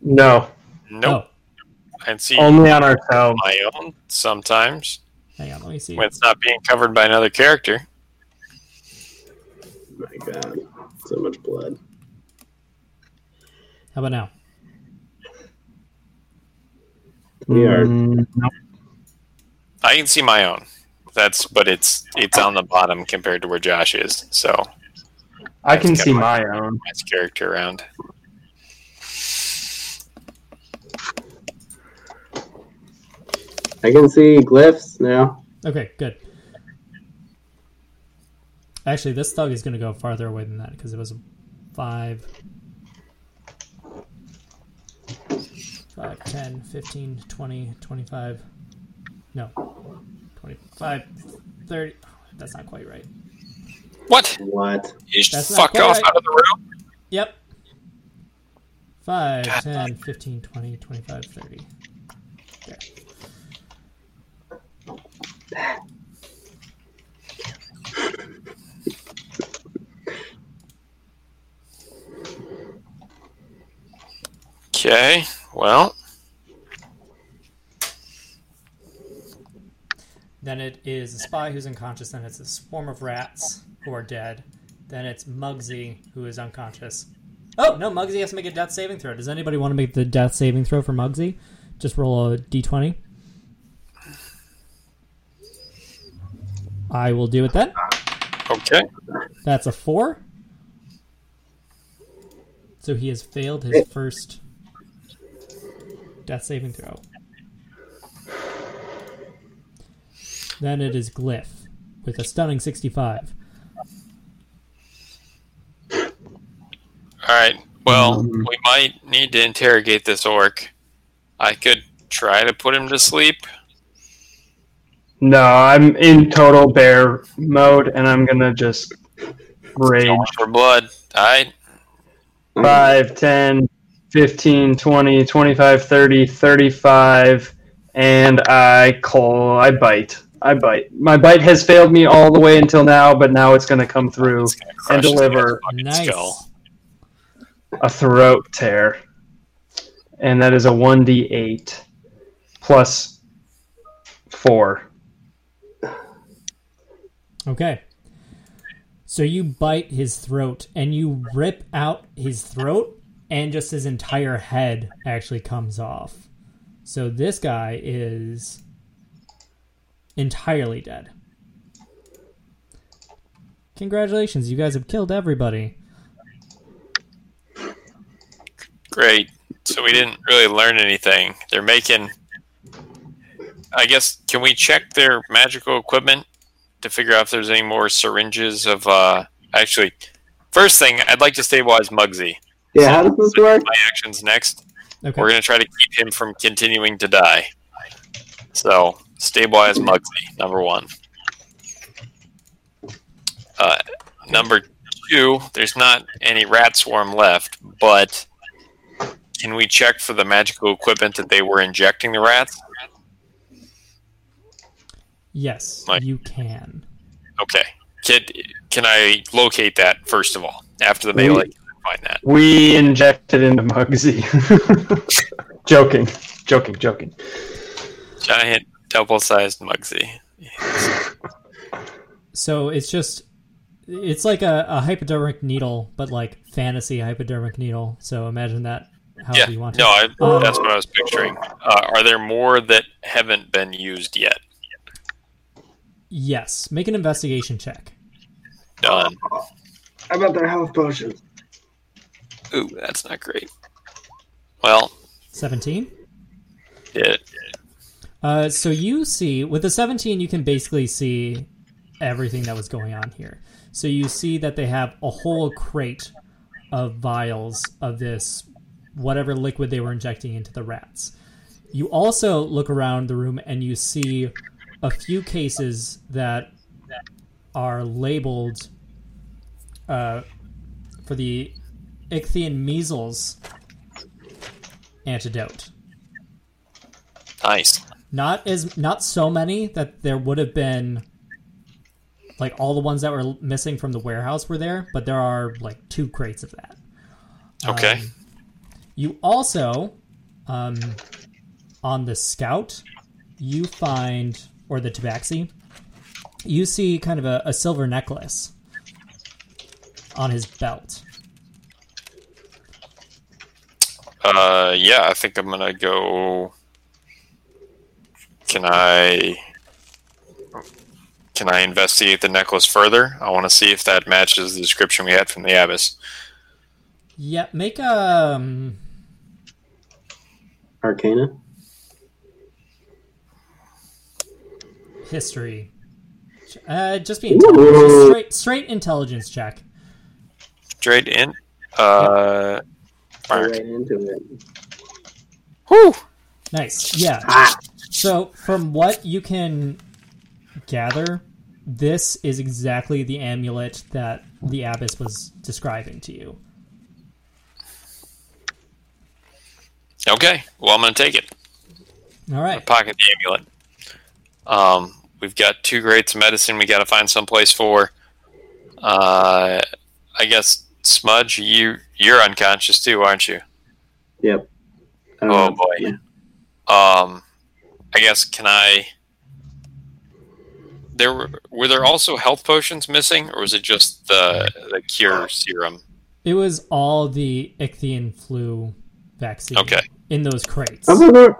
No. Nope. Oh, And see Only on ourselves. my own sometimes hang on, let me see. when it's not being covered by another character. Oh my God. So much blood. How about now? We are- Mm, no. I can see my own. That's but it's it's on the bottom compared to where Josh is. So I can That's see kinda my own. that's character around. I can see glyphs now. Okay, good. Actually, this thug is going to go farther away than that because it was a five, five, 10, 15, 20, 25, No. 25, 30. That's not quite right. What? What? You That's just not fuck quite off right. out of the room? Yep. 5, 10, 15, 20, 25, 30. There. Okay. Well, Then it is a spy who's unconscious. Then it's a swarm of rats who are dead. Then it's Muggsy who is unconscious. Oh no, Muggsy has to make a death saving throw. Does anybody want to make the death saving throw for Muggsy? Just roll a d20. I will do it then. okay. That's a four. So he has failed his first death saving throw. Then it is Glyph with a stunning 65. All right. Well, we might need to interrogate this orc. I could try to put him to sleep. No, I'm in total bear mode, and I'm gonna just rage. Going for blood. I 5, 10, 15, 20, 25, 30, 35, and I call, I bite. I bite. My bite has failed me all the way until now, but now it's going to come through it's gonna crush his deliver. fucking Nice. skull. a throat tear. And that is a 1d8 plus 4. Okay. So you bite his throat and you rip out his throat, and just his entire head actually comes off. So this guy is entirely dead. Congratulations, you guys have killed everybody. Great. So we didn't really learn anything. They're making. I guess can we check their magical equipment to figure out if there's any more syringes of? uh Actually, first thing I'd like to stabilize Muggsy. Yeah, how does this work? My actions next. Okay. We're gonna try to keep him from continuing to die. So stabilize Muggsy, number one. Uh, number two, there's not any rat swarm left, but can we check for the magical equipment that they were injecting the rats? yes, Mike. you can. Okay. Can, can I locate that first of all? After the melee, can I find that? We injected into Muggsy. joking. Joking, joking. Giant double sized Muggsy. So it's just it's like a, a hypodermic needle, but like fantasy hypodermic needle. So imagine that however Yeah, you want to. no, I, Um, that's what I was picturing. Uh, are there more that haven't been used yet? Yes. Make an investigation check. Done. How about their health potions? Ooh, that's not great. Well, 17. it, Uh, so you see, with the 17, you can basically see everything that was going on here. So you see that they have a whole crate of vials of this, whatever liquid they were injecting into the rats. You also look around the room and you see a few cases that are labeled uh, for the ichthyan measles antidote nice. not as not so many that there would have been like all the ones that were missing from the warehouse were there but there are like two crates of that Okay. Um, you also um, on the scout you find or the tabaxi you see kind of a, a silver necklace on his belt Uh, yeah, I think I'm gonna go. Can I? Can I investigate the necklace further? I want to see if that matches the description we had from the abbess. yeah make a um, Arcana? history uh, just be intelligent. Just straight straight intelligence check Straight in. Uh, Go Mark. Right into it. Nice. Yeah. So, from what you can gather, this is exactly the amulet that the abbess was describing to you. Okay. Well, I'm going to take it. All I right. pocket the amulet. Um, we've got two greats of medicine. We got to find someplace for. Uh, I guess Smudge, you you're unconscious too, aren't you? Yep. Uh, Oh boy. Um, I guess can I? There were were there also health potions missing, or was it just the the cure serum? It was all the Ichthian flu vaccine Okay. in those crates. Wasn't there,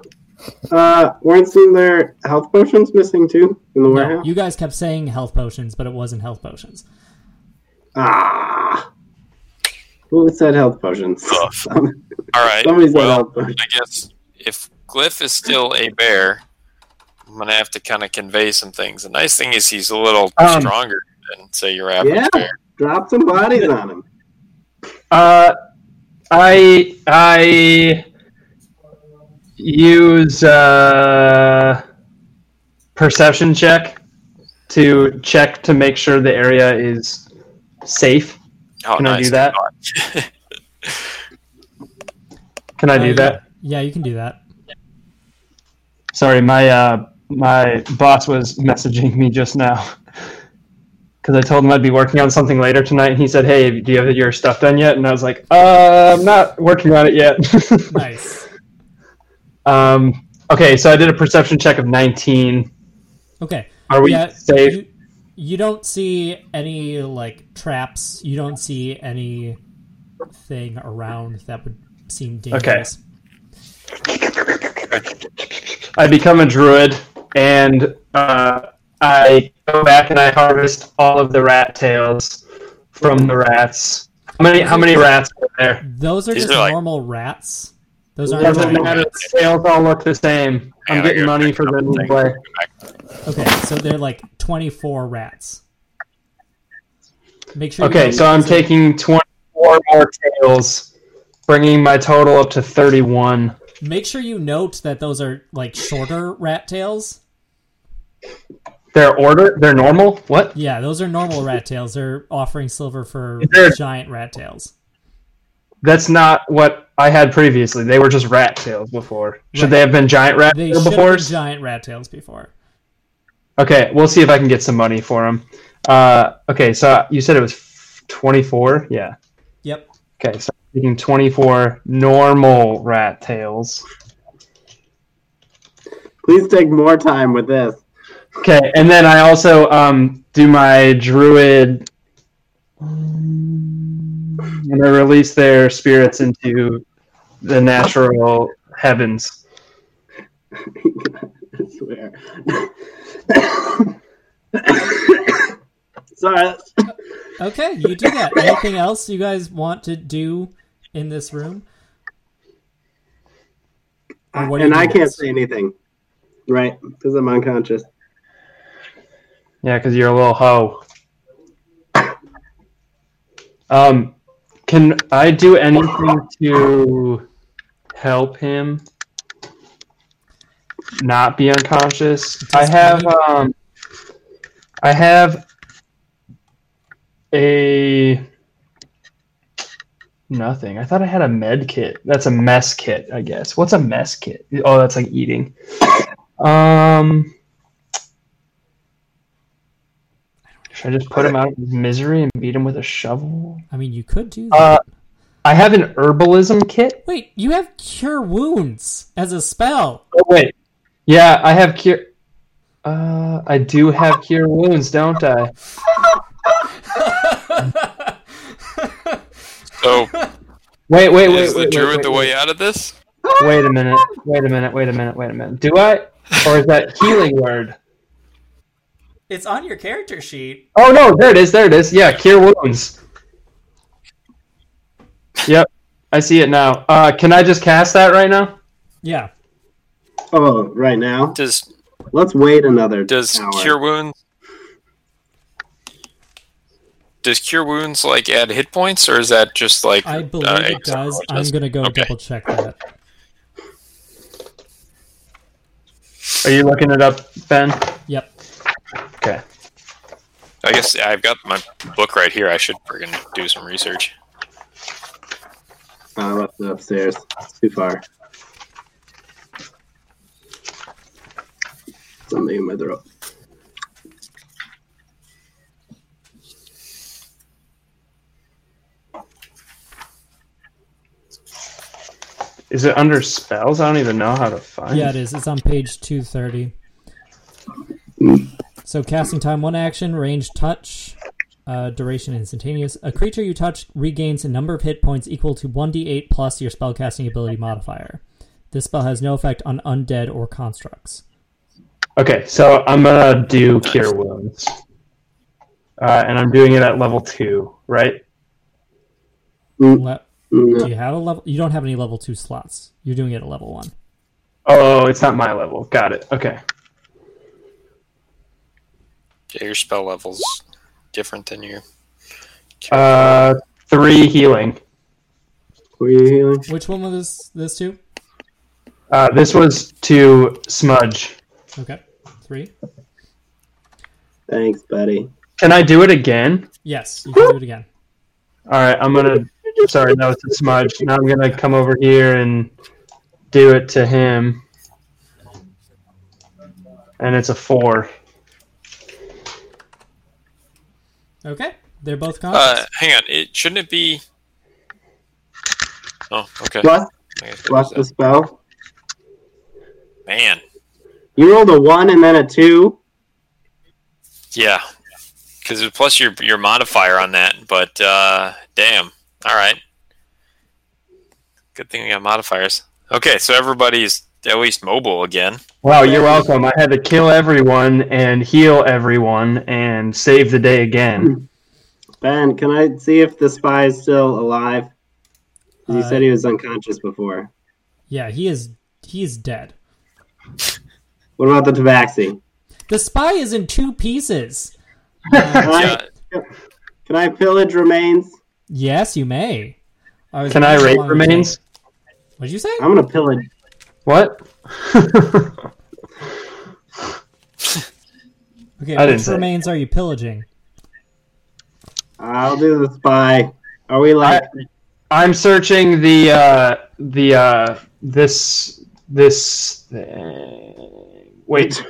uh, weren't some there health potions missing too in the No, warehouse? you guys kept saying health potions, but it wasn't health potions. Ah, who said health potions? Ugh. Somebody All right. said well, health potions. I guess if Glyph is still a bear, I'm gonna have to kind of convey some things. The nice thing is he's a little Um, stronger than say your average Yeah. bear. Drop some bodies on him. Uh, I I use uh, perception check to check to make sure the area is safe. Oh, Can I nice. do that? Can I Uh, do yeah. that? Yeah, you can do that. Sorry, my uh, my boss was messaging me just now because I told him I'd be working on something later tonight, and he said, "Hey, do you have your stuff done yet?" And I was like, "Uh, I'm not working on it yet." Nice. um, okay, so I did a perception check of 19. Okay. Are we yeah, safe? You, you don't see any like traps. You don't see anything around that would seem dangerous. I become a druid, and uh, I go back and I harvest all of the rat tails from the rats. How many? How many rats were there? Those are These just are like- normal rats. Those aren't. Doesn't Doesn't matter. matter. The tails all look the same. Hang on, I'm I getting gotta money pick for up the the new thing. play. Okay, so they're like 24 rats. Make sure. you Okay, don't- so I'm taking 24 more tails, bringing my total up to 31. Make sure you note that those are like shorter rat tails. They're order. They're normal. What? Yeah, those are normal rat tails. They're offering silver for They're- giant rat tails. That's not what I had previously. They were just rat tails before. Should they have been giant rat They tails should before? have been giant rat tails before. Okay, we'll see if I can get some money for them. Uh, okay, so you said it was 24? Yeah. Yep. Okay, so I'm taking 24 normal rat tails. Please take more time with this. Okay, and then I also um, do my druid. And I release their spirits into the natural heavens. I swear. Sorry. Okay, you do that. Anything else you guys want to do in this room? Or what do you and I do can't next? say anything, right? Because I'm unconscious. Yeah, because you're a little hoe. Um, can I do anything to help him not be unconscious? I have um, I have a nothing. I thought I had a med kit. That's a mess kit, I guess. What's a mess kit? Oh, that's like eating. Um. Should I just put him out of his misery and beat him with a shovel? I mean, you could do that. Uh, I have an herbalism kit. Wait, you have cure wounds as a spell. Oh wait, yeah, I have cure. Uh, I do have cure wounds, don't I? So Wait, wait, wait, is the wait, wait, druid wait, the wait, way out of this? wait a minute, wait a minute, wait a minute, wait a minute. Do I? Or is that healing word? It's on your character sheet. Oh no, there it is, there it is. Yeah, cure wounds. Yep, I see it now. Uh, can I just cast that right now? Yeah. Oh, right now? Does Let's wait another does hour. cure wounds? Does cure wounds like add hit points, or is that just like I believe uh, it does. I'm going to go Okay. double check that. Are you looking it up, Ben? Yep. Okay. I guess I've got my book right here. I should friggin' do some research. I left it Uh, upstairs. It's too far. Something in my throat. Is it under spells? I don't even know how to find Yeah, it is. It's on page 230. So, casting time one action, range touch, uh, duration instantaneous. A creature you touch regains a number of hit points equal to 1d8 plus your spellcasting ability modifier. This spell has no effect on undead or constructs. Okay, so I'm gonna do cure wounds, uh, and I'm doing it at level two, right? Le- do you have a level? You don't have any level two slots. You're doing it at level one. Oh, it's not my level. Got it. Okay. Yeah, your spell level's different than your. Uh, three healing. Were you healing? Which one was this? This two? Uh, this was to smudge. Okay, three. Thanks, buddy. Can I do it again? Yes, you can do it again. All right, I'm gonna. Sorry, that was to smudge. Now I'm gonna come over here and do it to him, and it's a four. Okay, they're both conscious. Uh, hang on. It shouldn't it be? Oh, okay. Plus, I guess it plus was the that. spell. Man, You rolled a one and then a two. yeah, because plus your your modifier on that. But uh, damn, all right. Good thing we got modifiers. Okay, so everybody's at least mobile again. Wow, you're welcome. I had to kill everyone and heal everyone and save the day again. Ben, can I see if the spy is still alive? 'Cause You Uh, said he was unconscious before. yeah, he is. He is dead. What about the tabaxi? The spy is in two pieces. Can I, Yeah, can I pillage remains? Yes, you may. I was Can I rape what did you remains? say? What'd you say? I'm gonna pillage. What? Okay, I didn't which say. remains are you pillaging? I'll do the spy. Are we like? I'm searching the uh, the uh, this this thing. Wait,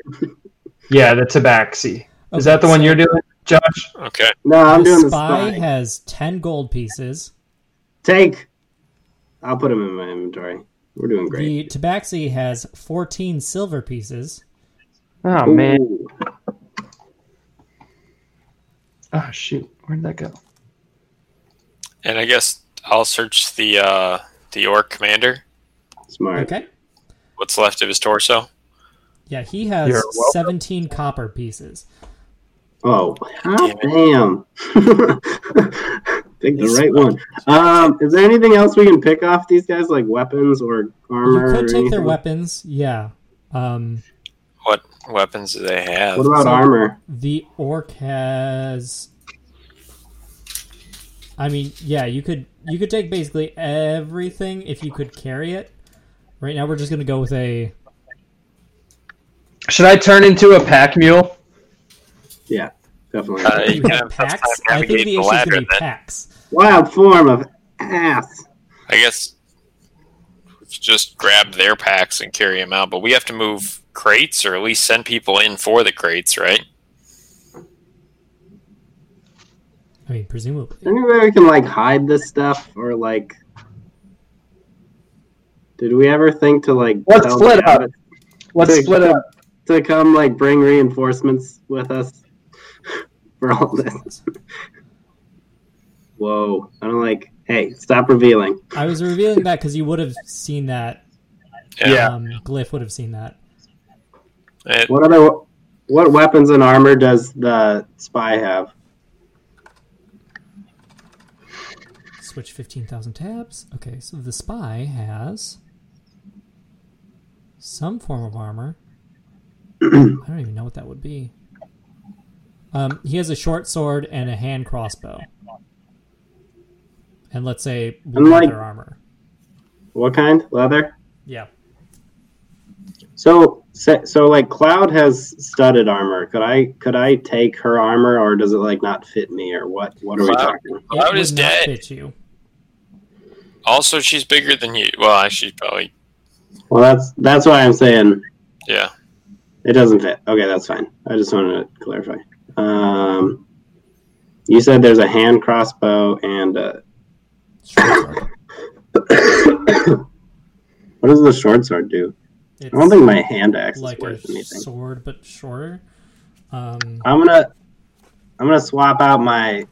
yeah, the tabaxi. Is that the one you're doing, Josh? Okay. no, I'm the doing the spy spy. has ten gold pieces. Take. I'll put him in my inventory. We're doing great. The tabaxi has fourteen silver pieces. Oh man! Ooh. Oh shoot! Where'd that go? And I guess I'll search the uh, the orc commander. smart. Okay. What's left of his torso? Yeah, he has You're welcome. seventeen copper pieces. Oh, hot Damn damn! Pick the right one. Um, is there anything else we can pick off these guys, like weapons or You armor? could or take their anything? weapons. Yeah. Um, What weapons do they have? Uh, What about So- armor? the orc has. I mean, yeah, you could you could take basically everything if you could carry it. Right now, we're just gonna go with a Should I turn into a pack mule? Yeah, definitely. Uh, you yeah, that's have how I packs. I think navigate the issue is ladder gonna be then. packs. Wild form of ass. I guess just grab their packs and carry them out. But we have to move crates, or at least send people in for the crates, right? I mean, presumably. Is there any way we can like hide this stuff or like? Did we ever think to like? Let's tell split Gavin up. Let's Big. split up. to come like bring reinforcements with us for all this? Whoa! I don't like. Hey, stop revealing. I was revealing that because you would have seen that. Yeah. Um, Glyph would have seen that. It- What other what weapons and armor does the spy have? Switch 15,000 tabs. Okay, so the spy has some form of armor. I don't even know what that would be. Um, he has a short sword and a hand crossbow. And let's say I'm like- leather armor. What kind? Leather. Yeah. So So, so like Cloud has studded armor. Could I could I take her armor, or does it like not fit me, or what? What are we Cloud- talking? Cloud would Oh, is not dead. Fit you. Also, she's bigger than you. Well, actually, probably Well, that's that's why I'm saying yeah. it doesn't fit. Okay, that's fine. I just wanted to clarify. Um, you said there's a hand crossbow and a, Short sword. what does the short sword do? It's I don't think my hand axe like is worth a anything. Uh. sword but shorter. Um, I'm gonna I'm gonna swap out my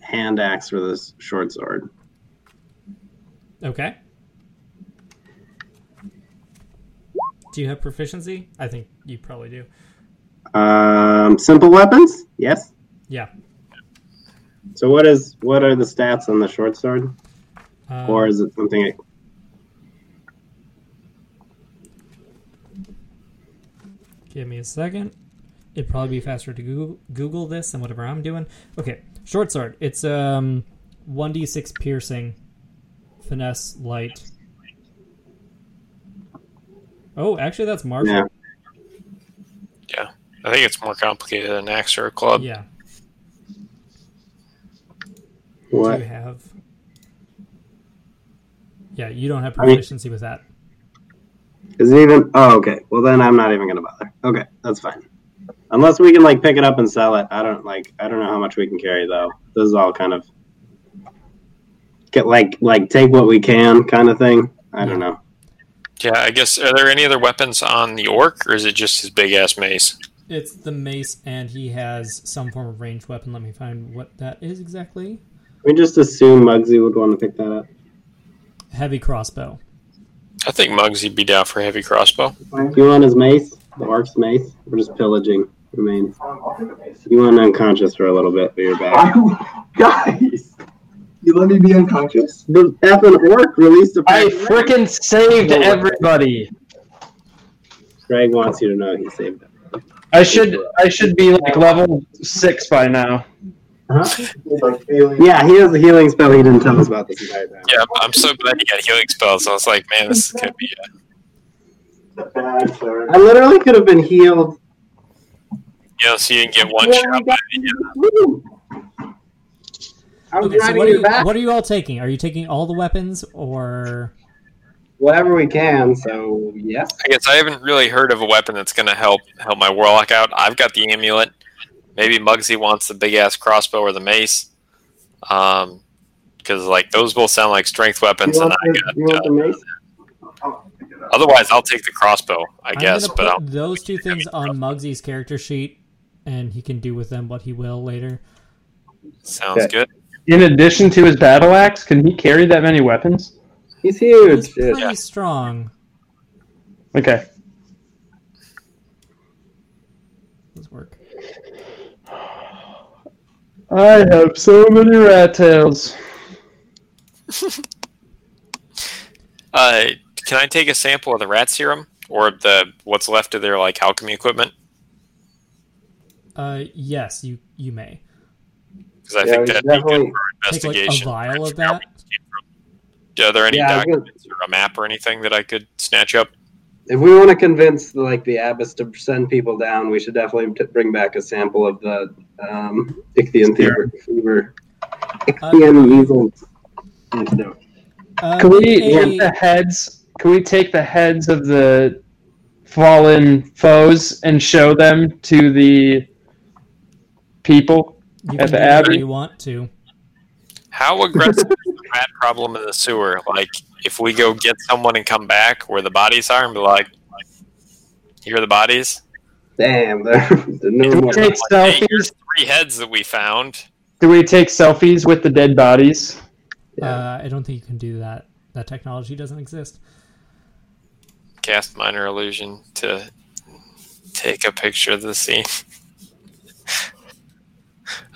hand axe for this short sword. okay. Do you have proficiency? I think you probably do. Um, simple weapons? Yes. Yeah. So what is what are the stats on the short sword, Um, or is it something? I- Give me a second. It'd probably be faster to Google, Google this than whatever I'm doing. Okay, short sword. It's um, one d six piercing, finesse, light. Oh, actually, that's martial. Yeah. I think it's more complicated than an axe or a club. Yeah. Do What? you have? Yeah, you don't have I mean- proficiency with that. Is it even? Oh, okay. Well, then I'm not even gonna bother. Okay, that's fine. Unless we can like pick it up and sell it. I don't like. I don't know how much we can carry though. This is all kind of get like like take what we can kind of thing. I don't know. Yeah, I guess. Are there any other weapons on the orc, or is it just his big ass mace? It's the mace, and he has some form of ranged weapon. Let me find what that is exactly. We just assume Muggsy would want to pick that up. Heavy crossbow. I think Mugsy'd be down for a heavy crossbow. You want his mace? The orc's mace? We're just pillaging. I mean, you went unconscious for a little bit, but you're back. guys, you let me be unconscious? The effing orc released a I pack. freaking saved everybody. Greg wants you to know he saved it. I should I should be like level six by now. Yeah, he has a healing spell he didn't tell us about this entire time. Yeah, I'm, I'm so glad he got healing spells. I was like, man, this is gonna be. A... I literally could have been healed. You know, so you can get one shot. By the, I was Okay, so riding what are, your you, back. what are you all taking? Are you taking all the weapons, or Whatever we can, so yes. I guess I haven't really heard of a weapon that's gonna help help my warlock out. I've got the amulet. Maybe Mugsy wants the big ass crossbow or the mace. Um, because like those both sound like strength weapons, You and want, I the, you got. want Uh, the mace? otherwise, I'll take the crossbow, I I'm guess. gonna But I'll, put those two things on Muggsy's character sheet, and he can do with them what he will later. sounds Okay. good. In addition to his battle axe, can he carry that many weapons? He's He's huge. pretty Yeah. strong. Okay. Let's work. I have so many rat tails. Uh, can I take a sample of the rat serum or the what's left of their like alchemy equipment? Uh, yes, you you may Because I Yeah, think he's that'd be good definitely- for take like a investigation. vial of that. Are there any Yeah, I was gonna- documents or a map or anything that I could snatch up? If we want to convince like the abbess to send people down, we should definitely t- bring back a sample of the um, ichthyan fever. fever. Ichthyan measles. antidote. Uh, Can we make a- take the heads? Can we take the heads of the fallen foes and show them to the people? at you can the do whatever Abbey? you want to. How aggressive is the rat problem in the sewer? Like, if we go get someone and come back where the bodies are and be like, here are the bodies? Damn, they're, they're no Do more. we take Like, hey, selfies? here's three heads that we found. Do we take selfies with the dead bodies? Uh, I don't think you can do that. That technology doesn't exist. Cast minor illusion to take a picture of the scene.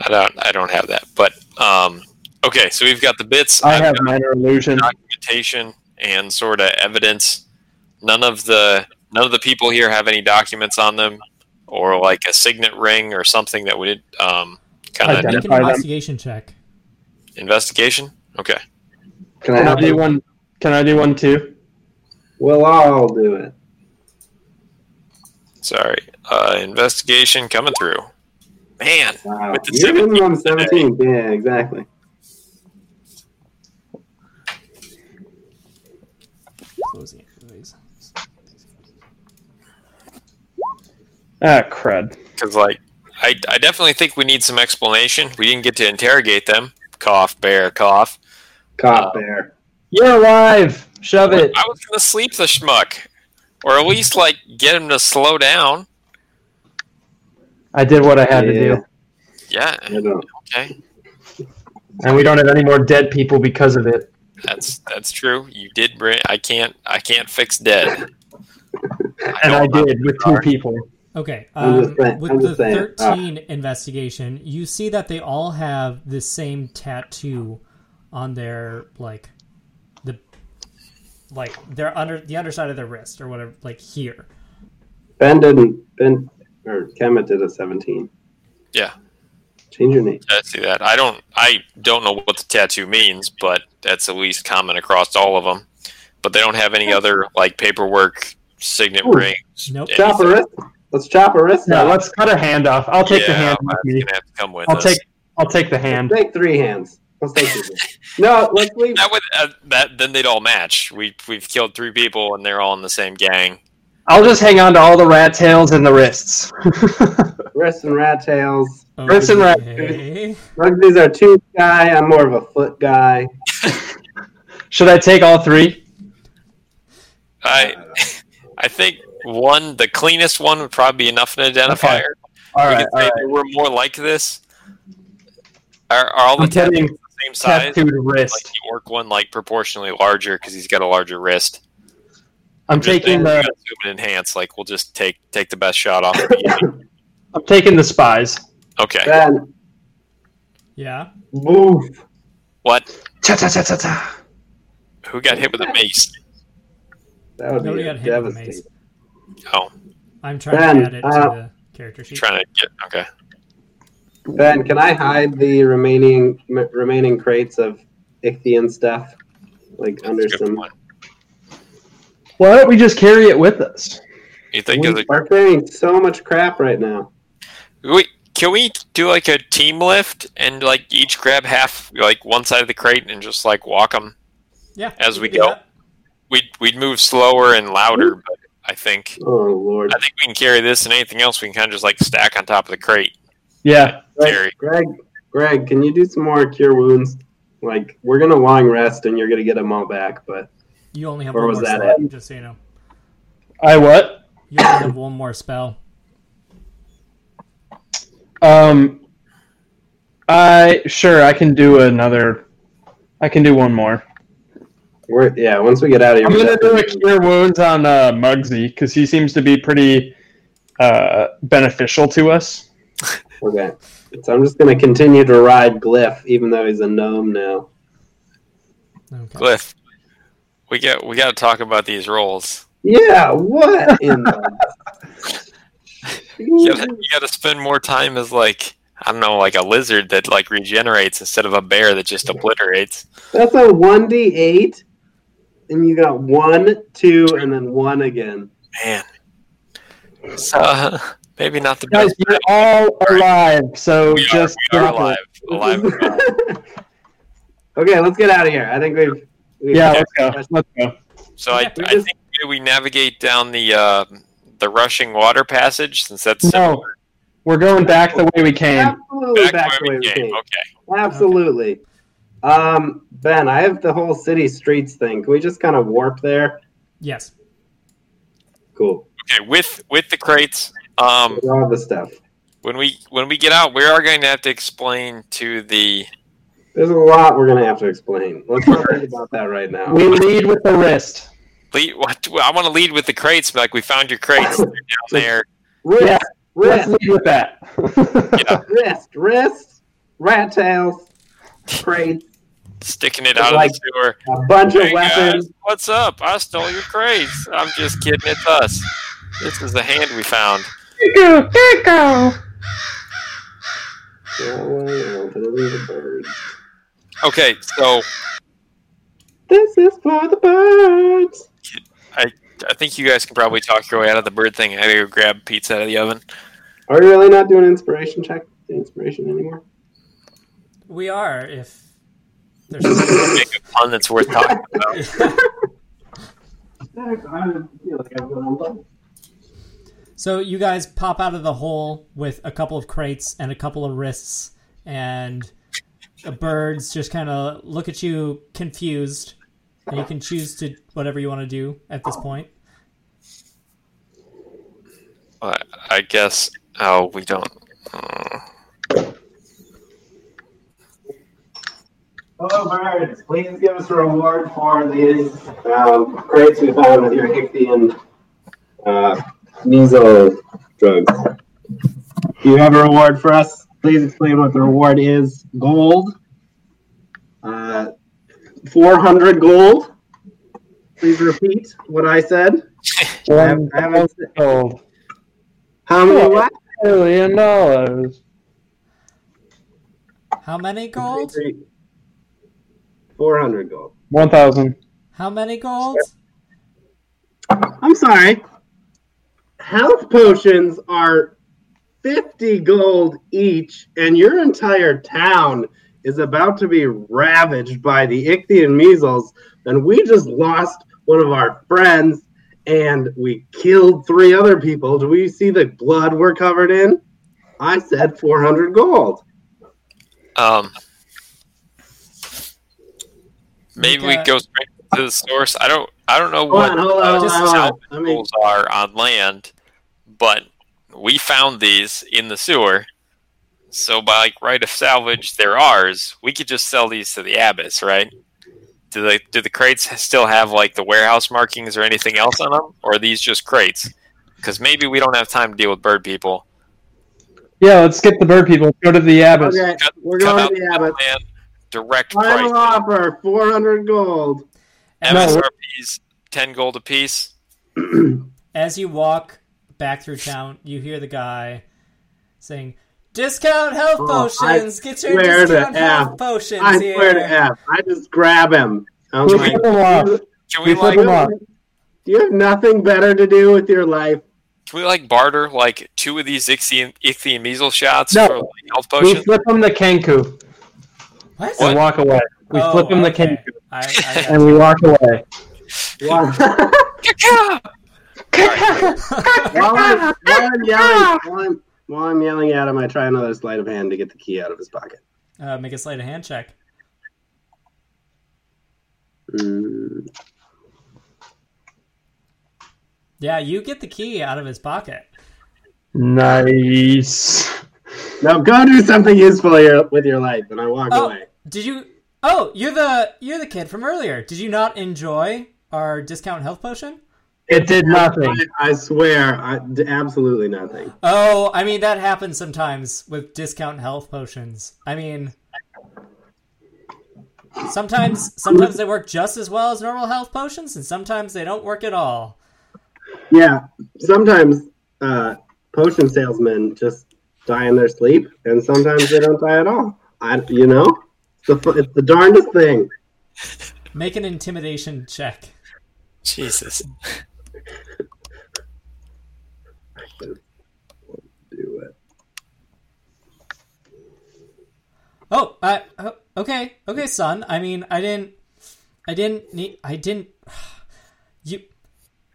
I don't, I don't have that, but um, okay. So we've got the bits. I I've have got- minor illusion. documentation and sort of evidence. None of the none of the people here have any documents on them, or like a signet ring or something that would um, kind Make of an Identify them. investigation check. investigation. Okay, Can I Can I have do it? one? Can I do one too? We'll all do it. Sorry. Uh, investigation coming through. Man, Wow. With the You're living on the 17. 17th. Yeah, exactly. Close the anyways. Ah, crud. because like I, I definitely think we need some explanation. We didn't get to interrogate them. Cough, bear, cough. Cop bear. You're alive. Shove it. I was gonna sleep the schmuck, or at least like get him to slow down. I did what I had to Yeah. do, Yeah, I don't- okay, and we don't have any more dead people because of it. that's that's true. You did bring. I can't. I can't fix dead. I And know I I'm not- did with two people. Okay. I'm Um, just saying- with I'm the just saying. 13 investigation, you see that they all have the same tattoo on their like the like their under the underside of their wrist or whatever, like here. Ben didn't. Ben or Kemet did a 17. Yeah. Change your name. I see that. I don't. I don't know what the tattoo means, but that's at least common across all of them. But they don't have any other like paperwork, signet Ooh. rings. Nope. anything. Chop a wrist. Let's chop a wrist. No, off. let's cut a hand off. I'll take the Yeah, hand I'm with me. gonna have to come with I'll us. take I'll take the hand. Take three hands. Let's take three hands. No, let's leave. That would uh, that then they'd all match. We we've killed three people and they're all in the same gang. I'll just hang on to all the rat tails and the wrists. Wrists and rat tails. Wrist and right. Okay. Rugby's our two guy. I'm more of a foot guy. Should I take all three? I I think one the cleanest one would probably be enough an identifier. All we right, could all say right. we we're more like this. Are, are all the I'm tattoos getting the same size? tattooed Like wrist. the orc one, like proportionally larger because he's got a larger wrist. I'm Just saying, taking we the gotta zoom and enhance. Like we'll just take take the best shot off. The beginning. I'm taking the spies. okay. Ben, Yeah. move. What? Cha cha cha cha cha. Who got hit with a mace? That would Nobody be got hit with a Oh, devastating. mace. Oh, I'm trying Ben, to add it uh, to the character sheet. trying to get okay. Ben, can I hide the remaining m- remaining crates of Ichthian stuff, like That's a under good some? point. Why don't we just carry it with us? You think we there's a are carrying so much crap right now. Wait, can we do like a team lift and like each grab half, like one side of the crate and just like walk them? Yeah. As you we can do go. that. We'd we'd move slower and louder, but I think Oh Lord, I think we can carry this and anything else we can kind of just like stack on top of the crate. Yeah. Jerry. Greg, Greg, Greg, can you do some more cure wounds? Like we're gonna long rest and you're gonna get them all back, but You only have Or one was more that spell, just so you know. I what? You only have one more spell. Um I sure I can do another I can do one more. we're yeah. Once we get out of here, I'm we're gonna do a definitely- cure wounds on uh, Mugsy because he seems to be pretty uh, beneficial to us. Okay. So I'm just gonna continue to ride Glyph, even though he's a gnome now. Okay. Glyph, we got we got to talk about these rolls. Yeah, what in the You gotta, you gotta spend more time as like I don't know, like a lizard that like regenerates instead of a bear that just obliterates. That's a one D eight. And you got one, two, and then one again. Man, so uh, maybe not the Guys, best. you're all alive, so We are- just we are get it. alive, alive. and well. okay, let's get out of here. I think we've, we've Yeah, let's go. Let's go. So I, Yeah, we I just- think maybe we navigate down the uh, the rushing water passage since that's No, we're going back the way we came. absolutely back, the where we way we came. came. Okay, Absolutely. Um, Ben, I have the whole city streets thing. Can we just kind of warp there? Yes. Cool. okay. With with the crates, um, With all the stuff. when we when we get out, we are going to have to explain to the There's a lot we're gonna have to explain. Let's not think about that right now. We lead with the wrist. lead. What, I want to lead with the crates. Like we found your crates They're down there. Wrist, Yeah. Let's wrist, lead with that. Yeah. wrist, wrist, rat tails, crates, Sticking it out Like- of the sewer. a bunch of Hey guys, weapons. what's up? I stole your crates. I'm just kidding. It's us. This is the hand we found. Cuckoo, cuckoo. Oh, well, those are the birds. Okay, so This is for the birds. I think you guys can probably talk your way out of the bird thing. and Have you grab pizza out of the oven? Are we really not doing inspiration check? Inspiration anymore? We are if there's Make a pun that's worth talking about. So you guys pop out of the hole with a couple of crates and a couple of wrists, and the birds just kind of look at you confused. And you can choose to whatever you want to do at this point. I, I guess. Oh, we don't. uh, Hello, birds. Please give us a reward for these um, crates we found with your Ichthian uh, measles drugs. Do you have a reward for us? Please explain what the reward is. Gold. Uh, 400 gold. Please repeat what I said. I haven't- I haven't said- Gold. How many what? Million dollars. How many gold? 400 gold. One thousand. How many gold? I'm sorry. Health potions are 50 gold each, and your entire town is about to be ravaged by the Ichthian measles. And we just lost one of our friends, and we killed three other people. Do we see the blood we're covered in? I said 400 gold. Um, maybe we Okay. go straight to the source. I don't. I don't know Hold what on, hold on, hold uh, on, hold on. salvage I mean, rules are on land, but we found these in the sewer. So by like right of salvage, they're ours. We could just sell these to the abbess, right? Do they? Do the crates still have like the warehouse markings or anything else on them, or are these just crates? Because maybe we don't have time to deal with bird people. Yeah, let's skip the bird people. Go to the abbot. okay, Cut- we're cut going out to the abbot. land, direct price. Final offer 400 gold. MSRP's ten gold apiece. As you walk back through town, you hear the guy saying, "Discount health Oh, I potions. Get your swear to discount health F. potions I here." swear to F, I just grab him. I was We like, flip them off. Can we We like flip them off. you have nothing better to do with your life. Can we like barter like two of these Ixian, Ixian measles shots No. for like, health We potions? flip them to Kenku What? and walk away. We Oh, flip them to okay. Kenku I, I got and we walk away. While, while, I'm, while I'm yelling, while, I'm, while I'm yelling at him, I try another sleight of hand to get the key out of his pocket. Uh, make a sleight of hand check. Mm, Yeah, you get the key out of his pocket. Nice. Now go do something useful here with your life, and I walk Oh. away. Did you? Oh, you're the you're the kid from earlier. Did you not enjoy our discount health potion? It did nothing. I, I swear, I, d- absolutely nothing. Oh, I mean that happens sometimes with discount health potions. I mean, sometimes sometimes they work just as well as normal health potions, and sometimes they don't work at all. Yeah, sometimes uh, potion salesmen just die in their sleep, and sometimes they don't die at all. I, you know, it's the, fu- it's the darndest thing. Make an intimidation check. Jesus. Do it. Oh, uh, oh, okay, okay, son. I mean, I didn't, I didn't need, I didn't. You,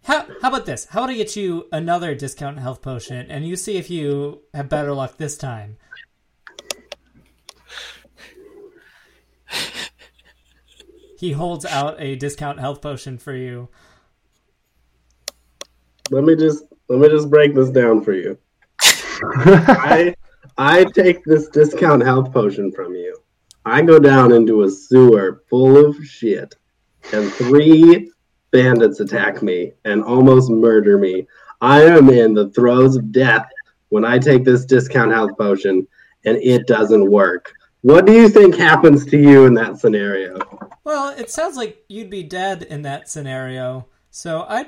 how how about this? How about I get you another discount health potion, and you see if you have better luck this time. He holds out a discount health potion for you. Let me just let me just break this down for you. I I take this discount health potion from you. I go down into a sewer full of shit, and three bandits attack me and almost murder me. I am in the throes of death when I take this discount health potion, and it doesn't work. What do you think happens to you in that scenario? Well, it sounds like you'd be dead in that scenario. So I'd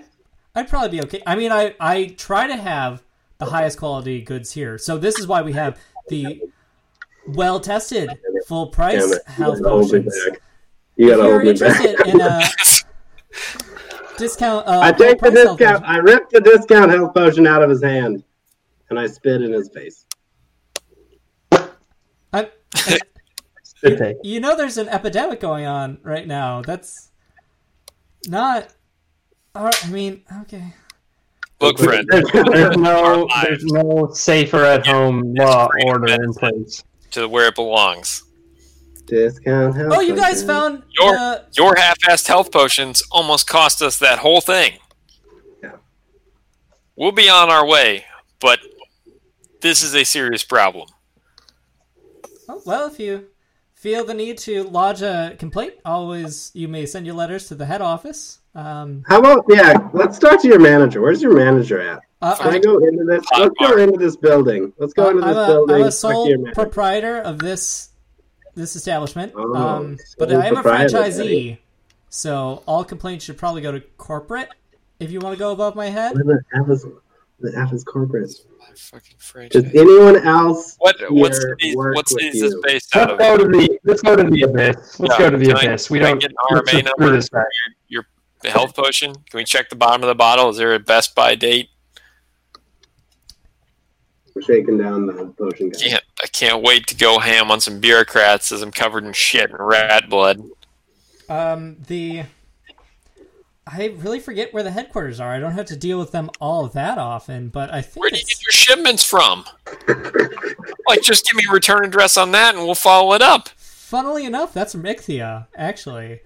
I'd probably be okay. I mean, I I try to have the highest quality goods here. So this is why we have the well tested full Damn price it! You health gotta hold me potions. back. You If gotta you're hold me back. interested in a Discount. Uh, I take the full price health discount. I ripped the discount health potion out of his hand, and I spit in his face. I- Good take. You know, there's an epidemic going on right now. That's not. all right, I mean, okay. Look, friend, There's, there's no there's no safer at home law order in place. to where it belongs. Discount health. Oh, you guys potion. found Your- uh, Your half-assed health potions almost cost us that whole thing. Yeah. We'll be on our way, but this is a serious problem. Oh, well, if you feel the need to lodge a complaint, always you may send your letters to the head office. Um, How about yeah? Let's talk to your manager. Where's your manager at? uh, Can I I'm, go into this? Let's go into this building. Let's go into this I'm a, building. I'm a talk to sole your manager. proprietor of this this establishment, Oh, um, but sole I am a proprietor, franchisee, Eddie. so all complaints should probably go to corporate. If you want to go above my head, Where the F is, the F is corporate. Fucking Does anyone else? What what here cities, work what with cities is you? this based out of? Let's go to the let's go to the abyss. Let's Yeah, go to the can I- abyss. we can I don't get an RMA let's just number? screw this back. The health potion? Can we check the bottom of the bottle? Is there a Best Buy date? We're shaking down the potion guy. Can't I can't wait to go ham on some bureaucrats as I'm covered in shit and rat blood. um, the I really forget where the headquarters are. I don't have to deal with them all that often, but I think Where do you it's- get your shipments from? like, just give me a return address on that, and we'll follow it up. funnily enough, that's from Ixia, actually.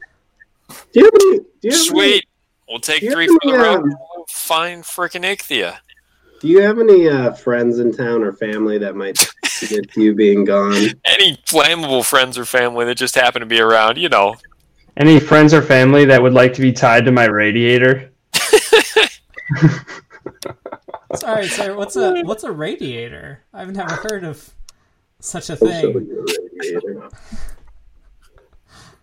Do you have any? Do you have Sweet. We'll take Yeah, three for the yeah. road. and we'll Find freaking Ichthya. Any, do you have any uh, friends in town or family that might be good to you being gone? Any flammable friends or family that just happen to be around, you know. Any friends or family that would like to be tied to my radiator? Sorry, sorry. What's a what's a radiator? I've never heard of such a thing.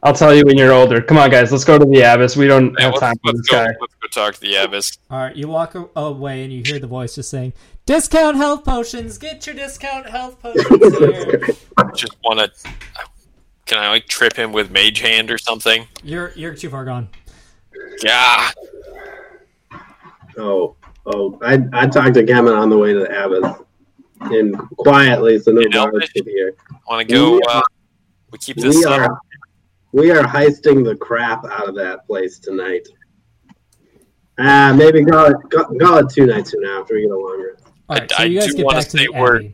I'll tell you when you're older. Come on, guys, let's go to the abyss. We don't Yeah, have let's, time for let's this go, guy. let's go talk to the abyss. All right, you walk a- away and you hear the voice just saying, "Discount health potions. Get your discount health potions here." Just want to. Can I like trip him with mage hand or something? you're you're too far gone. Yeah. Oh, oh! I I talked to Kevin on the way to the abyss, and quietly, so no You know, guards could hear. Want to go? We Uh, we keep this. We uh, are we are heisting the crap out of that place tonight. Ah, maybe call it call, call it two nights from now after we get a longer. All I- right, so I you guys do get wanna back to say the word. Abbey.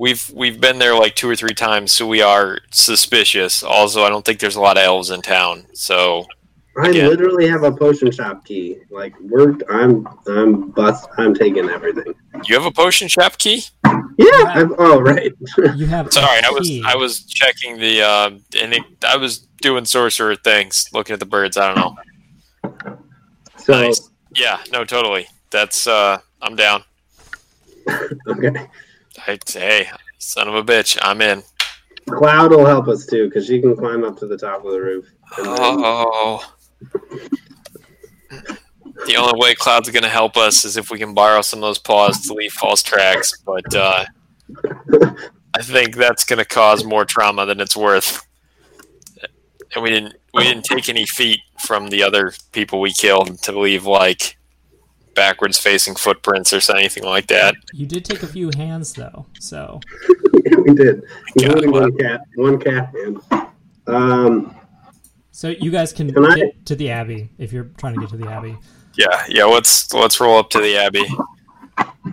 We've we've been there like two or three times, so we are suspicious. Also, I don't think there's a lot of elves in town, so I Again. literally have a potion shop key. Like we're I'm I'm bust I'm taking everything. you have a potion shop key. Yeah, I'm all right. You have Sorry, a I was key. I was checking the uh, and it, I was doing sorcerer things, looking at the birds. I don't know. So Nice. Yeah, no, totally. That's uh, I'm down. okay, I, hey, son of a bitch, I'm in. Cloud will help us too because she can climb up to the top of the roof. And then- Oh. The only way Cloud's going to help us is if we can borrow some of those paws to leave false tracks, but uh, I think that's going to cause more trauma than it's worth. And we didn't we didn't take any feet from the other people we killed to leave like backwards facing footprints or anything like that. You did take a few hands though, so yeah, we God, did, including what? one cat, one cat hand. Um, so you guys can Can I- get to the abbey if you're trying to get to the abbey. Yeah, yeah. Let's let's roll up to the abbey.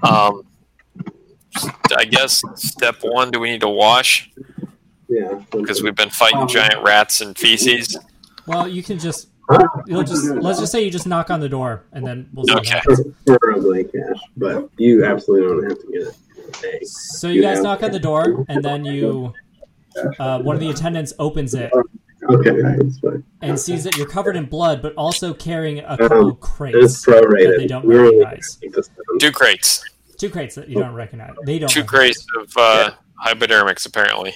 Um, I guess step one. Do we need to wash yeah, because we've been Um, fighting giant rats and feces? Well, you can just Huh? you'll just let's just say you just knock on the door and then we'll see what Okay. happens. preferably cash, but you absolutely don't have to get it. Hey. So you guys knock on the door, and then you, uh, one of the attendants opens it Okay, that's fine. and sees that you're covered in blood, but also carrying a couple Oh, It's crates, prorated. They don't We really recognize. need to take this down. Two crates, two crates that you don't recognize. They don't. two recognize. crates of uh, hypodermics, apparently.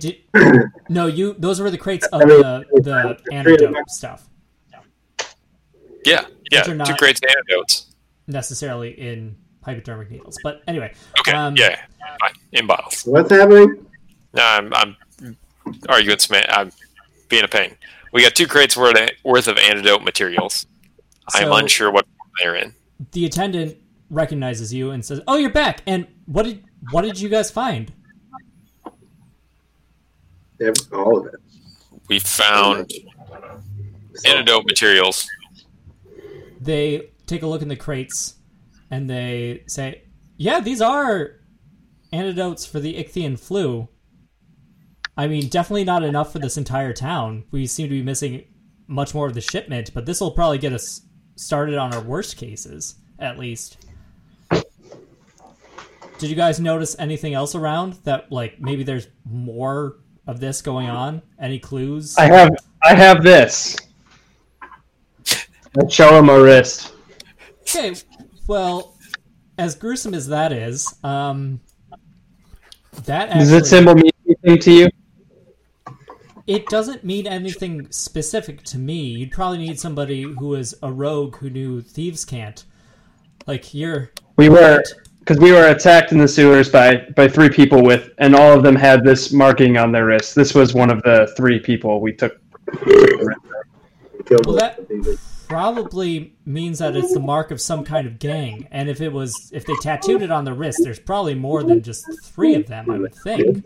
did, no, you. Those were the crates of I mean, the the antidote stuff, Yeah, yeah, Which are two not- crates of antidotes. necessarily in hypodermic needles. But anyway, Okay, Um, yeah, fine, in bottles. What's happening? No, I'm, I'm arguing. Sma- I'm being a pain. We got two crates worth of- worth of antidote materials. I'm So- unsure what form they're in. The attendant recognizes you and says, "Oh, you're back! And what did what did you guys find?" Ev- All of it. We found antidote materials. They take a look in the crates and they say, "Yeah, these are antidotes for the Ichthian flu. I mean, definitely not enough for this entire town. We seem to be missing much more of the shipment, but this will probably get us started on our worst cases, at least." Did you guys notice anything else around that, like, maybe there's more of this going on? Any clues? I have I have this. I show him my wrist. Okay, well, as gruesome as that is, um, that actually, Does that symbol mean anything to you? it doesn't mean anything specific to me. You'd probably need somebody who was a rogue who knew thieves can't. Like you're We were because we were attacked in the sewers by by three people with, and all of them had this marking on their wrist. This was one of the three people we took. Killed well, that it. probably means that it's the mark of some kind of gang. And if it was, if they tattooed it on the wrist, there's probably more than just three of them. I would think.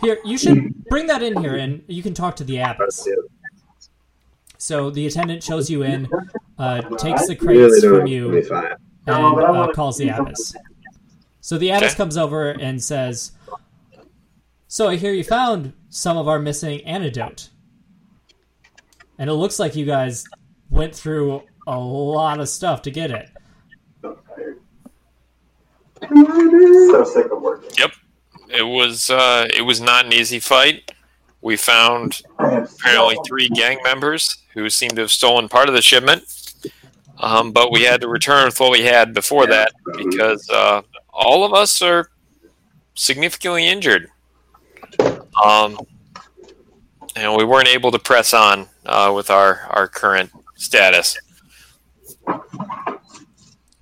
Here, you should bring that in here, and you can talk to the abbess. So the attendant shows you in, uh, takes the Really crates don't from give me you, five. and uh, calls the abbess. So the abbess comes over and says, "So I hear you found some of our missing antidote, and it looks like you guys went through a lot of stuff to get it. So sick of working. Yep. It was uh, it was not an easy fight. We found apparently three gang members who seemed to have stolen part of the shipment. Um, but we had to return with what we had before that because uh, all of us are significantly injured. Um, and we weren't able to press on uh, with our, our current status.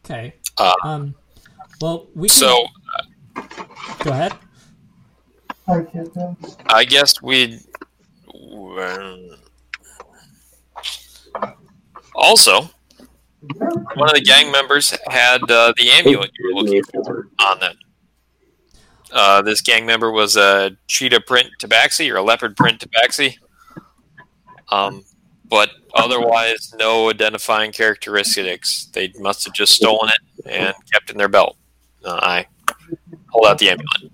Okay. Uh, Um, well, we can So go ahead. I guess we. um, Also, one of the gang members had uh, the amulet you were looking for on them. Uh, this gang member was a cheetah print tabaxi or a leopard print tabaxi. Um, but otherwise, no identifying characteristics. They must have just stolen it and kept it in their belt. Uh, I hold out the amulet.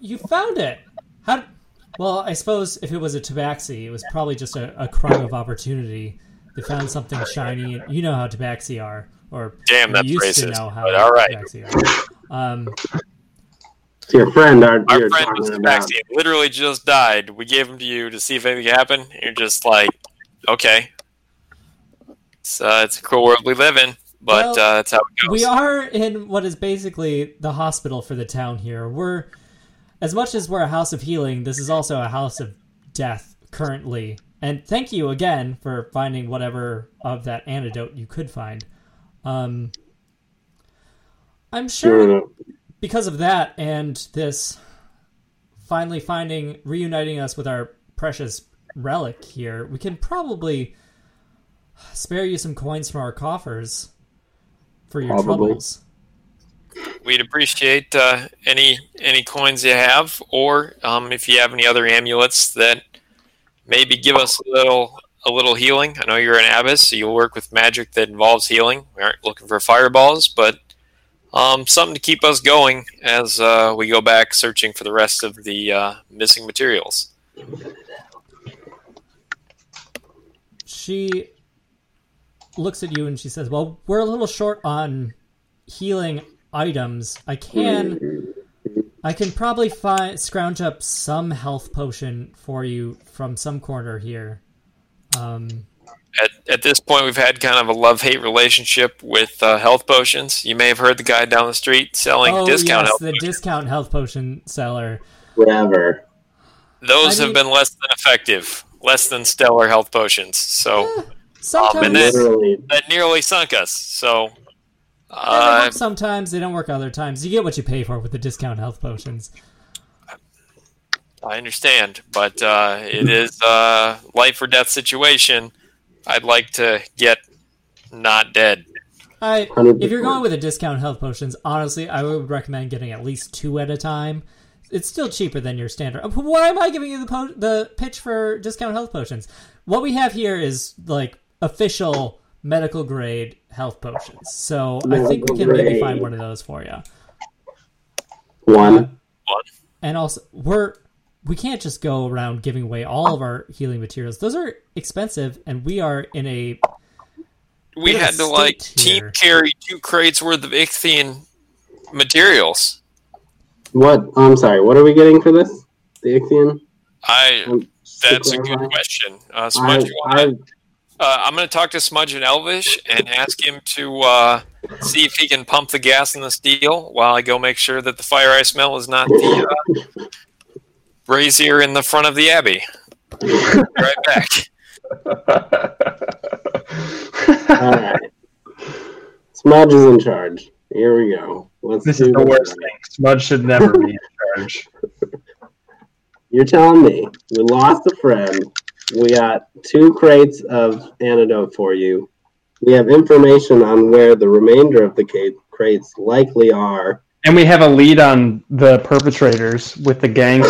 You found it. How? Well, I suppose if it was a tabaxi, it was probably just a, a crime of opportunity. They found something shiny, and you know how tabaxi are, or Damn, you that's used to racist. know how But all right. tabaxi are. Um, It's your friend, aren't Our you? friend was talking the about? vaccine literally just died. We gave him to you to see if anything happened. and You're just like, okay. It's, uh, it's a cool world we live in, but Well, uh, that's how it goes. we are in what is basically the hospital for the town here. We're as much as we're a house of healing, this is also a house of death currently. And thank you again for finding whatever of that antidote you could find. Um, I'm sure because of that and this finally finding reuniting us with our precious relic here, we can probably spare you some coins from our coffers for your Probably. troubles. We'd appreciate uh, any any coins you have, or um, if you have any other amulets that maybe give us a little a little healing. I know you're an abbess, so you'll work with magic that involves healing. We aren't looking for fireballs, but um, something to keep us going as uh, we go back searching for the rest of the uh, missing materials. she looks at you and she says, "Well, we're a little short on healing items. I can I can probably find scrounge up some health potion for you from some corner here." Um At, at this point, we've had kind of a love hate relationship with uh, health potions. You may have heard the guy down the street selling oh, discount yes, health the discount health potion seller. Whatever. Those I have mean- been less than effective, less than stellar health potions. Hmm. So Sometimes and then- Literally. Oh, that nearly sunk us. So they uh, work sometimes they don't work other times. You get what you pay for with the discount health potions. I understand, but uh, it is a life or death situation. I'd like to get not dead. I, if 100%. you're going with a discount health potions, honestly, I would recommend getting at least two at a time. It's still cheaper than your standard. Um, Why am I giving you the po- the pitch for discount health potions? What we have here is like official medical grade health potions. So I think we can maybe Medical find grade. one of those for you. One. And also, we're we can't just go around giving away all of our healing materials. Those are expensive, and we are in a We What a had to like state team here. carry two crates worth of Ichthian materials. What? I'm sorry. What are we getting for this? The Ixion? I Um, that's a Stick good around. question. Uh, I, Smudge, you wanna- I, uh, I'm going to talk to Smudge and Elvish and ask him to uh, see if he can pump the gas in this deal while I go make sure that the fire I smell is not the uh, brazier in the front of the abbey. right back. all right. Smudge is in charge. Here we go. Let's This do is the this. worst thing. Smudge should never be in charge. You're telling me we lost a friend. We got two crates of antidote for you. We have information on where the remainder of the ca- crates likely are. And we have a lead on the perpetrators with the gang.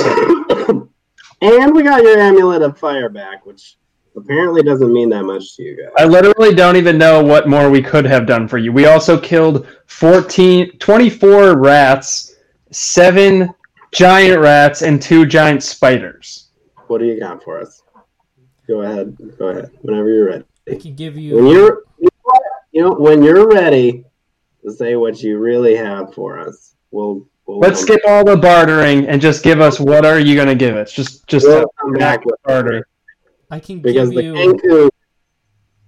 and we got your amulet of fire back, which apparently doesn't mean that much to you guys. I literally don't even know what more we could have done for you. We also killed 14, 24 rats, seven giant rats, and two giant spiders. What do you got for us? Go ahead. Go ahead. Whenever you're ready. I can give When you you're you know what? You know, when you're ready to say what you really have for us, we'll, we'll Let's skip all the bartering and just give us what are you going to give us? Just, just We'll a come back with barter. I can because give the you Kenku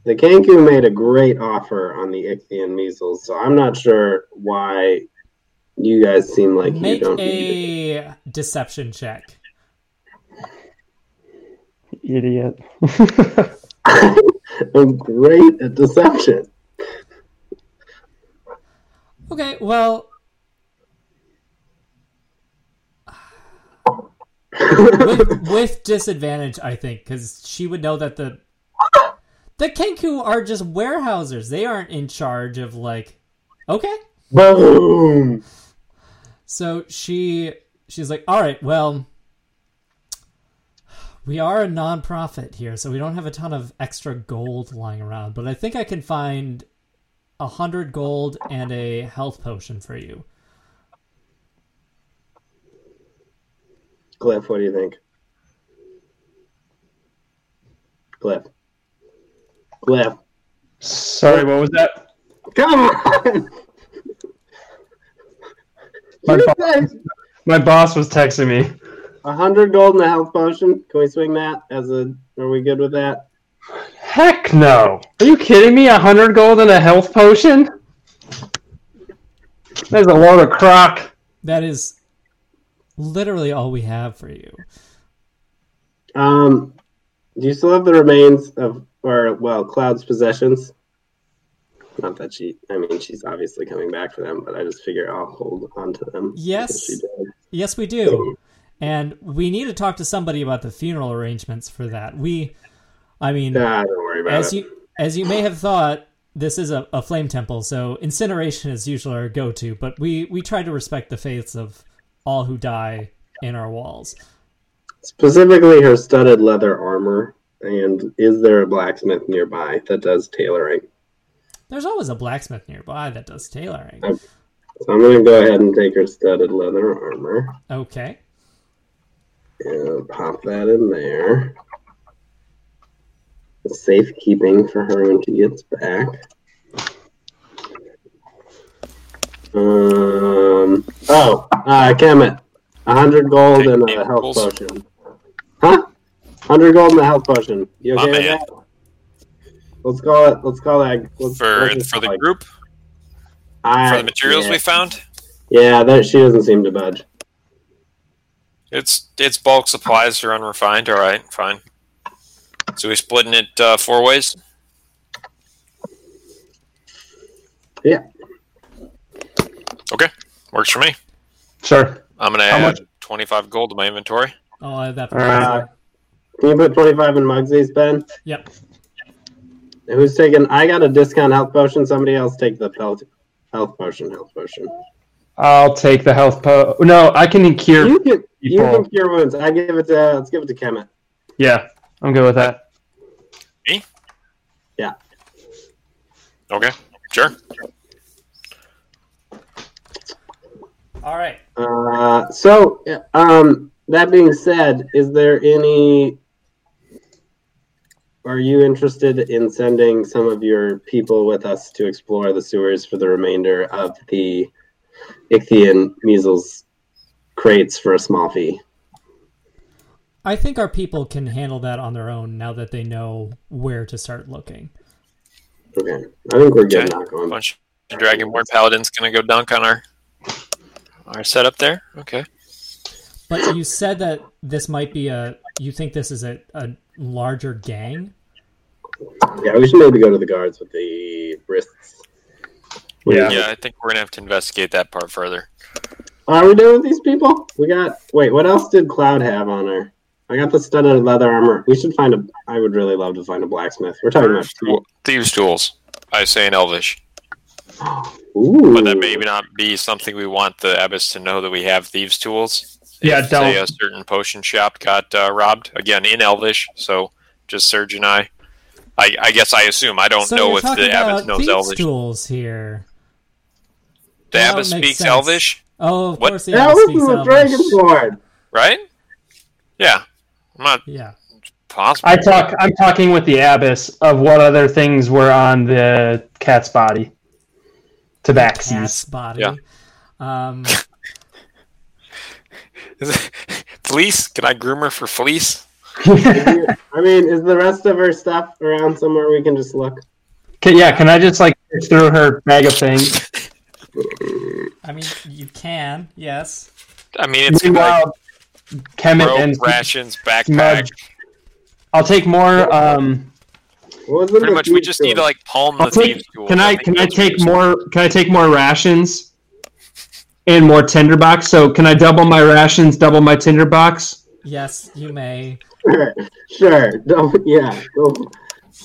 the Kenku made a great offer on the Ichthian measles, so I'm not sure why you guys seem like you make don't need it. a deception check. Idiot. I'm great at deception. Okay, well, with, with disadvantage, I think, because she would know that the the Kenku are just warehousers. They aren't in charge of like. Okay, Boom. so she she's like, all right, well, we are a nonprofit here, so we don't have a ton of extra gold lying around, but I think I can find a hundred gold and a health potion for you. Cliff, what do you think? Cliff. Cliff. Sorry, what was that? Come on! My You fault. said My boss was texting me. a hundred gold and a health potion. Can we swing that as a? Are we good with that? Heck no! Are you kidding me? A hundred gold and a health potion? There's a load of crock. That is literally all we have for you. Um, do you still have the remains of, or well, Cloud's possessions? Not that she. I mean, she's obviously coming back for them, but I just figure I'll hold on to them. because Yes. she did. Yes, we do. And we need to talk to somebody about the funeral arrangements for that. We, I mean, Nah, don't worry about as it. you as you may have thought, this is a, a flame temple, so incineration is usually our go-to. But we we try to respect the faiths of all who die in our walls. Specifically, her studded leather armor. And is there a blacksmith nearby that does tailoring? There's always a blacksmith nearby that does tailoring. Okay. So I'm gonna go ahead and take her studded leather armor. Okay, Yeah, pop that in there. Safekeeping for her when she gets back. Um. Oh, uh, Kemet, a hundred gold and a health Tables. potion. Huh? Hundred gold and a health potion. You My okay with man. that? Let's call it. Let's call that. Let's, for let's just for call the it- group I- for the materials yeah. we found. Yeah, that she doesn't seem to budge. It's it's bulk supplies are unrefined. All right, fine. So we splitting it uh, four ways. Yeah. Okay, works for me. Sure. I'm gonna How add much- 25 gold to my inventory. Oh, I have that. For Uh, Can you put 25 in Muggsy's, Ben? Yep. And Who's taking? I got a discount health potion. Somebody else take the health, health potion. Health potion. I'll take the health po. No, I can cure. You can, you people. can cure wounds. I give it to. Let's give it to Kemet. Yeah, I'm good with that. Okay, sure. All right. Uh, so, um, that being said, is there any? Are you interested in sending some of your people with us to explore the sewers for the remainder of the Ichthian measles crates for a small fee? I think our people can handle that on their own now that they know where to start looking. Okay, I think we're good. Okay. Not going. bunch of dragonborn paladins gonna go dunk on our our setup there. Okay. But you said that this might be a. You think this is a, a larger gang? Yeah, we should maybe go to the guards with the wrists. Yeah. Yeah, I think we're gonna have to investigate that part further. Are we done with these people? We got. Wait, what else did Cloud have on her? I got the studded leather armor. We should find a. I would really love to find a blacksmith. We're talking about. Well, Thieves' tools. I say in Elvish, Ooh. but that may not be something we want the abbess to know that we have thieves' tools. Yeah, If, say don't. a certain potion shop got uh, robbed again in Elvish. So just Serge and I. I, I guess I assume I don't so know you're if talking the abbess about knows thieves' Elvish. tools here. The That abbess makes speaks sense. Elvish, Oh, of What? course the That abbot was speaks the Elvish. dragon sword. right? Yeah, not Yeah. possible. I talk. I'm talking with the abbess of what other things were on the cat's body. Cat's Tabaxis. body. Yeah. Um, fleece? Can I groom her for fleece? Can- I mean, is the rest of her stuff around somewhere we can just look? yeah, can I just like search through her bag of things? I mean, you can. Yes. I mean, it's like Meanwhile, Kemet and rope, rations, backpack. Smudge. I'll take more. Um, What was in Pretty the much, we thieves' just need to sword? like palm I'll the take- thieves' tools. can I think can I that's take reasonable. more? Can I take more rations? And more tinderbox. So can I double my rations? Double my tinderbox. Yes, you may. Sure, sure. Don't, yeah. Go.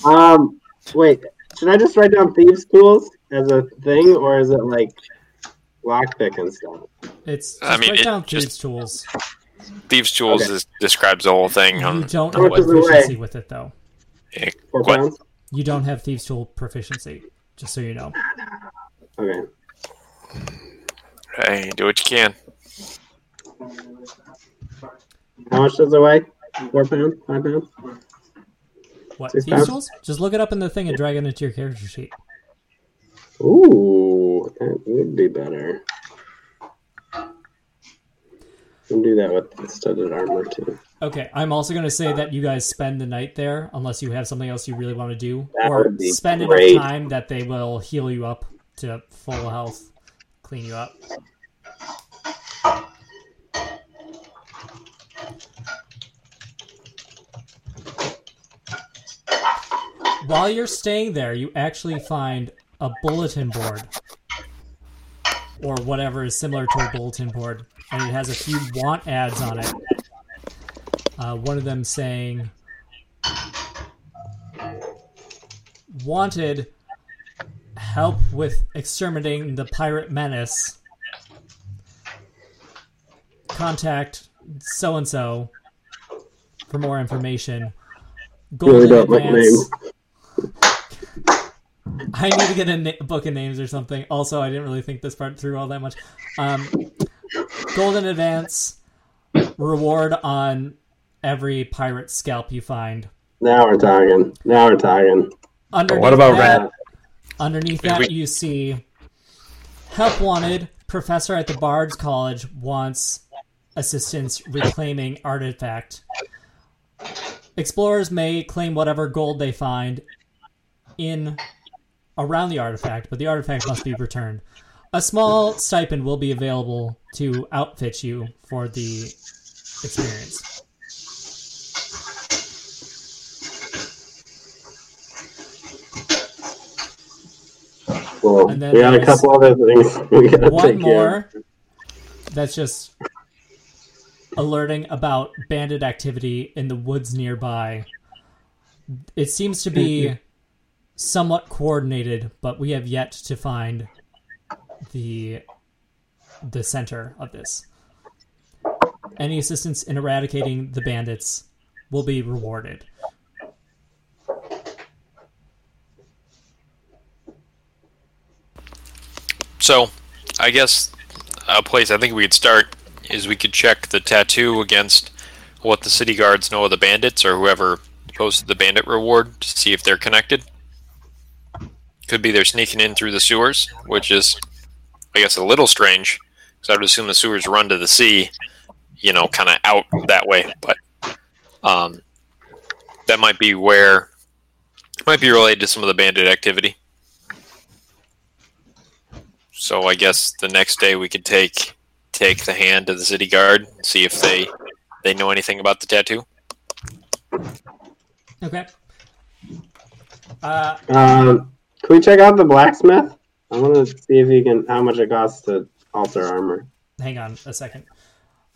Um, wait. Should I just write down thieves' tools as a thing, or is it like lockpick and stuff? It's I just mean, write it down just- thieves' tools. Thieves' tools Okay. is, describes the whole thing. You Um, don't How have much is the proficiency way? with it though. Four What? pounds. You don't have thieves' tool proficiency. Just so you know. Okay. hey, do what you can. How much does it weigh? Four pounds? Five pounds? What Six thieves' pounds? tools? Just look it up in the thing and drag it into your character sheet. Ooh, that would be better. We'll do that with the studded armor too. Okay, I'm also going to say that you guys spend the night there unless you have something else you really want to do, That or would be spend great. enough time that they will heal you up to full health, clean you up. While you're staying there, you actually find a bulletin board or whatever is similar to a bulletin board, and it has a few want ads on it. Uh, one of them saying, "Wanted help with exterminating the pirate menace. Contact so and so for more information." Really Golden don't like names. Advance. I need to get a na- book of names or something. Also, I didn't really think this part through all that much. Um, golden advance reward on every pirate scalp you find. Now we're talking. Now we're talking. Underneath what about that, Uh, rat? Underneath Did that, we- you see help wanted. Professor at the Bard's College wants assistance reclaiming artifact. Explorers may claim whatever gold they find in around the artifact, but the artifact must be returned. A small stipend will be available to outfit you for the experience. Well, And then we got a there's couple other things we gotta One take care. more. That's just alerting about bandit activity in the woods nearby. It seems to be somewhat coordinated, but we have yet to find the the center of this. Any assistance in eradicating the bandits will be rewarded. So, I guess a place I think we could start is we could check the tattoo against what the city guards know of the bandits or whoever posted the bandit reward to see if they're connected. Could be they're sneaking in through the sewers, which is, I guess, a little strange because I would assume the sewers run to the sea, you know, kind of out that way. But um, that might be where, might be related to some of the bandit activity. So I guess the next day we could take take the hand to the city guard, see if they they know anything about the tattoo. Okay. Uh, Um, can we check out the blacksmith? I want to see if you can how much it costs to alter armor. hang on a second.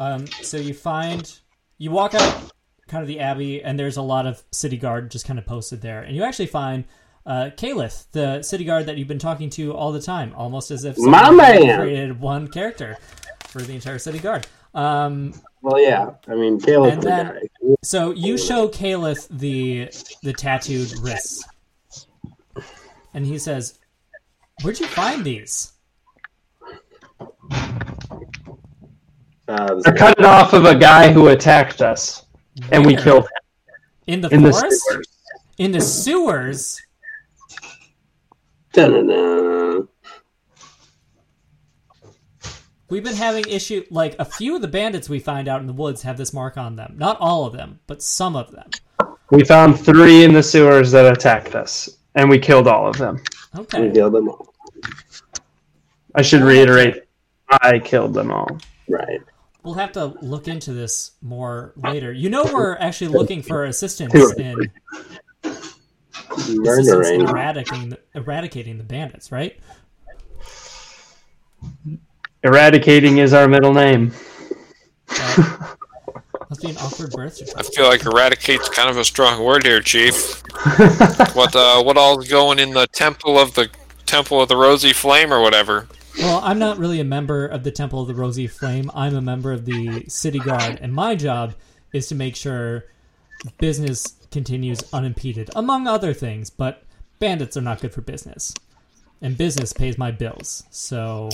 Um, so you find you walk out kind of the abbey, and there's a lot of city guard just kind of posted there, and you actually find uh, Caliph, the city guard that you've been talking to all the time, almost as if My someone had man! created one character for the entire city guard. Um, Well, yeah. I mean, Caleb's And the then- guy. so you show Caliph the the tattooed wrists, and he says, "Where'd you find these?" Uh, They're this- cut off of a guy who attacked us, and we Where? killed him in the in the forest. sewers. In the sewers. dun-dun-dun. We've been having issue like a few of the bandits we find out in the woods have this mark on them. Not all of them, but some of them. We found three in the sewers that attacked us, and we killed all of them. We Mm-hmm. Okay. killed them all. I should reiterate, I killed them all. Right. We'll have to look into this more later. You know we're actually looking for assistance in assistance in Murdering. eradicating eradicating the bandits, right? Eradicating is our middle name. Uh, must be an awkward birth I certificate. feel like eradicate's kind of a strong word here, Chief. What uh, what all's going in the temple of the temple of the rosy flame or whatever? Well, I'm not really a member of the Temple of the Rosy Flame. I'm a member of the City Guard, and my job is to make sure business continues unimpeded, among other things. But bandits are not good for business, and business pays my bills. So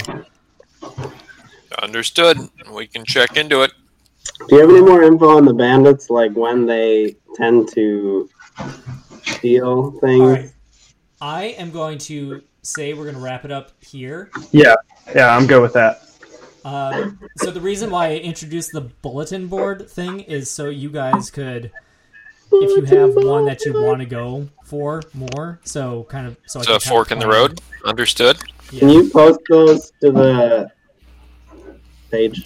Understood. We can check into it. Do you have any more info on the bandits, like when they tend to steal things? All right. I am going to say we're going to wrap it up here. Yeah, yeah, I'm good with that. Um, so the reason why I introduced the bulletin board thing is so you guys could, if you have one that you want to go for more, so kind of so I It's a can fork in the road. Understood. Can you post those to the page?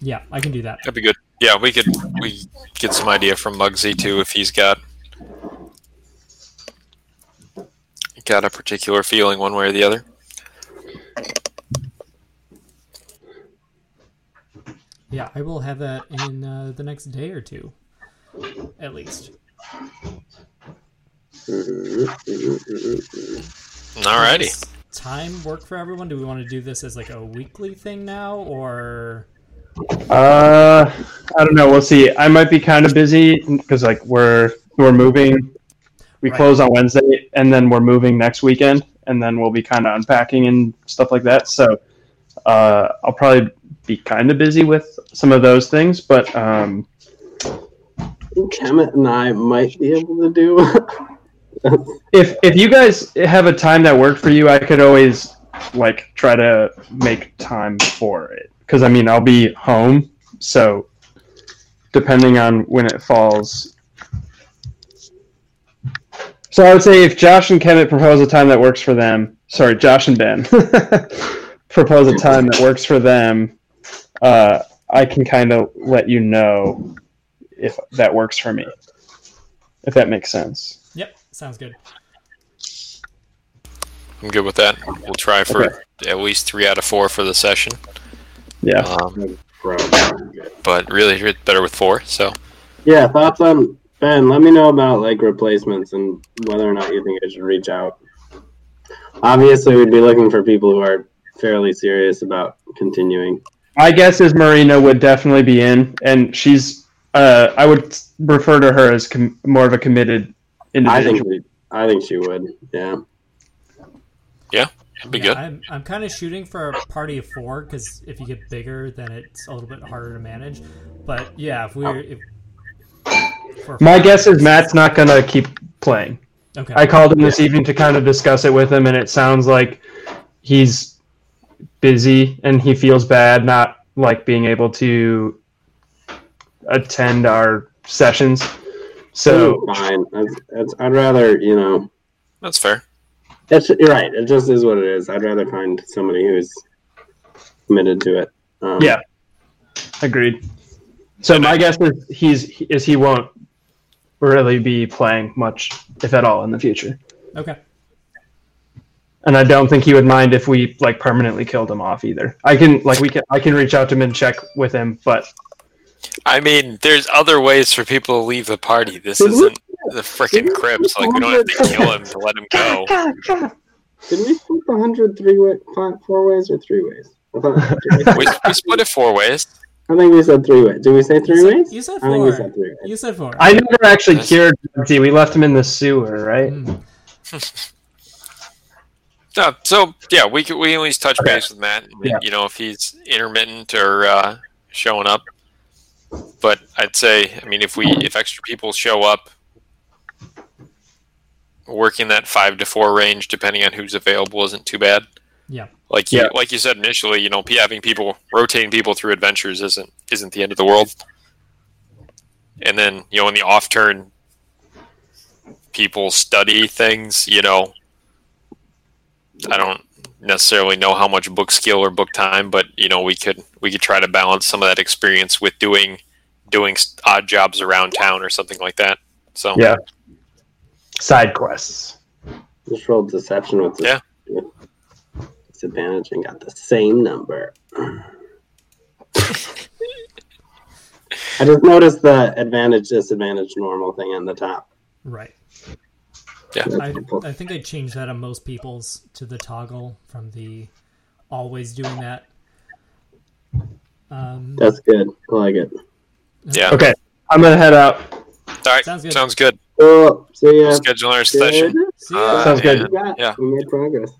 Yeah, I can do that. That'd be good. Yeah, we could we get some idea from Muggsy too if he's got got a particular feeling one way or the other. Yeah, I will have that in uh, the next day or two, at least. Alrighty. Does Time work for everyone? Do we want to do this as like a weekly thing now, or Uh, I don't know. We'll see. I might be kind of busy because like we're we're moving. We Right. close on Wednesday, and then we're moving next weekend, and then we'll be kind of unpacking and stuff like that. So, uh, I'll probably be kind of busy with some of those things, but um, I think Kemet and I might be able to do. if if you guys have a time that worked for you, I could always like try to make time for it because I mean I'll be home, so depending on when it falls. So I would say if Josh and Kemet propose a time that works for them, sorry, Josh and Ben propose a time that works for them, uh, I can kind of let you know if that works for me, if that makes sense. yep, sounds good. I'm good with that. We'll try for at least three out of four for the session. Yeah. Um, but really hit better with four. So Yeah, thoughts on Ben? Let me know about like replacements and whether or not you think I should reach out. Obviously, we'd be looking for people who are fairly serious about continuing. My guess is Marina would definitely be in, and she's. Uh, I would refer to her as com- more of a committed I think individual. I think she would. Yeah. that'd be Yeah, good. I'm, I'm kind of shooting for a party of four because if you get bigger, then it's a little bit harder to manage. But yeah, if we're if, for My guess is Matt's not gonna keep playing. okay, I called him this evening to kind of discuss it with him, and it sounds like he's busy and he feels bad not like being able to attend our sessions. So fine. That's, that's, I'd rather you know. That's fair. That's you're right. It just is what it is. I'd rather find somebody who's committed to it. Um, Yeah. agreed. So my guess is he's is he won't really be playing much, if at all, in the future. okay, And I don't think he would mind if we like permanently killed him off either. I can like we can I can reach out to him and check with him, but I mean, there's other ways for people to leave the party. This isn't the freaking Crips. Like we don't have to kill him to let him go. Did we split the hundred three way, fi- four ways or three ways? I, thought, We, we split it four ways. I think we said three ways. Did we say three you said, ways? you said I think we four. said three ways. You said four. I never actually That's- cured Nancy. We left him in the sewer, right? Mm. No, so yeah, we could, we can at least touch base with Matt. and, Yeah. You know, if he's intermittent or uh, showing up, but I'd say, I mean, if we if extra people show up, working that five to four range, depending on who's available, isn't too bad. Yeah. Like you, Yeah. like you said initially, you know, p- having people rotating people through adventures isn't isn't the end of the world. And then you know, in the off turn, people study things. You know, I don't necessarily know how much book skill or book time, but you know, we could we could try to balance some of that experience with doing doing s- odd jobs around town or something like that. So Yeah. Side quests. Just rolled deception with dis- Yeah. with disadvantage and got the same number. I just noticed the advantage disadvantage normal thing on the top. Right. Yeah. I, I think I changed that on most people's to the toggle from the always doing that. Um, That's good. I like it. yeah, Okay. I'm gonna head out. all right, Sounds sounds good. good. Cool. See ya. We'll schedule our session. Good. see ya. Uh, Sounds good. You got it. Yeah. We made progress.